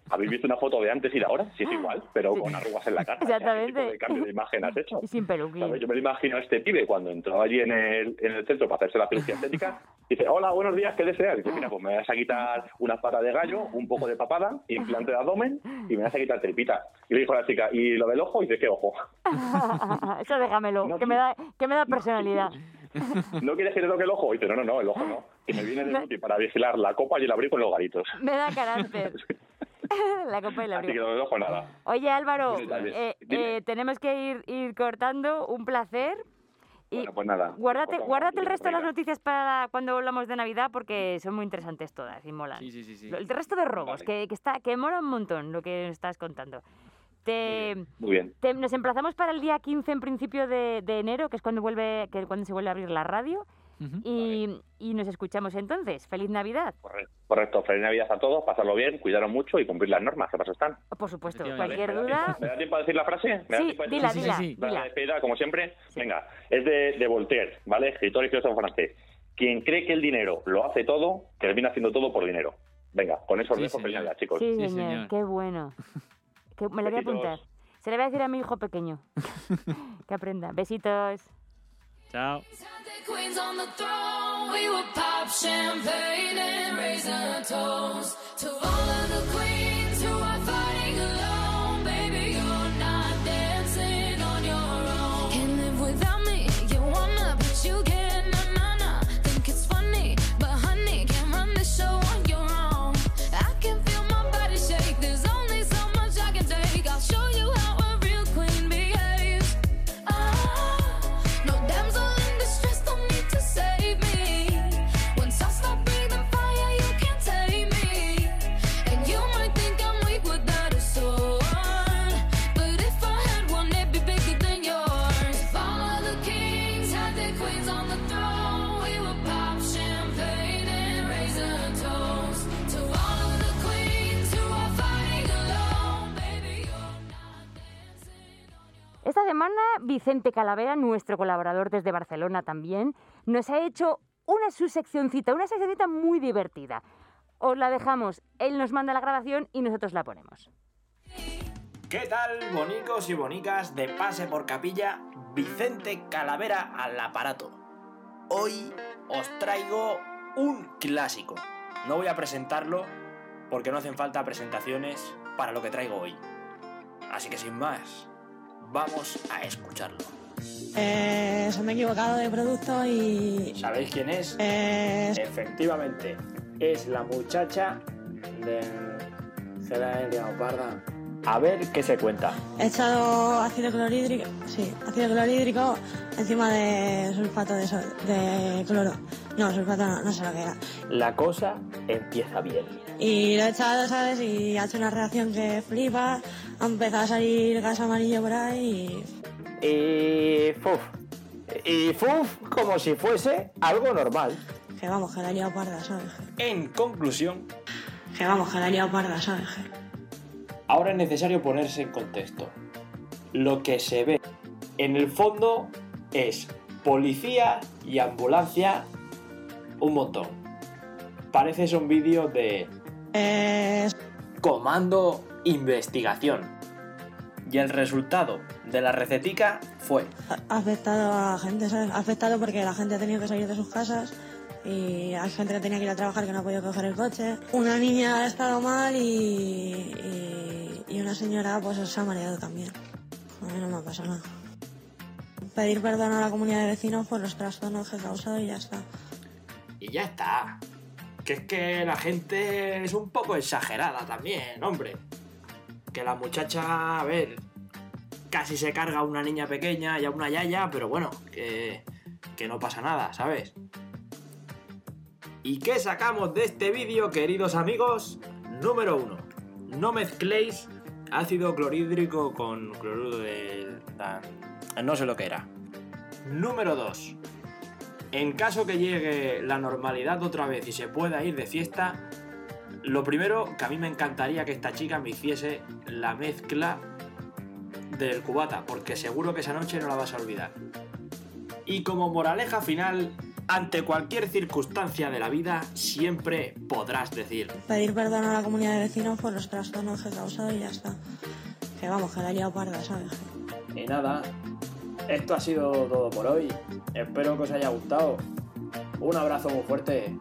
¿Habéis visto una foto de antes y de ahora? Ah, Sí, es igual, pero con arrugas en la cara. ¿Qué tipo Exactamente. de cambio de imagen has hecho? Y sin ¿Sabes? peluquín. Yo me lo imagino a este pibe cuando entró allí en el, en el centro para hacerse la cirugía estética. Dice, hola, buenos días, ¿qué deseas? Dice, mira, pues me vas a quitar una pata de gallo, un poco de papada, implante de abdomen y me vas a quitar tripita. Y le dijo a la chica, ¿y lo del ojo? Y dice, ¿qué ojo? Eso déjamelo, que me da, que me da personalidad. ¿No quieres que te toque el ojo? Y dice, no, no, no, el ojo no. Y me viene de útil para vigilar la copa y el abrigo en los garitos. Me da carácter. La copa y la Así que abrigo. lo del ojo nada. Oye, Álvaro, Dime, dale. eh, Dime. eh, tenemos que ir, ir cortando. Un placer. Y Bueno, pues nada. Guárdate, cortamos guárdate el aquí, resto de las venga. noticias para cuando hablamos de Navidad porque son muy interesantes todas y molan. Sí, sí, sí, sí. Lo- El resto de robos, Vale. que, que, está, que mola un montón lo que estás contando. Te, Muy bien. te- nos emplazamos para el día 15 en principio de, de enero, que es cuando, vuelve, que cuando se vuelve a abrir la radio. y, y nos escuchamos entonces. ¡Feliz Navidad! Correcto, feliz Navidad a todos, pasarlo bien, cuidaros mucho y cumplir las normas, que paso están. Por supuesto, Vale, cualquier ¿me da duda... tiempo- ¿Me da tiempo a decir la frase? ¿Me da Sí, tiempo a dila, decir- dila, Sí, sí, sí. Para la dila. despedida, como siempre, venga, es de, de Voltaire, ¿vale? Escritor y filósofo francés. Quien cree que el dinero lo hace todo, termina haciendo todo por dinero. Venga, con eso os dejo feliz Navidad, chicos. Sí, señor, qué bueno. Que me lo voy a Besitos. apuntar. Se le voy a decir a mi hijo pequeño que aprenda. Besitos. Chao. Queens on the throne, we would pop champagne and raise a toast to all of the queens who are fighting alone. Baby, you're not dancing on your own. Can't live without me, you wanna, but you can't. Na na na, think it's funny, but honey, can't run this show on your own. I can feel my Oh. semana Vicente Calavera, nuestro colaborador desde Barcelona también, nos ha hecho una subseccioncita, una seccioncita muy divertida. Os la dejamos, él nos manda la grabación y nosotros la ponemos. ¿Qué tal, bonicos y bonicas de Pase por Capilla? Vicente Calavera al aparato. Hoy os traigo un clásico. No voy a presentarlo porque no hacen falta presentaciones para lo que traigo hoy. Así que sin más, vamos a escucharlo. Eh, se me he equivocado de producto y... ¿Sabéis quién es? Eh, Efectivamente, es la muchacha de... Será el de Leoparda. A ver qué se cuenta. he echado ácido clorhídrico, sí, ácido clorhídrico encima de sulfato de, so- de cloro. No, sulfato no, no sé lo que era. La cosa empieza bien. Y lo he echado, ¿sabes? Y ha hecho una reacción que flipa. Ha empezado a salir gas amarillo por ahí Y fuf. Y fuf como si fuese algo normal. y... Que vamos, que la he liado parda, ¿sabes? En conclusión, Que vamos, que la he liado parda, ¿sabes? ahora es necesario ponerse en contexto. Lo que se ve en el fondo es policía y ambulancia un montón. Parece es un vídeo de comando investigación. Y el resultado de la recetica fue Ha afectado a gente, ¿sabes? Ha afectado porque la gente ha tenido que salir de sus casas y hay gente que tenía que ir a trabajar que no ha podido coger el coche. Una niña ha estado mal y, y- y una señora pues se ha mareado también. A mí no me ha pasado nada. Pedir perdón a la comunidad de vecinos por los trastornos que ha causado y ya está. Y ya está. Que es que la gente es un poco exagerada también, hombre. Que la muchacha, a ver, casi se carga a una niña pequeña y a una yaya, pero bueno, que, que no pasa nada, ¿sabes? ¿Y qué sacamos de este vídeo, queridos amigos? Número uno, No mezcléis ácido clorhídrico con cloruro de... ah, No sé lo que era. Número 2. En caso que llegue la normalidad otra vez y se pueda ir de fiesta, lo primero que a mí me encantaría que esta chica me hiciese la mezcla del cubata, porque seguro que esa noche no la vas a olvidar. Y como moraleja final, ante cualquier circunstancia de la vida, siempre podrás decir, Pedir perdón a la comunidad de vecinos por los trastornos que ha causado y ya está. Que vamos, que la he liado parda, ¿sabes? Y nada, esto ha sido todo por hoy. Espero que os haya gustado. Un abrazo muy fuerte.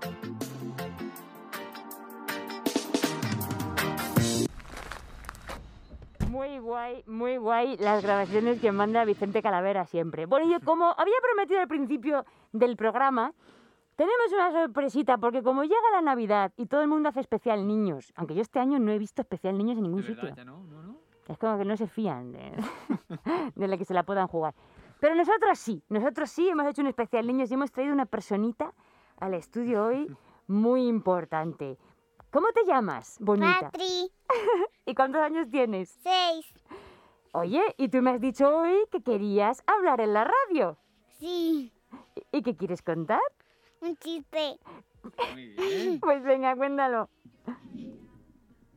Muy guay, muy guay las grabaciones que manda Vicente Calavera siempre. Bueno, yo como había prometido al principio del programa, tenemos una sorpresita, porque como llega la Navidad y todo el mundo hace especial niños, aunque yo este año no he visto especial niños en ningún sitio. Es como que no se fían de, de la que se la puedan jugar. Pero nosotros sí, nosotros sí hemos hecho un especial niños y hemos traído una personita al estudio hoy muy importante. ¿Cómo te llamas, bonita? Patri. ¿Y cuántos años tienes? Seis. Oye, y tú me has dicho hoy que querías hablar en la radio. Sí. ¿Y qué quieres contar? Un chiste. Mm. Pues venga, cuéntalo.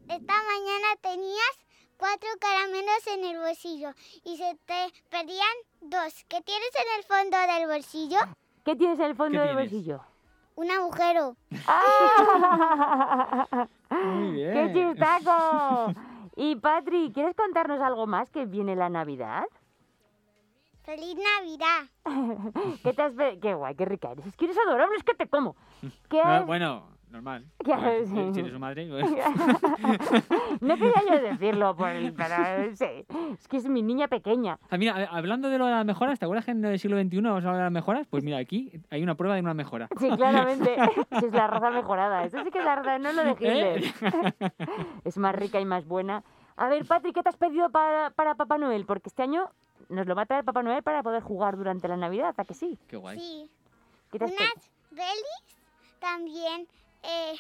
Esta mañana tenías cuatro caramelos en el bolsillo y se te perdían dos. ¿Qué tienes en el fondo del bolsillo? ¿Qué tienes en el fondo ¿Qué del tienes? bolsillo? Un agujero. Muy bien. ¡Ah! ¡Qué chistaco! Y Patri, ¿quieres contarnos algo más que viene la Navidad? ¡Feliz Navidad! ¿Qué te has pe- Qué guay, qué rica eres. Es que eres adorable, es que te como. ¿Qué Ah, has- Bueno, normal. ¿Qué A ver, haces? eh, Si eres su madre, pues, No quería yo decirlo, por el- pero sí. Es que es mi niña pequeña. Ah, mira, a- hablando de lo de las mejoras, ¿te acuerdas que en el siglo XXI vamos a hablar de las mejoras? Pues mira, aquí hay una prueba de una mejora. Sí, claramente. Esa es la raza mejorada. Eso sí que es la raza, no es lo de Hitler. Es más rica y más buena. A ver, Patrick, ¿qué te has pedido para, para Papá Noel? Porque este año nos lo va a traer Papá Noel para poder jugar durante la Navidad, ¿a que sí? Qué guay. Sí. ¿Qué te has Unas pedido? belis, también eh,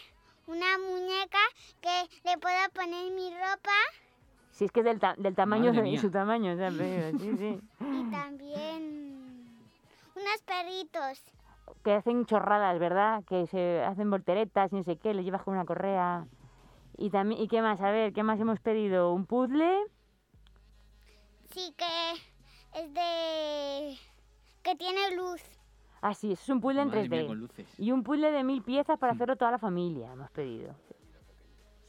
una muñeca que le pueda poner mi ropa Si es que es del, ta- del tamaño Madre de mía. su tamaño, o sea, pero sí, sí. y también unos perritos. Que hacen chorradas, ¿verdad? Que se hacen volteretas y no sé qué, le llevas con una correa. Y, también, ¿Y qué más? A ver, ¿qué más hemos pedido? ¿Un puzzle? Sí que es tiene luz. Así, eso es un puzzle en Madre mía, 3D. con luces. Y un puzzle de mil piezas para hacerlo toda la familia, hemos pedido.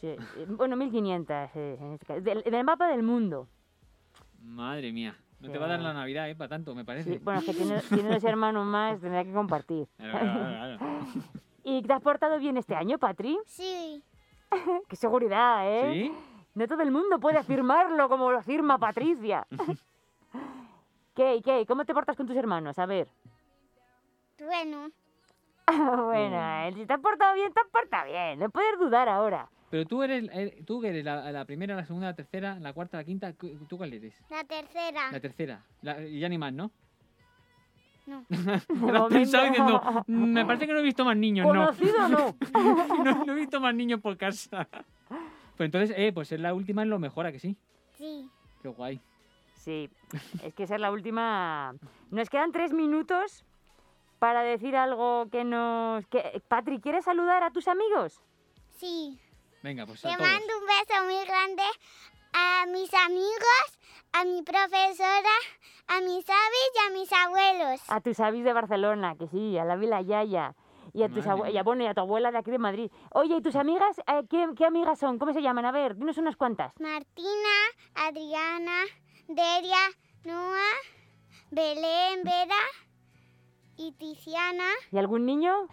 Sí, eh, bueno, 1500, eh, en este caso. del, del mapa del mundo. Madre mía. No te va a dar la Navidad, ¿eh? Para tanto, me parece. Sí, bueno, es que tiene, tiene dos hermanos más, tendrá que compartir. Claro, claro, claro. ¿Y te has portado bien este año, Patri? Sí. ¡Qué seguridad, eh! ¿Sí? No todo el mundo puede afirmarlo como lo afirma Patricia. ¿Qué, qué? ¿Cómo te portas con tus hermanos? A ver. Bueno, Mm. bueno, eh, si te has portado bien, te has portado bien. No puedes dudar ahora. Pero tú eres, eh, tú que eres la, la primera, la segunda, la tercera, la cuarta, la quinta. cu- ¿Tú cuál eres? la tercera. La tercera. La- y ya ni más, ¿no? No. Te lo has pensado diciendo, "Mm, me parece que no he visto más niños, ¿Conocido no. no? no. no he visto más niños por casa. Pues entonces, eh, pues ser la última es lo mejor, ¿a que sí? Sí. Qué guay. Sí, es que esa es la última. Nos quedan tres minutos para decir algo que nos. Que... Patri, ¿quieres saludar a tus amigos? Sí. Venga, pues Te a todos. mando un beso muy grande a mis amigos, a mi profesora, a mis avis y a mis abuelos. A tus avis de Barcelona, que sí, a la Vila Yaya. Y a, tus Madre abue- y a- bueno, y a tu abuela de aquí de Madrid. Oye, ¿y tus amigas? eh, ¿qué, qué amigas son? ¿Cómo se llaman? A ver, dinos unas cuantas. Martina, Adriana, Deria, Noa, Belén, Vera y Tiziana, ¿Y algún niño?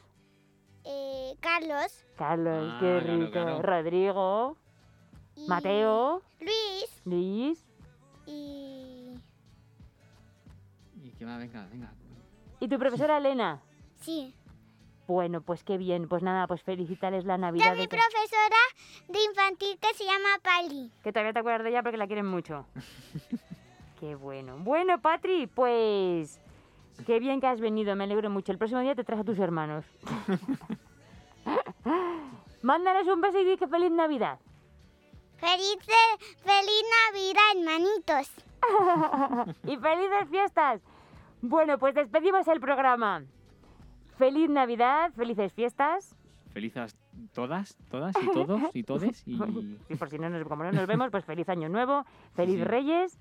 eh, Carlos, Carlos, Ah, qué claro, rico. claro. Rodrigo, Mateo, Luis Luis. y... Y que va, venga, venga. ¿Y tu profesora Elena? Sí. Bueno, pues qué bien. Pues nada, pues felicítales la Navidad. Mi de que- profesora de infantil que se llama Pali. Que todavía te acuerdas de ella porque la quieren mucho. Qué bueno. Bueno, Patri, pues. Qué bien que has venido, me alegro mucho. El próximo día te traes a tus hermanos. Mándales un beso y di que feliz Navidad. Feliz, feliz Navidad, hermanitos. y felices fiestas. Bueno, pues despedimos el programa. Feliz Navidad, felices fiestas. Felizas todas, todas y todos y todes. Y... Y por si no nos, como no nos vemos, pues feliz año nuevo, feliz Sí. Reyes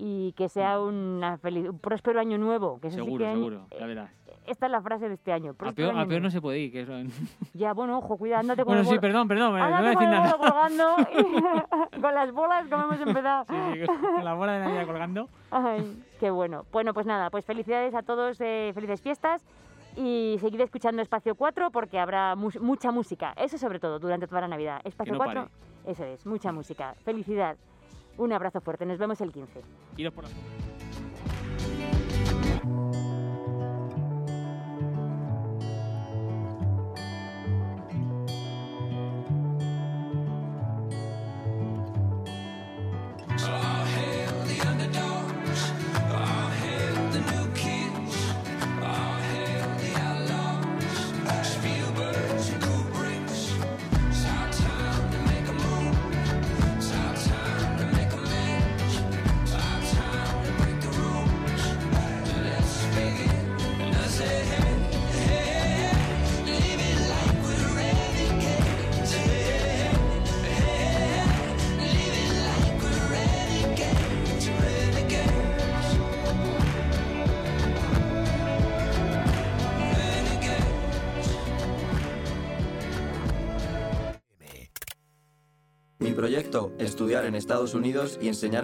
y que sea una feliz, un próspero año nuevo. Que eso sí Seguro, que- eh, seguro, ya verás. Esta es la frase de este año. A próspero peor, a año peor nuevo. no se puede ir. Que eso- Ya, bueno, ojo, cuidado, andate con Bueno, el sí, bol- perdón, perdón, me- no Andate voy a con decir el nada. bolo colgando y- con las bolas como hemos empezado. Sí, con la bola de Navidad colgando. Ay, qué bueno. Bueno, pues nada, pues felicidades a todos, eh, felices fiestas y seguid escuchando Espacio 4 porque habrá mus- mucha música. Eso sobre todo durante toda la Navidad. Espacio no 4, eso es, mucha música. Felicidad. Un abrazo fuerte, nos vemos el 15. Iros por la sombra. All hail the underdogs. All hail the new kids. All hail the outlaws. Spielbergs and Kubricks. It's our time to make a move. It's our time to make amends. It's our time to break the rules. Let's begin. Let's say, hey, hey, hey. Live it like we're renegades. Hey, hey, hey. Live it like we're renegades, renegades. Mi proyecto, estudiar en Estados Unidos y enseñar